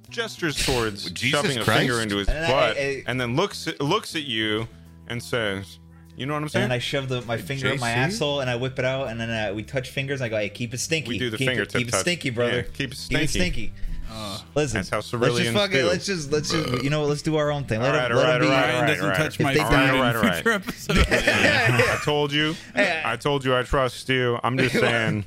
S4: gestures towards
S2: Jesus
S4: shoving a
S2: Christ.
S4: finger into his
S3: And I-
S4: butt,
S3: I-
S4: and then looks at, looks at you and says, "You know what I'm saying?"
S3: and I shove the, my finger in my
S2: JC?
S3: asshole and I whip it out and then uh, we touch fingers. I go, hey, keep it stinky.
S4: We do the
S3: keep
S4: fingertip
S3: it, Keep
S4: touch.
S3: it stinky, brother.
S4: Yeah, keep it
S3: Keep it
S4: stinky.
S3: stinky.
S1: Uh,
S3: Listen,
S4: That's how
S3: let's
S4: Ceruleans
S3: just fuck it.
S4: do.
S3: Let's just let's just you know what? Let's do our own thing. Let
S4: All right,
S3: him
S4: all
S3: let
S4: right,
S3: him be.
S4: all right,
S1: Brian
S4: all right,
S1: doesn't
S4: all right.
S1: touch my
S3: If they
S1: phone
S3: die-
S1: in
S4: All right, all right.
S1: future episodes.
S4: I told you. I told you I trust you. I'm just saying,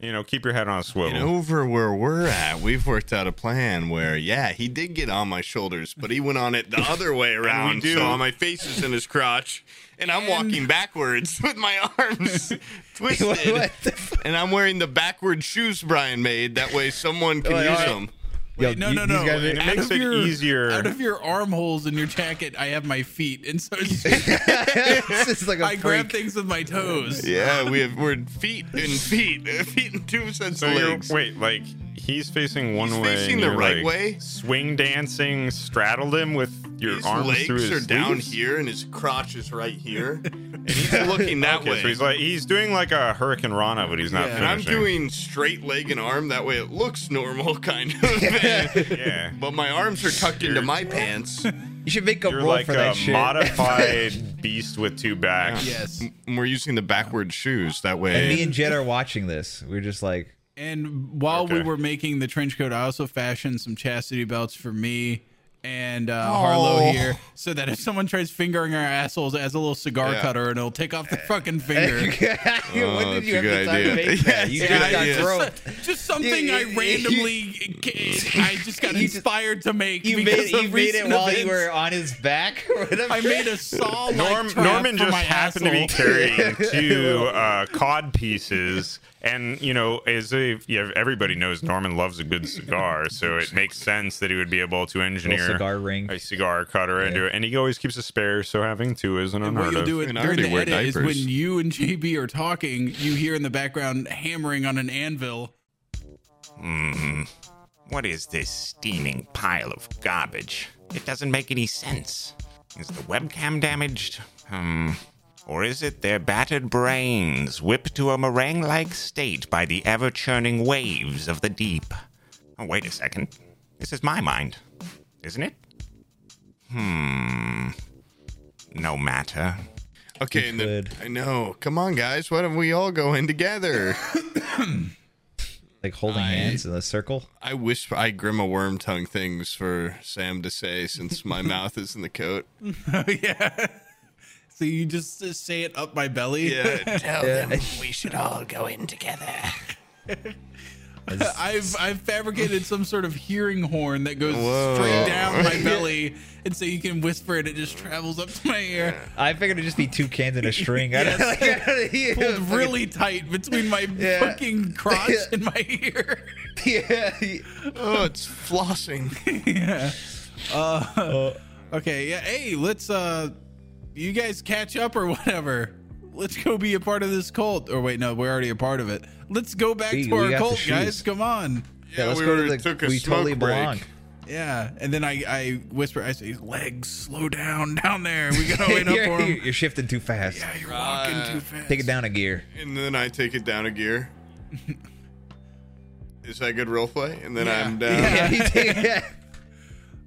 S4: you know, keep your head on a swivel.
S2: And over where we're at, we've worked out a plan where, yeah, he did get on my shoulders, but he went on it the other way around.
S4: do.
S2: So all my face is in his crotch, and I'm walking backwards with my arms twisted.
S3: What- what the fuck?
S2: And I'm wearing the backward shoes Brian made. That way someone can
S3: Wait,
S2: use
S3: alright.
S2: them.
S3: Yo,
S1: no,
S3: you-
S1: no,
S3: these
S1: no.
S3: guys
S4: It
S3: are-
S1: Out
S4: makes
S1: of
S4: it
S1: your-
S4: easier.
S1: Out of your armholes in your jacket, I have my feet, and so it's
S3: This is like a
S1: I grab
S3: freak.
S1: things with my toes.
S2: Yeah, we have, we're feet and feet, feet and two sets
S4: So
S2: of
S4: you're,
S2: legs.
S4: wait, like he's facing one
S2: He's
S4: way.
S2: facing
S4: and
S2: the
S4: you're,
S2: right
S4: like,
S2: way?
S4: Swing dancing, straddled him with your
S2: His
S4: arms
S2: legs
S4: through his
S2: are down
S4: sleeves?
S2: here, and his crotch is right here, and he's looking that
S4: Okay,
S2: way.
S4: so he's like he's doing like a Hurricane Rana, but he's not
S1: Yeah.
S2: and I'm
S4: finishing.
S2: doing straight leg and arm. That way, it looks normal, kind of.
S4: Yeah.
S2: but my arms are tucked into my pants.
S3: You should make a
S4: You're
S3: roll
S4: like
S3: for
S4: a
S3: that shit.
S4: modified beast with two backs.
S1: Yes.
S2: And we're using the backward shoes. That
S3: and
S2: way,
S3: me and Jed are watching this. We're just like,
S1: And while we
S4: Okay.
S1: were making the trench coat, I also fashioned some chastity belts for me and uh, Harlow
S2: Oh.
S1: here, so that if someone tries fingering our assholes as a little cigar
S2: Yeah.
S1: cutter, and it'll take off the
S3: Eh.
S1: fucking
S3: when
S1: finger.
S4: Oh,
S3: did
S2: that's
S3: you
S2: a
S3: have
S2: good
S3: the time
S2: idea.
S3: to make that? You
S2: Yeah,
S3: just
S1: I-
S3: got
S2: yeah.
S3: groped.
S1: just, just something I
S3: You- you-
S1: randomly, I just got
S3: You just-
S1: inspired to make.
S3: You
S1: because
S3: made, you
S1: of
S3: made it
S1: recent
S3: while you
S1: events.
S3: were on his back. or whatever.
S1: I made a
S2: Oh
S1: saw.
S4: Norm, Norman just happened to be carrying two uh, cod pieces, and you know, as if yeah, everybody knows, Norman loves a good cigar, so it makes sense that he would be able to engineer
S3: cigar ring.
S4: a cigar cutter into it, and he always keeps a spare, so having two isn't
S1: And
S4: unheard
S1: what you'll
S4: of.
S1: do it
S2: And I
S1: during
S2: already
S1: the
S2: wear
S1: edit is
S2: diapers.
S1: when you and JB are talking, you hear in the background hammering on an anvil.
S5: What is this steaming pile of garbage? It doesn't make any sense. Is the webcam damaged? Hmm. Or is it their battered brains whipped to a meringue like state by the ever churning waves of the deep? Oh, wait a second. This is my mind, isn't it? Hmm. No matter.
S2: Okay, and then,
S3: could.
S2: I know. Come on, guys. Why don't we all go in together?
S3: Like holding hands in a circle.
S2: I wish I grim a worm tongue things for Sam to say since my mouth is in the coat.
S1: yeah. So you just uh, say it up my belly.
S2: Yeah, tell them we should all go in together.
S1: I've I've fabricated some sort of hearing horn that goes
S2: Whoa.
S1: straight down my belly, and so you can whisper it. It just travels up to my ear,
S3: I figured it'd just be two cans and a string. I don't, like, I don't, yeah,
S1: pulled
S3: fucking-
S1: really tight between my
S3: Yeah.
S1: fucking crotch
S3: Yeah.
S1: and my ear.
S3: Yeah.
S2: Oh, it's flossing.
S1: Okay, yeah. Hey, let's uh you guys catch up or whatever. Let's go be a part of this cult. Or wait, no, we're already a part of it. Let's go back
S3: We-
S1: to
S3: we
S1: our
S3: got
S1: cult,
S3: the
S1: guys.
S3: shoes.
S1: Come on.
S3: Yeah, let's
S2: we
S3: go
S2: were-
S3: to the.
S2: took a
S3: we
S2: smoke
S3: totally
S2: break.
S3: belong.
S1: Yeah. And then I I whisper, I say, legs, slow down down there. We gotta Oh, wait up
S3: you're,
S1: for him.
S3: you're shifting too fast.
S1: Yeah, you're walking too fast.
S3: Take it down a gear.
S2: And then I take it down a gear. Is that good role play? And then
S1: Yeah.
S2: I'm down.
S3: Yeah, you take- yeah.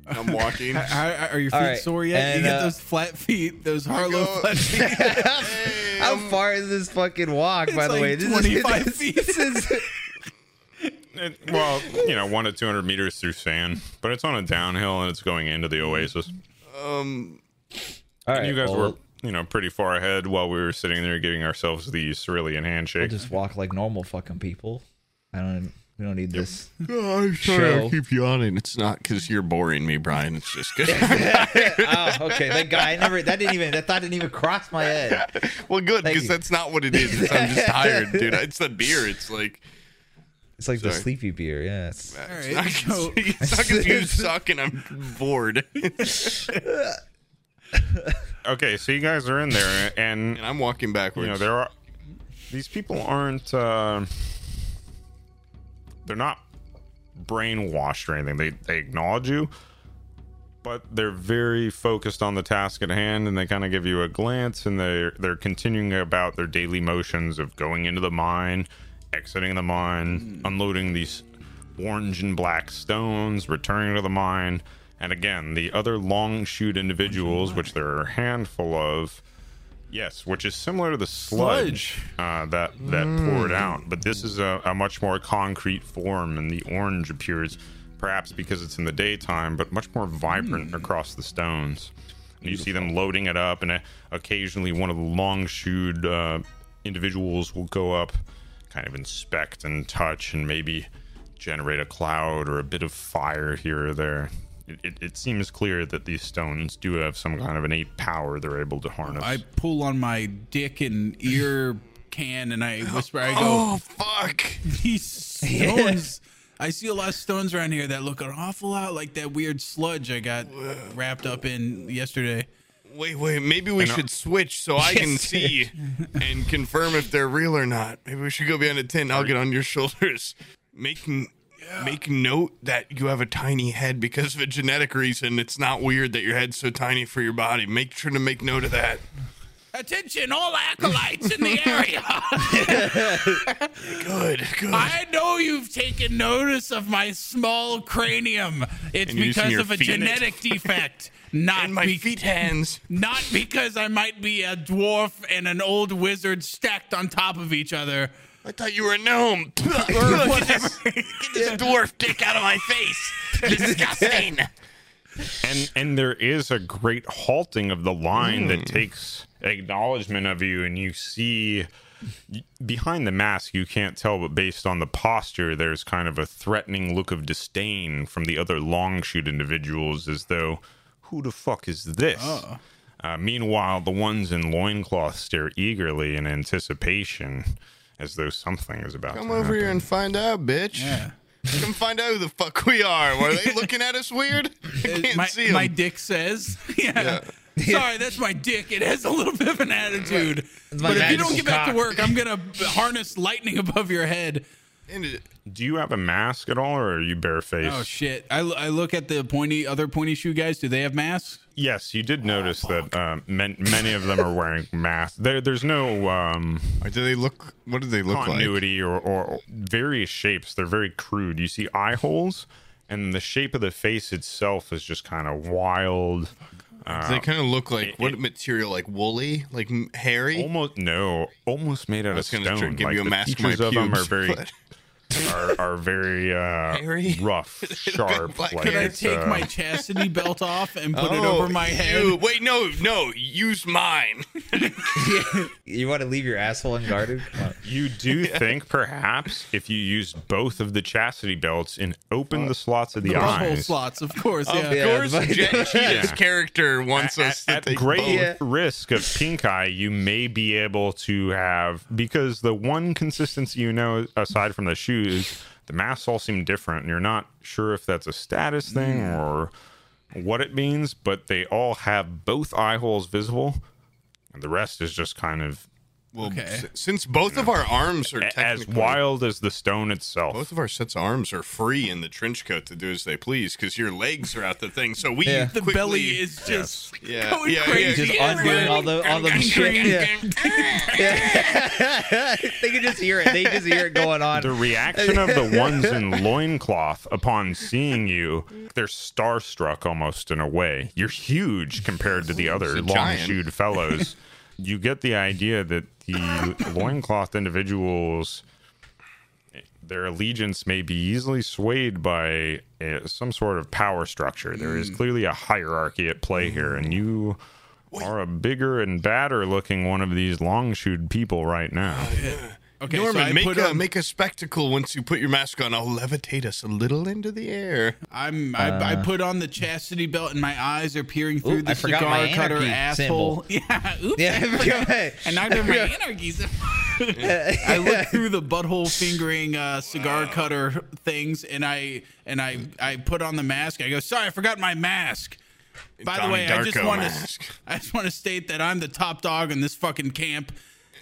S2: I'm walking.
S1: Are, are- are your feet
S3: All right,
S1: sore yet?
S3: and,
S1: you get
S3: uh,
S1: those flat feet, those Harlow
S2: go-
S1: flat feet.
S2: Oh, Hey,
S3: How
S2: I'm-
S3: far is this fucking walk?
S1: It's
S3: by the
S1: like
S3: way, this
S1: 25
S3: is,
S1: feet.
S3: This is,
S4: It- well, you know, one to two hundred meters through sand, but it's on a downhill and it's going into the oasis.
S3: all right,
S4: you guys
S3: well,
S4: were, you know, pretty far ahead while we were sitting there giving ourselves the Cerulean handshake.
S3: just walk like normal fucking people. I don't. We don't need this.
S2: Oh, I'm sorry.
S3: Show.
S2: I keep yawning. It's not because you're boring me, Brian. It's just good.
S3: oh, okay. Thank God. I never. That didn't even. That thought didn't even cross my head.
S2: well, good
S3: Thank
S2: because
S3: you.
S2: that's not what it is. It's- I'm just tired, dude. It's the beer. It's like
S3: It's like the
S2: Sorry.
S3: sleepy beer. Yeah. it's-
S1: All
S2: it's not
S1: right. So,
S2: because you suck and I'm bored, and
S4: Okay, so you guys are in there, and
S2: I'm walking backwards.
S4: you know there are these people aren't. Uh, they're not brainwashed or anything. They they acknowledge you, but they're very focused on the task at hand, and they kind of give you a glance, and they're they're continuing about their daily motions of going into the mine, exiting the mine, unloading these orange and black stones, returning to the mine, and again the other long shoot individuals, which there are a handful of. Yes, which is similar to the sludge, Uh, that that poured out, but this is a, a much more concrete form, and the orange appears, perhaps because it's in the daytime, but much more vibrant across the stones. And you see them loading it up, and uh, occasionally one of the long shoed uh, individuals will go up, kind of inspect and touch, and maybe generate a cloud or a bit of fire here or there. It, it, it seems clear that these stones do have some kind of innate power they're able to harness.
S1: I pull on my dick and ear can and I whisper, I go,
S2: oh fuck!
S1: these stones. I see a lot of stones around here that look an awful lot like that weird sludge I got wrapped up in yesterday.
S2: Wait, wait. Maybe we
S4: I-
S2: should switch so I can see and confirm if they're real or not. Maybe we should go behind a tent. I'll get on your shoulders, making. Make note that you have a tiny head because of a genetic reason. It's not weird that your head's so tiny for your body. Make sure to make note of that.
S1: Attention, all acolytes in the area.
S2: Good, good.
S1: I know you've taken notice of my small cranium. It's
S2: And you're using
S1: because
S2: your
S1: of a
S2: feet.
S1: genetic defect, not
S2: and my
S1: be-
S2: feet hands.
S1: Not because I might be a dwarf and an old wizard stacked on top of each other.
S2: I thought you were a gnome. Get this, get this dwarf dick out of my face. Disgusting.
S4: and and there is a great halting of the line that takes acknowledgement of you and you see y- behind the mask you can't tell but based on the posture there's kind of a threatening look of disdain from the other long shoot individuals as though who the fuck is this uh, meanwhile the ones in loincloth stare eagerly in anticipation as though something is about
S2: Come
S4: to
S2: over
S4: happen.
S2: here and find out, bitch.
S1: Yeah.
S2: Come find out who the fuck we are. Were they looking at us weird? I can't
S1: Uh, my,
S2: see 'em.
S1: my dick says. Yeah. Sorry, that's my dick. It has a little bit of an attitude.
S3: my
S1: but if you don't
S3: magical
S1: get back
S3: cock.
S1: to work, I'm gonna harness lightning above your head.
S2: And it-
S4: Do you have a mask at all, or are you barefaced?
S1: Oh shit! I, l- I look at the pointy other pointy shoe guys. Do they have masks?
S4: yes, you did notice that uh, men- many of them are wearing masks. There, there's no um,
S2: Or do they look? What do they look like?
S4: continuity or, or various shapes. They're very crude. You see eye holes, and the shape of the face itself is just kind of wild.
S2: Do they kind of look like what material? Like woolly? Like m- hairy?
S4: Almost no, almost made out of
S2: was gonna try
S4: stone.
S2: and give
S4: like
S2: you a
S4: the
S2: mask of my
S4: features of them are
S2: pubes,
S4: very
S2: but-
S4: are, are very uh,
S2: Hairy?
S4: rough, sharp.
S2: black.
S4: like
S2: Could
S1: Could I
S4: it's,
S1: take
S4: uh,
S1: my chastity belt off and put it
S2: Oh,
S1: over my head?
S2: ew. Wait, no, no. Use mine.
S3: You want to leave your asshole unguarded? Come on.
S4: You do think perhaps if you used both of the chastity belts and opened the slots of the,
S1: The whole
S4: eyes
S1: slots, of course.
S2: Of
S1: yeah.
S3: Yeah,
S2: course,
S3: but-
S2: Jet Cheetah's character wants
S4: at,
S2: us to
S4: at
S2: think
S4: great
S2: both.
S3: Yeah.
S4: risk of pink eye, you may be able to have because the one consistency you know aside from the shoes, the masks all seem different, and you're not sure if that's a status thing or what it means, but they all have both eye holes visible, and the rest is just kind of
S2: Well,
S1: Okay.
S2: s- since both of our arms are
S4: a- as
S2: technically
S4: wild as the stone itself.
S2: both of our sets of arms are free in the trench coat to do as they please because your legs are out the thing. So we
S3: Yeah.
S1: The
S2: quickly,
S1: belly is just
S2: Yeah,
S1: going
S2: yeah, yeah,
S1: crazy.
S3: Just
S1: everywhere.
S3: undoing all the all the shit. Yeah. Yeah. they can just hear it. They just hear it going on.
S4: The reaction of the ones in loincloth upon seeing you, they're starstruck almost in a way. You're huge compared to the other
S2: He's a giant.
S4: long-shoed fellows. You get the idea that the loincloth individuals, their allegiance may be easily swayed by uh, some sort of power structure. There
S2: Hmm.
S4: is clearly a hierarchy at play here, and you are a bigger and badder looking one of these long-shoed people right
S2: Uh,
S4: now.
S1: Okay, so
S2: Norman,
S1: I
S2: make
S1: put
S2: a
S1: on-
S2: make a spectacle once you put your mask on. I'll levitate us a little into the air.
S1: I'm I, I put on the chastity belt and my eyes are peering through
S3: Oop,
S1: the
S3: Uh. I forgot my
S1: cigar cutter
S3: anarchy
S1: asshole. Yeah, oops.
S3: Yeah, I forgot my-
S1: and now they're my anarchies. I look through the butthole fingering uh, cigar cutter things and I and I I put on the mask. I go, sorry, I forgot my mask. By the
S2: Donnie
S1: way, I just
S2: Darko
S1: want
S2: mask.
S1: to I just want to state that I'm the top dog in this fucking camp.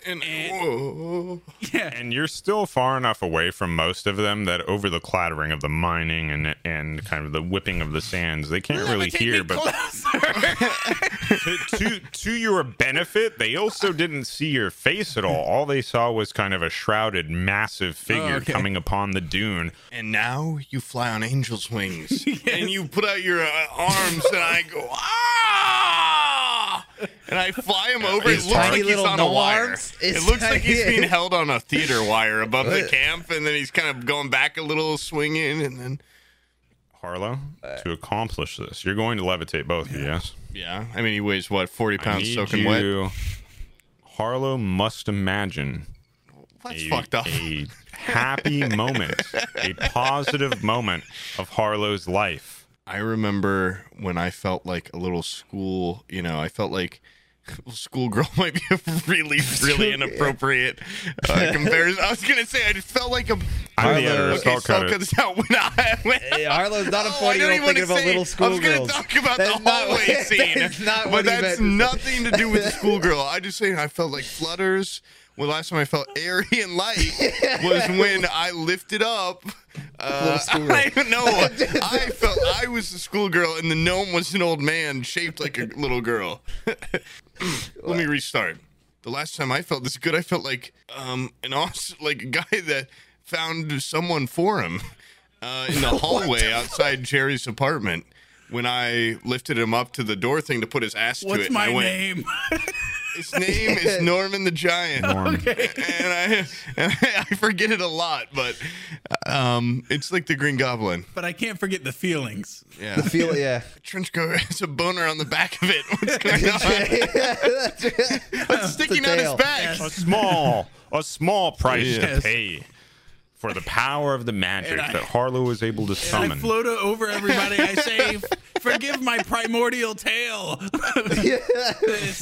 S2: And,
S1: And-
S2: whoa.
S1: Yeah.
S4: And you're still far enough away from most of them that over the clattering of the mining and and kind of the whipping of the sands, they can't really
S1: Levitate
S4: hear.
S1: me
S4: But
S1: closer.
S4: to, to to your benefit, they also didn't see your face at all. All they saw was kind of a shrouded, massive figure
S1: okay.
S4: coming upon the dune.
S2: and now you fly on angel's wings, and you put out your uh, arms, and I go ah, and I fly him over. It
S3: His
S2: looks
S3: tiny
S2: like he's
S3: little
S2: on a
S3: no
S2: wire.
S3: arms?
S2: It
S3: His
S2: looks like he's
S3: tiny-
S2: being held on a theater wire above the camp, and then he's kind of going back a little, swinging, and then
S4: Harlow, to accomplish this, you're going to levitate both. of you, Yes,
S2: yeah. I mean, he weighs what forty
S4: I
S2: pounds,
S4: need
S2: soaking wet.
S4: you- Harlow must imagine
S2: That's
S4: a-
S2: fucked up.
S4: a happy moment, a positive moment of Harlow's life.
S2: I remember when I felt like a little school, you know, I felt like schoolgirl might be a really, really inappropriate uh, comparison. I was gonna say I just felt like a
S4: I'm
S3: Harlow-
S4: the editor.
S3: Okay,
S4: Stall cut
S2: stop
S4: it.
S2: cut this out when I when
S3: Hey, Harlow's not a
S2: Oh, I
S3: 40 year
S2: don't
S3: old
S2: even
S3: thinking
S2: wanna
S3: about
S2: say- I
S3: little
S2: was gonna
S3: schoolgirls.
S2: talk about
S3: That's
S2: the
S3: not
S2: hallway
S3: what-
S2: scene,
S3: that's not
S2: but
S3: what he
S2: that's
S3: meant.
S2: nothing to do with the schoolgirl. I just saying I felt like flutters. Well, last time I felt airy and light was when I lifted up. Uh,
S3: schoolgirl.
S2: I don't know. I felt I was the schoolgirl, and the gnome was an old man shaped like a little girl. Let me restart. The last time I felt this good, I felt like um an awesome, like a guy that found someone for him uh, in the hallway outside Jerry's apartment when I lifted him up to the door thing to put his ass to it.
S1: What's
S2: and
S1: my
S2: I went,
S1: name?
S2: His name is Norman the Giant.
S4: Um,
S1: okay.
S2: And I and I forget it a lot, but um, it's like the Green Goblin.
S1: But I can't forget the feelings.
S2: Yeah,
S3: Feel yeah.
S2: trench coat has a boner on the back of it. What's going on? It's sticking out his
S3: tail.
S2: back.
S4: a small, a small price
S2: Yes.
S4: to pay for the power of the magic
S1: And I-
S4: that Harlow was able to
S1: I
S4: summon.
S1: float over everybody. I say, "Forgive my primordial tail.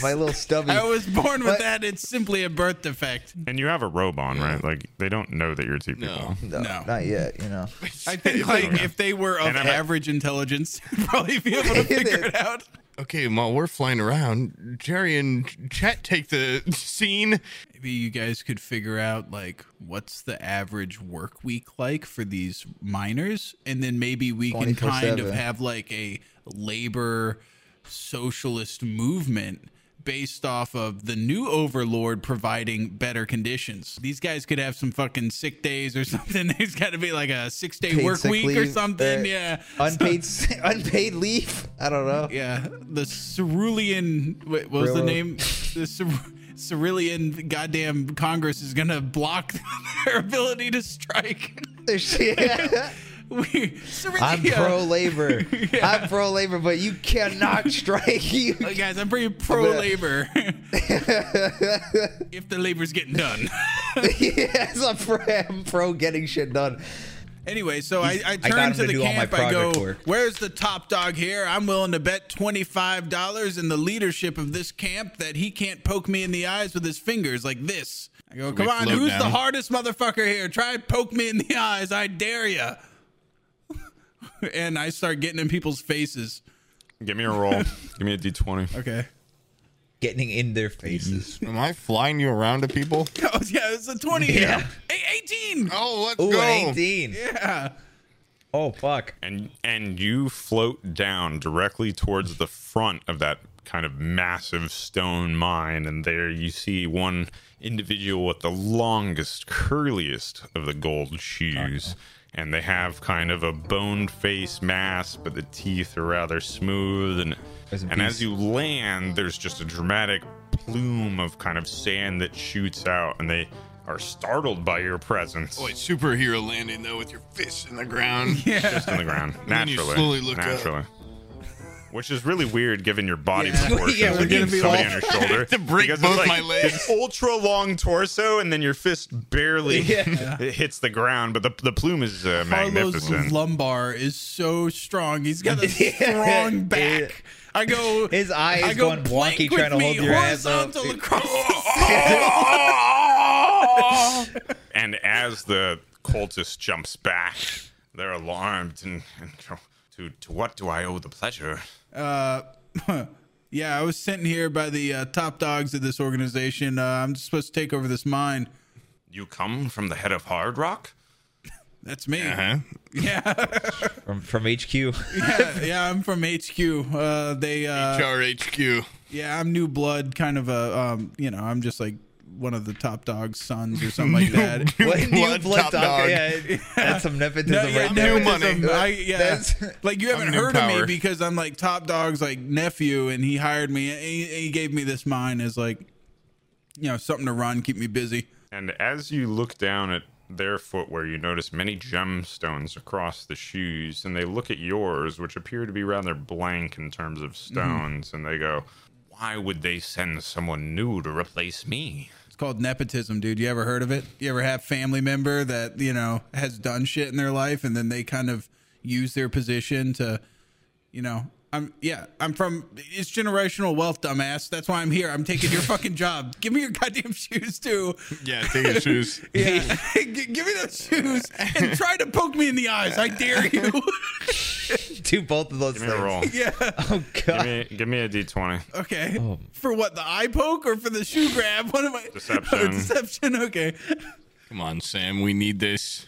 S3: My little stubby.
S1: I was born with
S3: But-
S1: that. It's simply a birth defect."
S4: And you have a robe on, right? Like they don't know that you're two people.
S2: No.
S3: no,
S1: no.
S3: not yet. You know.
S1: I think like if they were of
S4: And I'm a-
S1: average intelligence, they'd probably be able to figure it out.
S2: Okay, while we're flying around, Jerry and Chet take the scene.
S1: Maybe you guys could figure out like what's the average work week like for these miners, and then maybe we can kind of
S3: 24/7.
S1: have like a labor socialist movement based off of the new overlord providing better conditions. These guys could have some fucking sick days or something. There's got to be like a six day
S3: Paid
S1: work
S3: sick
S1: week or
S3: leave,
S1: something.
S3: uh,
S1: yeah.
S3: Unpaid, unpaid leave. I don't know.
S1: Yeah, the cerulean. Wait, what was the
S3: Railroad.
S1: name? The cer- cerulean goddamn Congress is gonna block their ability to strike. We,
S3: I'm
S1: Cerulean-
S3: pro labor. I'm pro labor, but you cannot strike. You
S1: Uh, guys, I'm pretty pro
S3: gonna-
S1: labor. if the labor's getting done.
S3: yes, I'm pro, I'm pro getting shit done.
S1: Anyway, so I, I
S3: got
S1: turn
S3: him
S1: to
S3: to
S1: the
S3: do all my
S1: camp. I go,
S3: project work.
S1: "Where's the top dog here? I'm willing to bet twenty five dollars in the leadership of this camp that he can't poke me in the eyes with his fingers like this." I go, "Come
S2: we
S1: on,
S2: float
S1: who's the
S2: down?
S1: hardest motherfucker here? Try and poke me in the eyes. I dare you." and I start getting in people's faces.
S4: Give me a roll. Give me a d20.
S1: Okay.
S3: Getting in their faces.
S2: Am I flying you around to people?
S1: Oh yeah, it's a twenty.
S3: Yeah.
S1: A- eighteen.
S2: Oh, let's
S3: Ooh,
S2: go.
S3: an 18.
S1: Yeah.
S3: Oh fuck.
S4: And and you float down directly towards the front of that kind of massive stone mine and there you see one individual with the longest curliest of the gold shoes and they have kind of a boned face mask but the teeth are rather smooth and
S3: Rest in
S4: and as
S3: peace.
S4: you land there's just a dramatic plume of kind of sand that shoots out and they are startled by your presence
S2: Boy, Oh, superhero landing though with your fist in the ground.
S4: just on the ground
S2: then
S4: naturally.
S2: you slowly look up.
S4: naturally. Which is really weird given your body
S1: Yeah.
S4: proportions
S3: Yeah,
S4: and
S3: we're
S4: being
S3: gonna be
S4: somebody
S3: all-
S4: on your shoulder.
S2: To break
S4: Because it's
S2: both
S4: like
S2: my legs.
S4: this ultra long torso, and then your fist barely
S3: Yeah.
S4: it hits the ground. But the, the plume is uh,
S1: Carlos
S4: magnificent.
S1: lumbar is so strong. He's got a strong back. I go.
S3: His eye
S1: I
S3: is
S1: go
S3: going wonky
S1: plank
S3: trying to
S1: with
S3: hold
S1: me
S3: your ass up.
S1: horizontal across.
S4: and as the cultist jumps back, they're alarmed and, and go, to to what do I owe the pleasure?
S1: yeah, I was sent here by the uh, top dogs of this organization. Uh, I'm just supposed to take over this mine.
S4: You come from the head of Hard Rock.
S1: That's me.
S3: Uh-huh.
S2: Huh?
S1: Yeah,
S3: From from HQ.
S1: yeah, yeah. I'm from HQ. Uh, they. Uh,
S2: HRHQ.
S1: Yeah, I'm new blood, kind of a, um, you know, I'm just like one of the top dog's sons or something like that.
S3: What new
S2: Blood
S3: blood
S2: top
S3: dog?
S2: dog.
S3: Yeah, that's some nepotism
S1: No, yeah,
S3: right
S2: new
S3: there.
S2: money.
S1: nepotism. I, yeah,
S3: That's-
S1: like you haven't
S2: I'm new
S1: heard of me
S2: power.
S1: because I'm like top dog's like nephew, and he hired me. And he, he gave me this mine as like, you know, something to run, keep me busy.
S4: And as you look down at their footwear, you notice many gemstones across the shoes, and they look at yours, which appear to be rather blank in terms of stones, and they go, Why would they send someone new to replace me?
S1: It's called nepotism, dude. You ever heard of it? You ever have family member that you know has done shit in their life, and then they kind of use their position to, you know, I'm yeah, I'm from it's generational wealth, dumbass. That's why I'm here. I'm taking your fucking job. Give me your goddamn shoes too.
S2: Yeah, take your shoes.
S1: Yeah, G- give me those shoes and try to poke me in the eyes. I dare you.
S3: Do both of those
S4: Give me a roll.
S3: things.
S1: yeah.
S3: Oh
S4: Give
S3: god.
S4: me, give me a d20.
S1: Okay. For what? The eye poke or for the shoe grab? What am I?
S4: Deception.
S1: Oh, deception. Okay.
S2: Come on, Sam. We need this.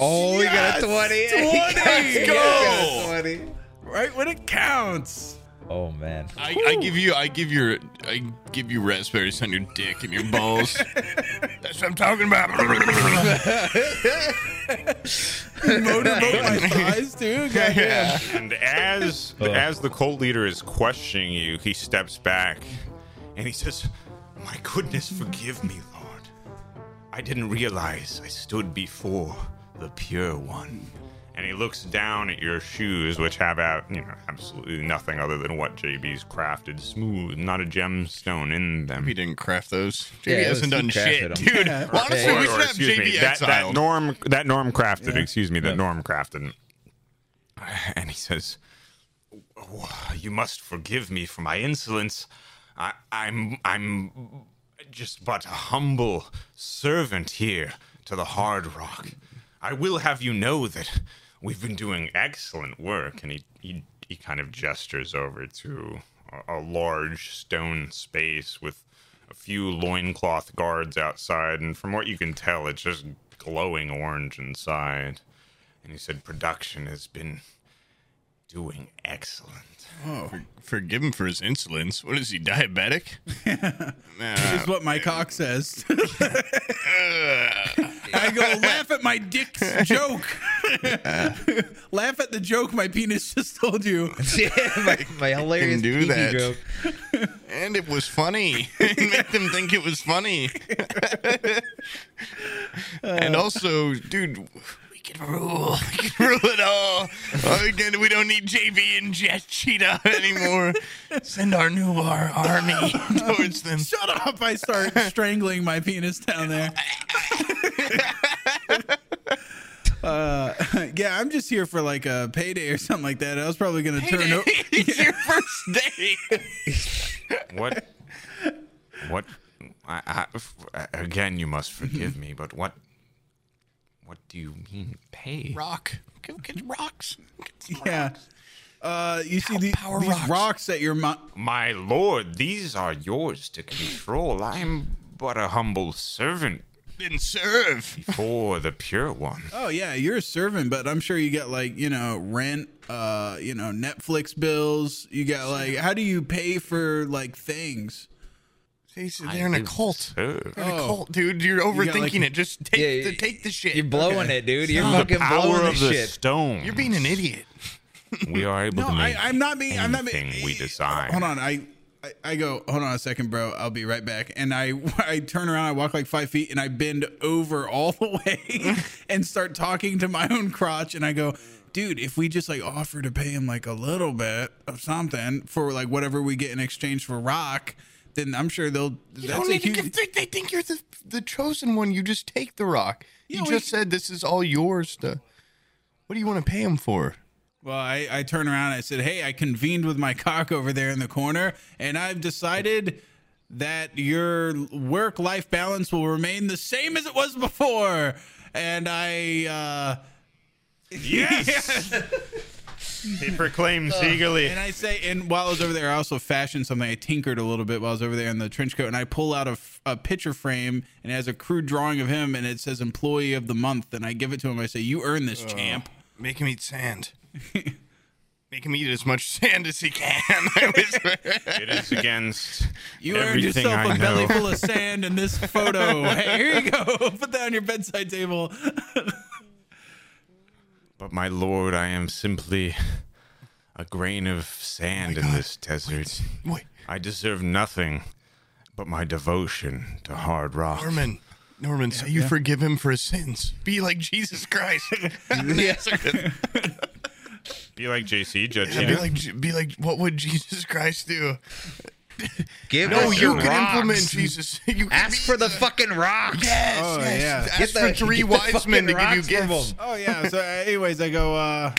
S3: Oh, we got a
S1: Yes! 20.
S3: 20. We got a 20.
S1: right when it counts.
S3: Oh man.
S2: I, I give you. I give your. I give you raspberries on your dick and your balls. That's what I'm talking about.
S1: Motorboat my thighs too. Goddamn.
S4: And as as the cult leader is questioning you, he steps back and he says, "My goodness, forgive me, Lord. I didn't realize I stood before the pure one." and he looks down at your shoes, which have out you know absolutely nothing other than what JB's crafted, smooth, not a gemstone in them.
S2: He didn't craft those. JB
S3: Yeah, it
S2: hasn't
S3: was-
S2: done
S3: he
S2: shit,
S3: crafted 'em.
S2: dude. Honestly,
S4: Or-
S2: we
S4: or
S2: should have
S4: excuse
S2: JB
S4: me, that, that
S2: exiled.
S4: norm that norm crafted excuse me that norm crafted and he says "Oh, you must forgive me for my insolence I, i'm i'm just but a humble servant here to the hard rock i will have you know that we've been doing excellent work and he he, he kind of gestures over to a, a large stone space with a few loincloth guards outside, and from what you can tell, it's just glowing orange inside. And he said, Production has been doing excellent.
S2: Forgive him for his insolence. What is he, diabetic?
S1: Is what my cock says. I go laugh at my dick's joke. laugh at the joke my penis just told you.
S3: Yeah, my, my hilarious
S2: do
S3: do
S2: that.
S3: joke.
S2: And it was funny. it made them think it was funny. and also, dude, we can rule. We can rule it all. Oh, Again, we don't need JB and Jet Cheetah anymore. Send our new our army towards them.
S1: Shut up! I start strangling my penis down there. uh, yeah, I'm just here for like a payday or something like that. I was probably gonna turn over.
S2: it's your first day.
S4: What? what? I, I f again, you must forgive me, but what? What do you mean pay?
S2: Rock. Go get rocks. Get some
S1: Yeah. Uh, you see the,
S2: Power
S1: these
S2: rocks.
S1: rocks. that your mom.
S4: My lord, these are yours to control. I'm but a humble servant
S2: Then serve.
S4: for the pure one.
S1: Oh yeah, you're a servant, but I'm sure you get like you know rent, uh, you know Netflix bills. You got like how do you pay for like things?
S2: See, so they're in a cult.
S4: Serve.
S2: They're in a
S1: Oh.
S2: cult, dude. You're overthinking
S1: like-
S2: it. Just take
S3: Yeah,
S2: the take the shit.
S3: You're blowing it, dude. You're
S4: the
S3: fucking
S4: power
S3: blowing
S4: of
S3: this
S4: the
S3: shit.
S4: stone.
S2: You're being an idiot.
S4: we are able
S1: No,
S4: to
S1: I,
S4: make.
S1: I'm not being. I'm not being. eh,
S4: anything we decide.
S1: Hold on, I, I, I go. Hold on a second, bro. I'll be right back. And I, I turn around. I walk like five feet, and I bend over all the way and start talking to my own crotch. And I go, dude, if we just like offer to pay him like a little bit of something for like whatever we get in exchange for rock, then I'm sure they'll.
S2: You don't need to give, they, they think you're the the chosen one. You just take the rock. You
S1: Yeah, we-
S2: just said this is all yours. To, what do you want to pay him for?
S1: Well, I, I turned around and I said, Hey, I convened with my cock over there in the corner, and I've decided that your work life balance will remain the same as it was before. And I, uh,
S4: Yes, he proclaims eagerly.
S1: and I say, and while I was over there, I also fashioned something. I tinkered a little bit while I was over there in the trench coat, and I pull out a, f- a picture frame and it has a crude drawing of him, and it says employee of the month. And I give it to him. I say, You earn this, champ.
S2: Make him eat sand. Make him eat as much sand as he can. I whisper.
S4: It is against
S1: You earned
S4: everything
S1: yourself
S4: I
S1: a belly
S4: know.
S1: full of sand in this photo. hey, here you go. Put that on your bedside table.
S4: But my lord, I am simply a grain of sand in this desert.
S2: Wait,
S4: I deserve nothing but my devotion to hard rock.
S2: Norman. Norman, say you forgive him for his sins. Be like Jesus Christ.
S4: Be like JC, Judge.
S2: Be like, Je- be like, what would Jesus Christ do?
S3: Give
S2: No,
S3: us
S2: you
S3: your
S2: can
S3: rock.
S2: implement Jesus. You can
S3: Ask
S2: be
S3: for the fucking rocks.
S2: Yes,
S1: Oh,
S2: yes.
S1: yeah.
S2: Ask
S3: Get
S2: for
S3: the-
S2: three
S3: get the
S2: wise men to give
S3: fucking
S2: you
S3: rocks
S2: gifts.
S3: from
S1: Oh yeah. So, anyways, I go. uh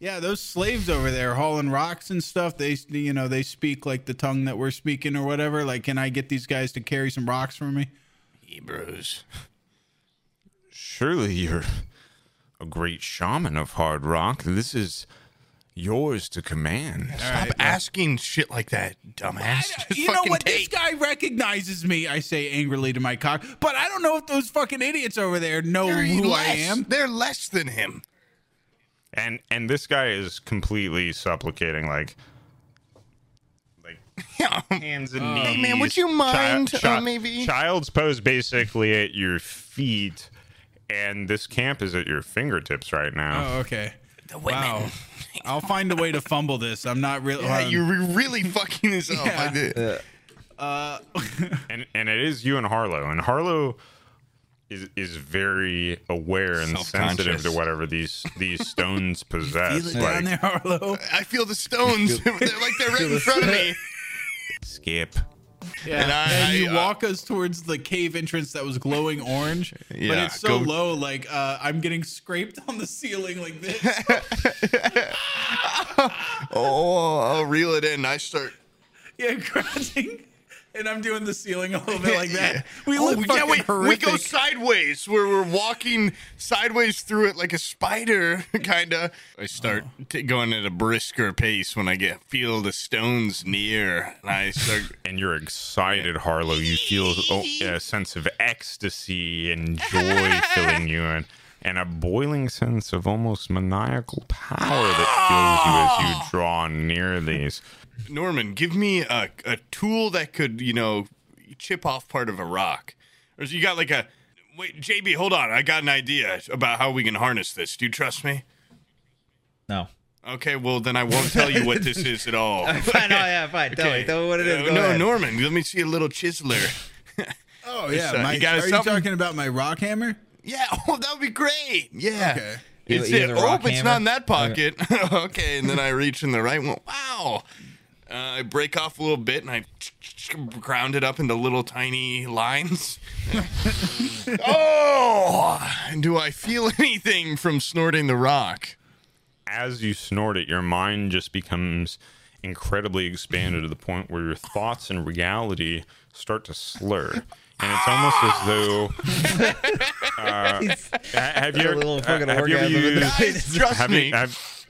S1: Yeah, those slaves over there hauling rocks and stuff. They, you know, they speak like the tongue that we're speaking or whatever. Like, can I get these guys to carry some rocks for me?
S2: Hebrews.
S4: Surely you're a great shaman of hard rock. This is yours to command.
S2: Stop asking shit like that, dumbass. Just
S1: Uh, you know
S2: fucking
S1: what? This
S2: take.
S1: guy recognizes me. I say angrily to my cock, but I don't know if those fucking idiots over there know
S2: They're
S1: who I
S2: less-
S1: am.
S2: They're less than him.
S4: and and this guy is completely supplicating like like
S2: Yeah.
S4: hands and knees
S2: Oh, man, would you
S4: chi-
S2: mind,
S4: chi-
S2: uh, maybe?
S4: child's pose basically at your feet and this camp is at your fingertips right now
S1: Oh, okay.
S2: The
S1: Wow. I'll find a way to fumble this. I'm not real.
S2: Yeah,
S1: um,
S2: you're re- really fucking this up. I
S1: Yeah.
S2: did.
S4: and and it is you and harlow and harlow is is very aware and sensitive to
S2: Self-conscious.
S4: whatever these these stones possess.
S1: Feel it
S4: like,
S1: down there, Harlow.
S2: I feel the stones. they're like they're right in front of me.
S5: Skip.
S1: Yeah. And,
S2: And I-
S1: you
S2: I, uh,
S1: walk us towards the cave entrance that was glowing orange, but
S2: Yeah,
S1: it's so
S2: go-
S1: low, like uh, I'm getting scraped on the ceiling like this. uh,
S2: Oh, I'll reel it in. I start.
S1: yeah, grunting. And I'm doing the ceiling a little bit like that.
S2: Yeah.
S1: We
S2: Oh,
S1: look
S2: yeah,
S1: fucking
S2: we, we
S1: horrific.
S2: go sideways where we're walking sideways through it like a spider, kind of. I start
S3: Oh.
S2: t- going at a brisker pace when I get feel the stones near, and I start.
S4: and you're excited, Harlow. You feel oh, a sense of ecstasy and joy filling you, and and a boiling sense of almost maniacal power that fills you as
S1: Ah!
S4: you draw near these.
S2: Norman, give me a, a tool that could, you know, chip off part of a rock. Or you got like a. Wait, JB, hold on. I got an idea about how we can harness this. Do you trust me?
S3: No.
S2: Okay, well, then I won't tell you what this is at all.
S3: Fine, oh yeah, fine. Tell me, tell me what it is.
S2: Uh,
S3: Go
S2: no,
S3: ahead.
S2: Norman, let me see a little chiseler.
S1: Oh yeah,
S2: So,
S1: my,
S2: uh, you got
S1: are
S2: something?
S1: you talking about my rock hammer?
S2: yeah, oh, that would be great. Yeah.
S1: Okay.
S3: You-
S2: It's
S3: you
S2: it.
S3: have a
S2: Oh,
S3: rock
S2: it's not in
S3: hammer?
S2: that pocket. okay, and then I reach in the right one. Wow. Uh, I break off a little bit and I ground it up into little tiny lines. oh! And do I feel anything from snorting the rock?
S4: as you snort it, your mind just becomes incredibly expanded to the point where your thoughts and reality start to slur. And it's almost as though. Uh, ha- have you,
S3: a little
S4: uh,
S3: fucking
S4: have you ever
S3: orgasm in
S4: used?
S3: there.
S2: Guys, trust
S4: Have
S2: me.
S4: you, have,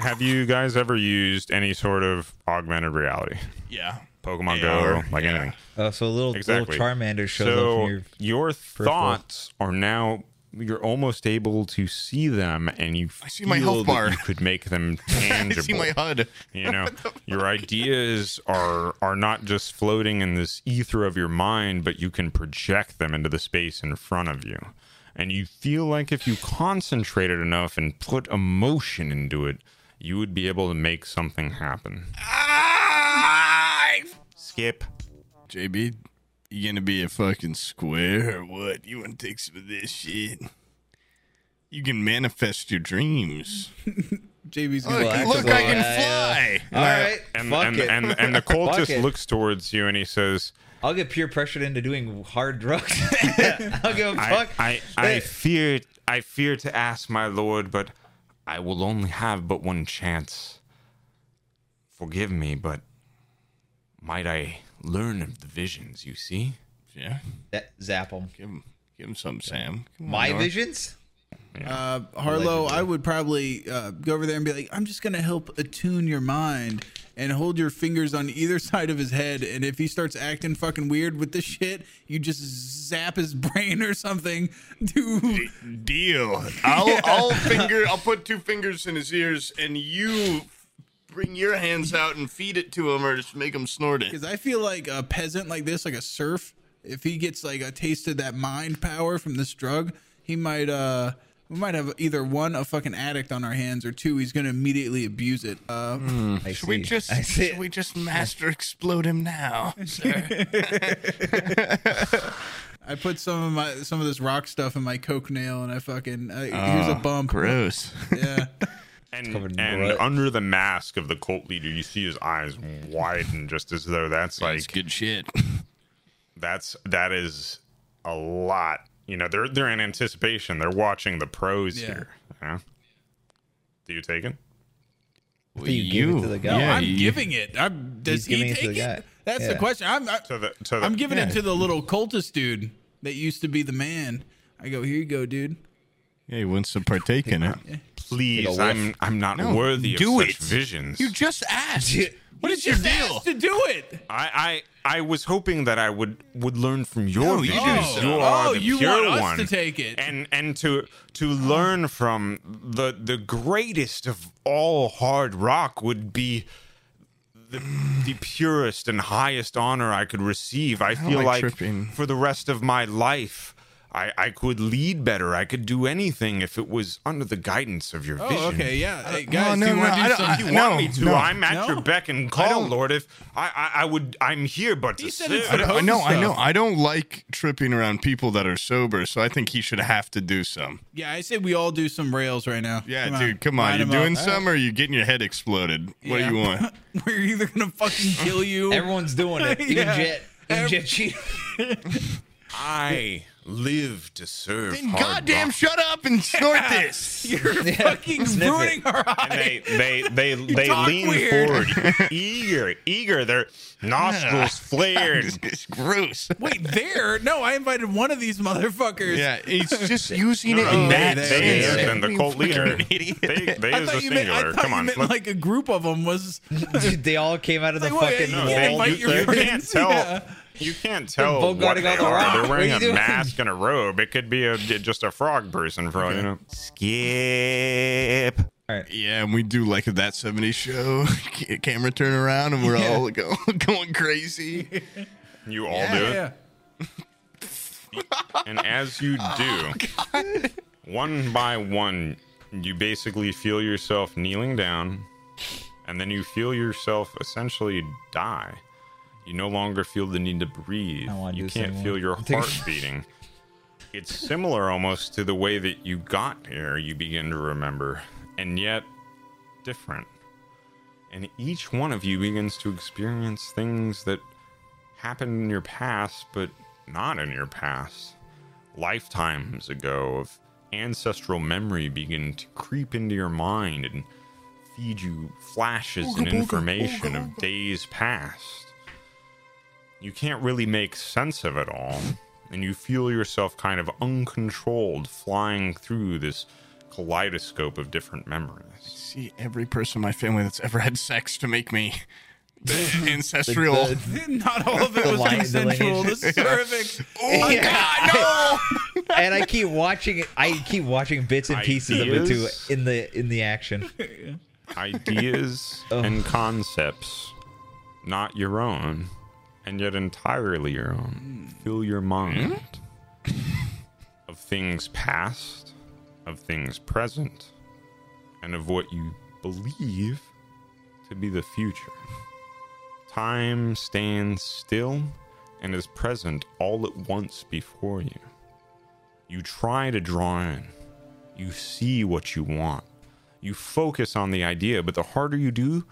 S4: have you guys ever used any sort of augmented reality?
S2: yeah.
S4: Pokemon
S2: AR,
S4: Go, like
S2: yeah.
S4: anything.
S3: Oh, so a little,
S4: Exactly.
S3: little Charmander shows up
S4: so
S3: from your.
S4: your thoughts are now you're almost able to see them, and you I
S2: see my health bar.
S4: you could make them
S2: I
S4: tangible.
S2: see my HUD.
S4: You know, your ideas are are not just floating in this ether of your mind, but you can project them into the space in front of you. And you feel like if you concentrated enough and put emotion into it, you would be able to make something happen.
S2: Ah!
S5: Skip.
S2: JB, you gonna be a fucking square or what? You wanna take some of this shit? You can manifest your dreams.
S1: JB's
S2: Look,
S1: gonna
S3: Well, uh,
S1: kick
S2: look
S1: us
S2: I
S1: off.
S2: can
S3: actually,
S2: fly.
S3: All right,
S4: And
S3: fuck
S4: and,
S3: it.
S4: and and the
S3: Fuck
S4: cultist
S3: it.
S4: looks towards you and he says,
S3: I'll get peer pressured into doing hard drugs. I'll give a
S4: I,
S3: fuck.
S4: I, I
S3: Hey.
S4: fear I fear to ask my lord, but I will only have but one chance. Forgive me, but might I learn of the visions you see?
S2: Yeah,
S3: That- zap them.
S2: give him, give him some, Sam. Come on,
S3: My
S2: Nor-
S3: visions?
S1: Uh, Harlow, I would probably uh, go over there and be like, "I'm just gonna help attune your mind." And hold your fingers on either side of his head, and if he starts acting fucking weird with this shit, you just zap his brain or something. Dude,
S2: Deal. I'll, I'll finger. I'll put two fingers in his ears, and you bring your hands out and feed it to him, or just make him snort it.
S1: because I feel like a peasant like this, like a serf, if he gets like a taste of that mind power from this drug, he might uh we might have either one a fucking addict on our hands, or two he's gonna immediately abuse it. Uh,
S3: I
S2: Should we
S3: see.
S2: just
S3: I see.
S2: should we just master explode him now, sir?
S1: I put some of my some of this rock stuff in my coke nail, and I fucking uh, here's
S2: Oh,
S1: a bump.
S2: Gross.
S1: Yeah.
S4: And,
S3: covered in
S4: and
S3: blood.
S4: under the mask of the cult leader, you see his eyes widen, just as though that's
S2: That's
S4: like
S2: good shit.
S4: that's that is a lot. You know, they're they're in anticipation. They're watching the pros
S1: Yeah.
S4: here. you know? Do you take it?
S2: Well,
S3: thought you gave it to the guy.
S1: No,
S3: Yeah,
S1: I'm
S2: you-
S1: giving it. I'm, does
S3: He's
S1: he
S3: giving it to
S1: take it?
S3: the guy.
S1: That's the
S3: Yeah.
S1: question. I'm I,
S4: To the to the
S1: I'm giving
S2: Yeah.
S1: it to the little cultist dude that used to be the man. I go, here you go, dude.
S2: Yeah, he wants to partake in it.
S4: please.
S3: whiff.
S4: I'm I'm not
S2: No,
S4: worthy of
S2: do
S4: such
S2: it.
S4: visions.
S2: You just asked. What
S1: You
S2: is your
S1: just
S2: deal?
S1: asked To do it.
S4: I, I I was hoping that I would would learn from your
S2: No, you
S4: visions.
S2: didn't say
S4: You
S2: that.
S4: are
S1: Oh,
S4: the
S1: you
S4: pure
S1: want us
S4: one,
S1: to take it.
S4: and and to to learn from the the greatest of all hard rock would be. The, the purest and highest honor I could receive. I feel
S2: am I
S4: like
S2: tripping?
S4: for the rest of my life, I, I could lead better. I could do anything if it was under the guidance of your
S1: Oh,
S4: vision.
S1: okay, yeah. Hey, guys, do you
S2: no,
S1: want
S2: no,
S1: to do
S2: I don't-
S1: something?
S2: I-
S4: You want
S2: No,
S4: me to?
S2: no.
S4: I'm at
S1: No?
S4: your beck and
S2: I
S4: call,
S2: don't-
S4: Lord. If I, I, I would, I'm here, but to
S1: said it's
S4: serve.
S1: supposed-
S2: I know, I know.
S1: stuff.
S2: I don't like tripping around people that are sober, so I think he should have to do some.
S1: yeah, I say we all do some rails right now.
S2: Yeah, dude, come on.
S1: Line
S2: You
S1: them
S2: doing
S1: up.
S2: some or you getting your head exploded? What
S1: Yeah.
S2: do you want?
S1: We're either gonna fucking kill you.
S3: Everyone's doing it. Even
S1: Yeah.
S3: Jet. Even
S1: Ev-
S3: Jet Cheat.
S4: I live to serve.
S2: Then
S4: hard
S2: goddamn
S4: rock.
S2: shut up and snort this.
S1: You're fucking
S3: sniff it.
S1: ruining our eyes.
S4: And they they they they
S1: talk
S4: lean
S1: weird.
S4: forward, eager, eager. Their nostrils flared.
S2: It's, it's gross.
S1: Wait, there? No, I invited one of these motherfuckers.
S2: Yeah, he's just using
S4: No,
S2: it.
S4: no,
S2: in
S4: that
S2: that
S1: there,
S4: they
S2: sense.
S4: is,
S1: there.
S4: and the cult leader. They, they
S1: I
S4: is the
S1: thought you meant, I
S4: singular.
S1: thought
S4: Come
S1: you
S4: on,
S1: meant
S4: let-
S1: like a group of them was.
S3: they all came out of the
S1: Like, wait,
S3: fucking
S1: you
S4: No,
S1: can't
S4: they-
S3: wall.
S1: invite
S4: you,
S1: your
S4: you can't
S1: friends,
S4: tell.
S1: yeah.
S4: You can't tell
S3: both
S4: what
S3: guarding
S4: they
S3: all the
S4: are.
S3: rock.
S4: They're
S3: What
S4: wearing
S3: are
S4: a
S3: you doing?
S4: mask and a robe. It could be a just a frog person for all you know.
S5: Skip.
S2: Yeah, and we do like that 70s show ca- camera turn around, and we're all go, going crazy.
S4: You all do it.
S1: Yeah.
S4: And as you do, one by one, you basically feel yourself kneeling down, and then you feel yourself essentially die. You no longer feel the need to breathe.
S3: I wanna
S4: You
S3: do
S4: can't
S3: something.
S4: feel your
S3: Take-
S4: heart beating. It's similar almost to the way that you got here, you begin to remember, and yet different. And each one of you begins to experience things that happened in your past, but not in your past. Lifetimes ago of ancestral memory begin to creep into your mind and feed you flashes and information of days past. You can't really make sense of it all, and you feel yourself kind of uncontrolled flying through this kaleidoscope of different memories.
S2: See every person in my family that's ever had sex to make me ancestral.
S1: Not all of it was
S3: line- the
S1: consensual.
S3: lineage.
S1: This is horrific.
S2: oh, God, no!
S3: and I keep watching it. I keep watching bits and pieces of it too
S4: Ideas.
S3: in the in the action.
S4: ideas and concepts not your own and yet entirely your own fill your mind of things past of things present and of what you believe to be the future time stands still and is present all at once before you you try to draw in you see what you want you focus on the idea, but the harder you do,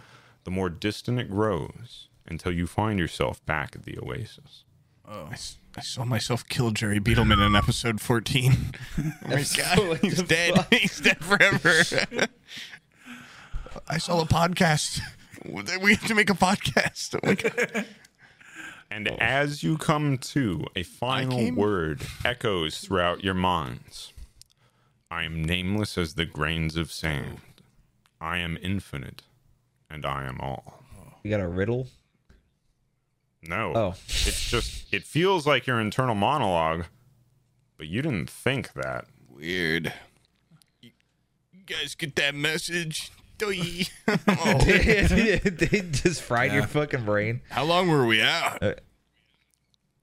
S4: the more distant it grows until you find yourself back at the oasis.
S2: I, s- I saw myself kill Jerry Beetleman in episode 14. Oh my God, he's dead. He's dead forever. I saw a podcast. We have to make a podcast. Oh my God.
S4: And as you come to, a final
S2: came-
S4: word echoes throughout your minds I am nameless as the grains of sand. I am infinite, and I am all.
S3: You got a riddle?
S4: No.
S3: Oh.
S4: It's just, it feels like your internal monologue, but you didn't think that.
S2: Weird. You guys get that message? Doy. Oh,
S3: they just fried your fucking brain.
S2: How long were we out?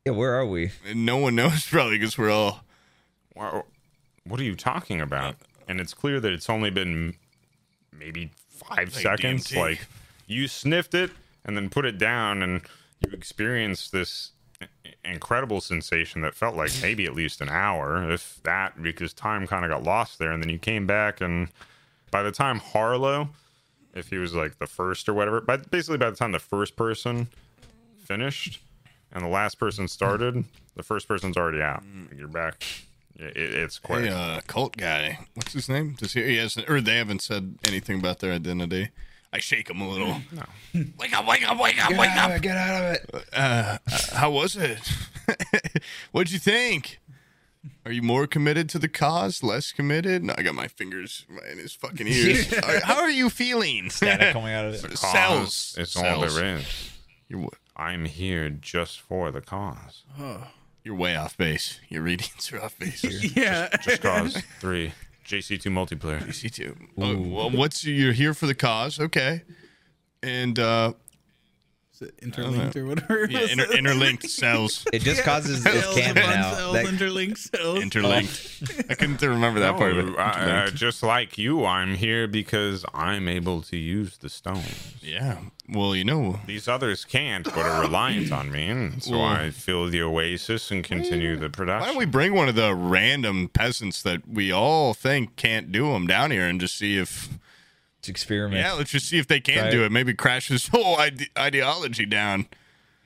S3: Yeah, where are we?
S2: And no one knows probably because we're all.
S4: Wow, what are you talking about? And it's clear that it's only been maybe five
S2: Like
S4: seconds.
S2: DMT.
S4: Like you sniffed it and then put it down, and you experienced this i- incredible sensation that felt like maybe at least an hour, if that, because time kind of got lost there. And then you came back, and by the time Harlow, if he was like the first or whatever, but basically by the time the first person finished and the last person started, the first person's already out. You're back. It, it- it's quick.
S2: Hey, uh, cult guy. What's his name? Does he? He hasn't, or they haven't said anything about their identity. I shake him a little.
S4: Mm,
S2: No. Wake up! Wake up! Wake up! wake up!
S3: get out of it.
S2: How was it? What'd you think? Are you more committed to the cause? Less committed? No, I got my fingers right in his fucking ears. All right, How are you feeling?
S3: coming out of it.
S4: Cause
S2: Cells.
S4: It's all
S2: Cells.
S4: there is.
S2: You're, w-
S4: I'm here just for the cause.
S2: you're way off base. Your readings are off base.
S1: Yeah.
S4: Just cause three. JC2 multiplayer.
S2: You too. Oh, well, what's you're here for the cause? Okay. And uh,
S1: it interlinked or whatever?
S2: Yeah, inter- interlinked cells.
S3: It just causes this
S1: Cells
S3: camera
S1: upon
S3: now.
S1: cells,
S3: That-
S1: interlinked cells.
S2: Interlinked. I couldn't remember that part of it.
S4: No, Oh, I- I- just like you, I'm here because I'm able to use the stones.
S2: yeah. Well, you know,
S4: These others can't, but are reliant on me, and so
S2: Well-
S4: I fill the oasis and continue the
S2: why
S4: production.
S2: don't we bring one of the random peasants that we all think can't do them down here and just see if.
S3: It's experiment.
S2: Yeah, let's just see if they can
S3: Try
S2: do
S3: it.
S2: it. Maybe crash this whole ide- ideology down.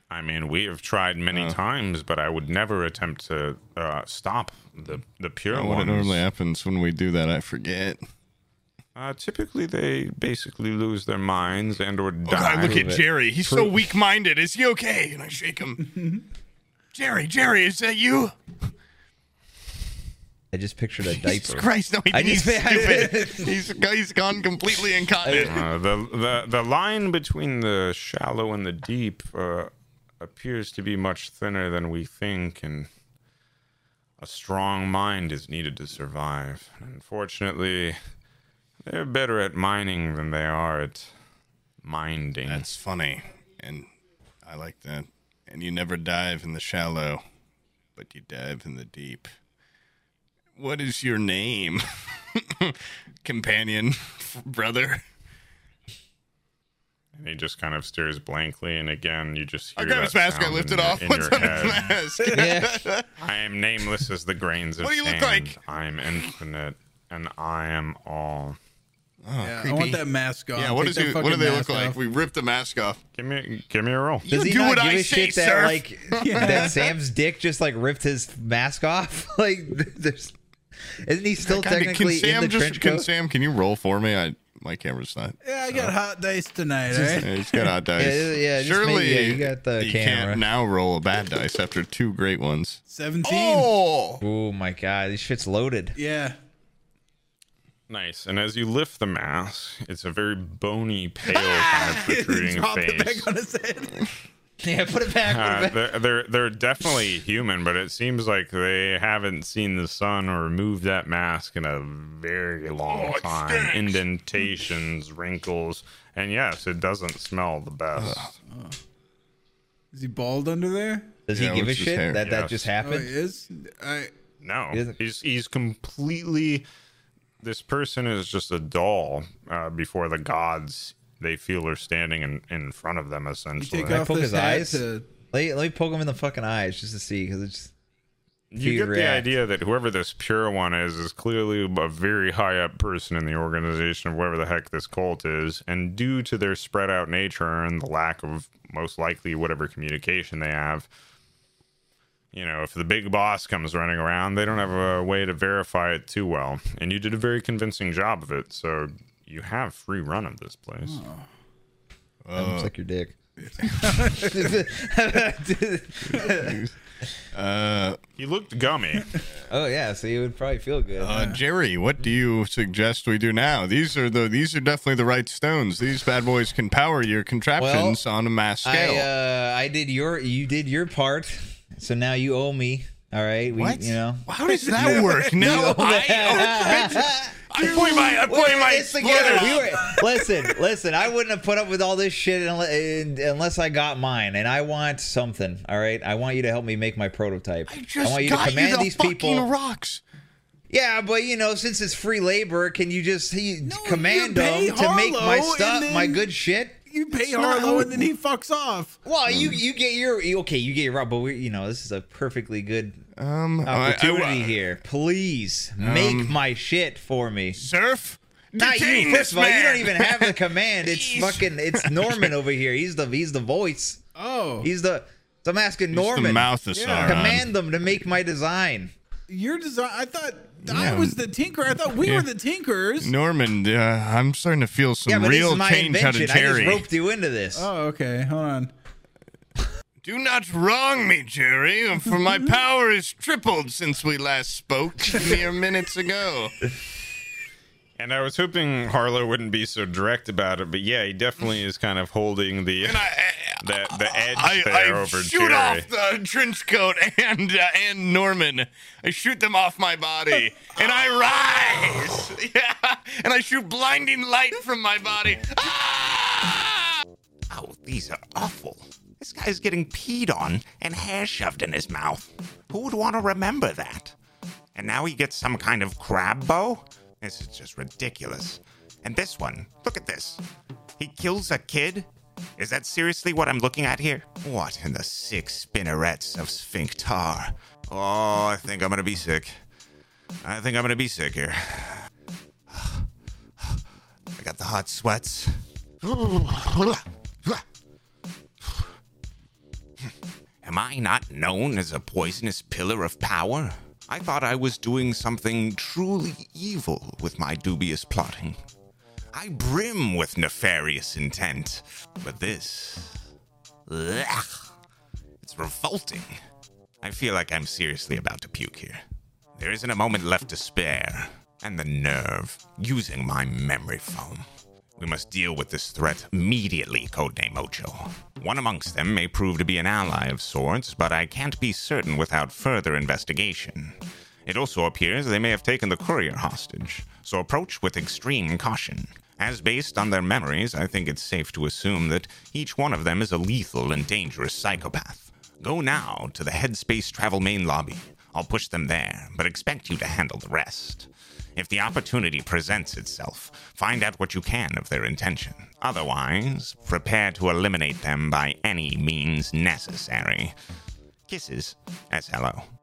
S4: I mean, we have tried many times, but I would never attempt to uh, stop the the pure
S2: What
S4: ones.
S2: normally happens when we do that, I forget.
S4: Uh, typically, they basically lose their minds and or
S2: Oh, God,
S4: die.
S2: look at
S3: it.
S2: Jerry. He's so weak minded. Is he okay? And I shake him. Jerry, Jerry, is that you?
S3: I just pictured a
S2: Jesus
S3: diaper.
S2: Christ, no, he,
S3: I
S2: he's
S3: just-
S2: stupid. he's, he's gone completely incontinent.
S4: Uh, the the the line between the shallow and the deep uh, appears to be much thinner than we think, and a strong mind is needed to survive. Unfortunately, they're better at mining than they are at minding.
S2: That's funny. And I like that. And you never dive in the shallow, but you dive in the deep. What is your name? Companion, brother.
S4: and he just kind of stares blankly, and again, you just hear
S2: I got
S4: that
S2: his mask. I
S4: sound
S2: lifted
S4: in your-
S2: off.
S4: in
S2: What's
S4: your
S2: on his
S4: head.
S2: mask?
S3: Yeah.
S4: I am nameless as the grains of
S2: What do you look
S4: sand.
S2: like?
S4: I'm infinite, and I am all.
S1: Yeah, I want that mask off.
S2: Yeah, what,
S1: Take
S2: is
S1: that
S2: he, what do
S1: fucking
S2: they look
S1: mask
S2: like?
S1: off.
S2: We ripped the mask off.
S4: Give me, give me a roll.
S3: Does
S2: You
S3: he
S2: do
S3: not
S2: what
S3: give
S2: I
S3: a
S2: say,
S3: shit
S2: sir.
S3: that like that Sam's dick just like ripped his mask off? Like there's isn't he still
S2: Kinda-
S3: technically in
S2: Sam
S3: the trench
S2: can
S3: coat? Eh.
S2: Sam, can you roll for me? I my camera's not.
S1: Yeah, I got hot dice tonight, right?
S2: Yeah, he's got odd dice.
S3: Yeah, yeah, just
S2: Surely
S3: maybe- yeah, you got the
S2: you
S3: camera.
S2: can't now roll a bad dice after two great ones.
S1: 17.
S2: Oh,
S3: oh my god, this shit's loaded.
S1: Yeah.
S4: Nice. And as you lift the mask, it's a very bony, pale, kind
S2: Ah!
S4: of protruding
S1: Drop it
S4: face.
S1: back on his head.
S3: Yeah, put it back. Put
S4: Uh,
S3: it back.
S4: they're, they're they're definitely human, but it seems like they haven't seen the sun or removed that mask in a very long time. Indentations, wrinkles, and yes, it doesn't smell the best.
S1: Is he bald under there?
S3: Does
S2: Yeah,
S3: he give a
S2: what's his
S3: shit
S2: hair?
S3: that
S4: Yes.
S3: that just
S1: Oh, he
S3: happened?
S1: is? I,
S4: No,
S3: He doesn't-
S4: he's he's completely. This person is just a doll uh, before the gods they feel are standing in, in front of them. Essentially,
S1: take off
S3: poke
S1: this
S3: his
S1: hat
S3: eyes?
S1: to-
S3: Let, me- let me poke him in the fucking eyes just to see because it's
S4: you
S3: you
S4: get the
S3: react.
S4: idea that whoever this pure one is is clearly a very high up person in the organization of whatever the heck this cult is and due to their spread out nature and the lack of most likely whatever communication they have you know if the big boss comes running around they don't have a way to verify it too well and you did a very convincing job of it so you have free run of this place
S3: I looks like your dick.
S4: he looked gummy
S3: oh yeah, so you would probably feel good.
S2: uh, Jerry, what do you suggest we do now? These are the these are definitely the right stones. These bad boys can power your contraptions on a mass scale.
S3: I uh, I did your you did your part, so now you owe me. All right, we
S2: What?
S3: you know.
S2: How does that work? No, I, I point my I point my
S3: It's together.
S2: splitter.
S3: We were, listen, listen. I wouldn't have put up with all this shit unle- and- unless I got mine, and I want something. All right, I want you to help me make my prototype.
S2: I just
S3: want you
S2: got
S3: to command
S2: you the
S3: these
S2: fucking
S3: people.
S2: rocks.
S3: Yeah, but you know, since it's free labor, can you just he, command
S1: you pay
S3: them to make my
S1: Harlow
S3: stuff,
S1: and then-
S3: my good shit?
S1: You pay
S2: not
S1: Harlow
S2: how-
S1: and then he fucks off.
S3: Well,
S2: Hmm.
S3: you you get your you- okay, you get your rob, but we you know this is a perfectly good
S2: Um, I- Um, I-
S3: opportunity here. Please make my shit for me.
S2: Surf.
S3: Not
S2: Detain
S3: you.
S2: this
S3: First of all, you
S2: man.
S3: don't even have the command. It's
S2: Jeez.
S3: fucking it's Norman over here. He's the he's the voice.
S1: Oh,
S3: He's the so I'm asking
S2: It's
S3: Norman
S2: the mouth of
S1: Yeah.
S2: Sauron.
S3: command them to make my design.
S1: your design. I thought I
S2: Yeah.
S1: was the tinker. I thought we
S2: Yeah.
S1: were the tinkers.
S2: Norman, uh, I'm starting to feel some
S3: Yeah, but this
S2: real
S3: is my
S2: change
S3: invention.
S2: out of
S3: I
S2: Jerry.
S3: just roped you into this.
S1: Oh, okay. Hold on.
S2: Do not wrong me, Jerry, for my power is tripled since we last spoke mere minutes ago.
S4: and i was hoping harlow wouldn't be so direct about it but yeah he definitely is kind of holding the
S2: And I,
S4: the, the edge
S2: I,
S4: there
S2: I
S4: over
S2: shoot
S4: Jerry.
S2: off the trench coat and uh, and Norman. I shoot them off my body, and I rise. Yeah, and I shoot blinding light from my body. Ah!
S4: Oh, these are awful. This guy's getting peed on and hair shoved in his mouth. Who would want to remember that? And now he gets some kind of crab bow? This is just ridiculous. And this one, look at this. He kills a kid? Is that seriously what I'm looking at here? What in the six spinnerets of Sphinctar? Oh, I think I'm gonna be sick. I think I'm gonna be sick here. I got the hot sweats. Am I not known as a poisonous pillar of power? I thought I was doing something truly evil with my dubious plotting. I brim with nefarious intent, but this. Ugh. it's revolting. I feel like I'm seriously about to puke here. There isn't a moment left to spare. And the nerve, using my memory foam. We must deal with this threat immediately, codename Ocho. One amongst them may prove to be an ally of sorts, but I can't be certain without further investigation. It also appears they may have taken the courier hostage, so approach with extreme caution. As based on their memories, I think it's safe to assume that each one of them is a lethal and dangerous psychopath. Go now to the Headspace Travel main lobby. I'll push them there, but expect you to handle the rest. If the opportunity presents itself, find out what you can of their intention. Otherwise, prepare to eliminate them by any means necessary. Kisses as hello.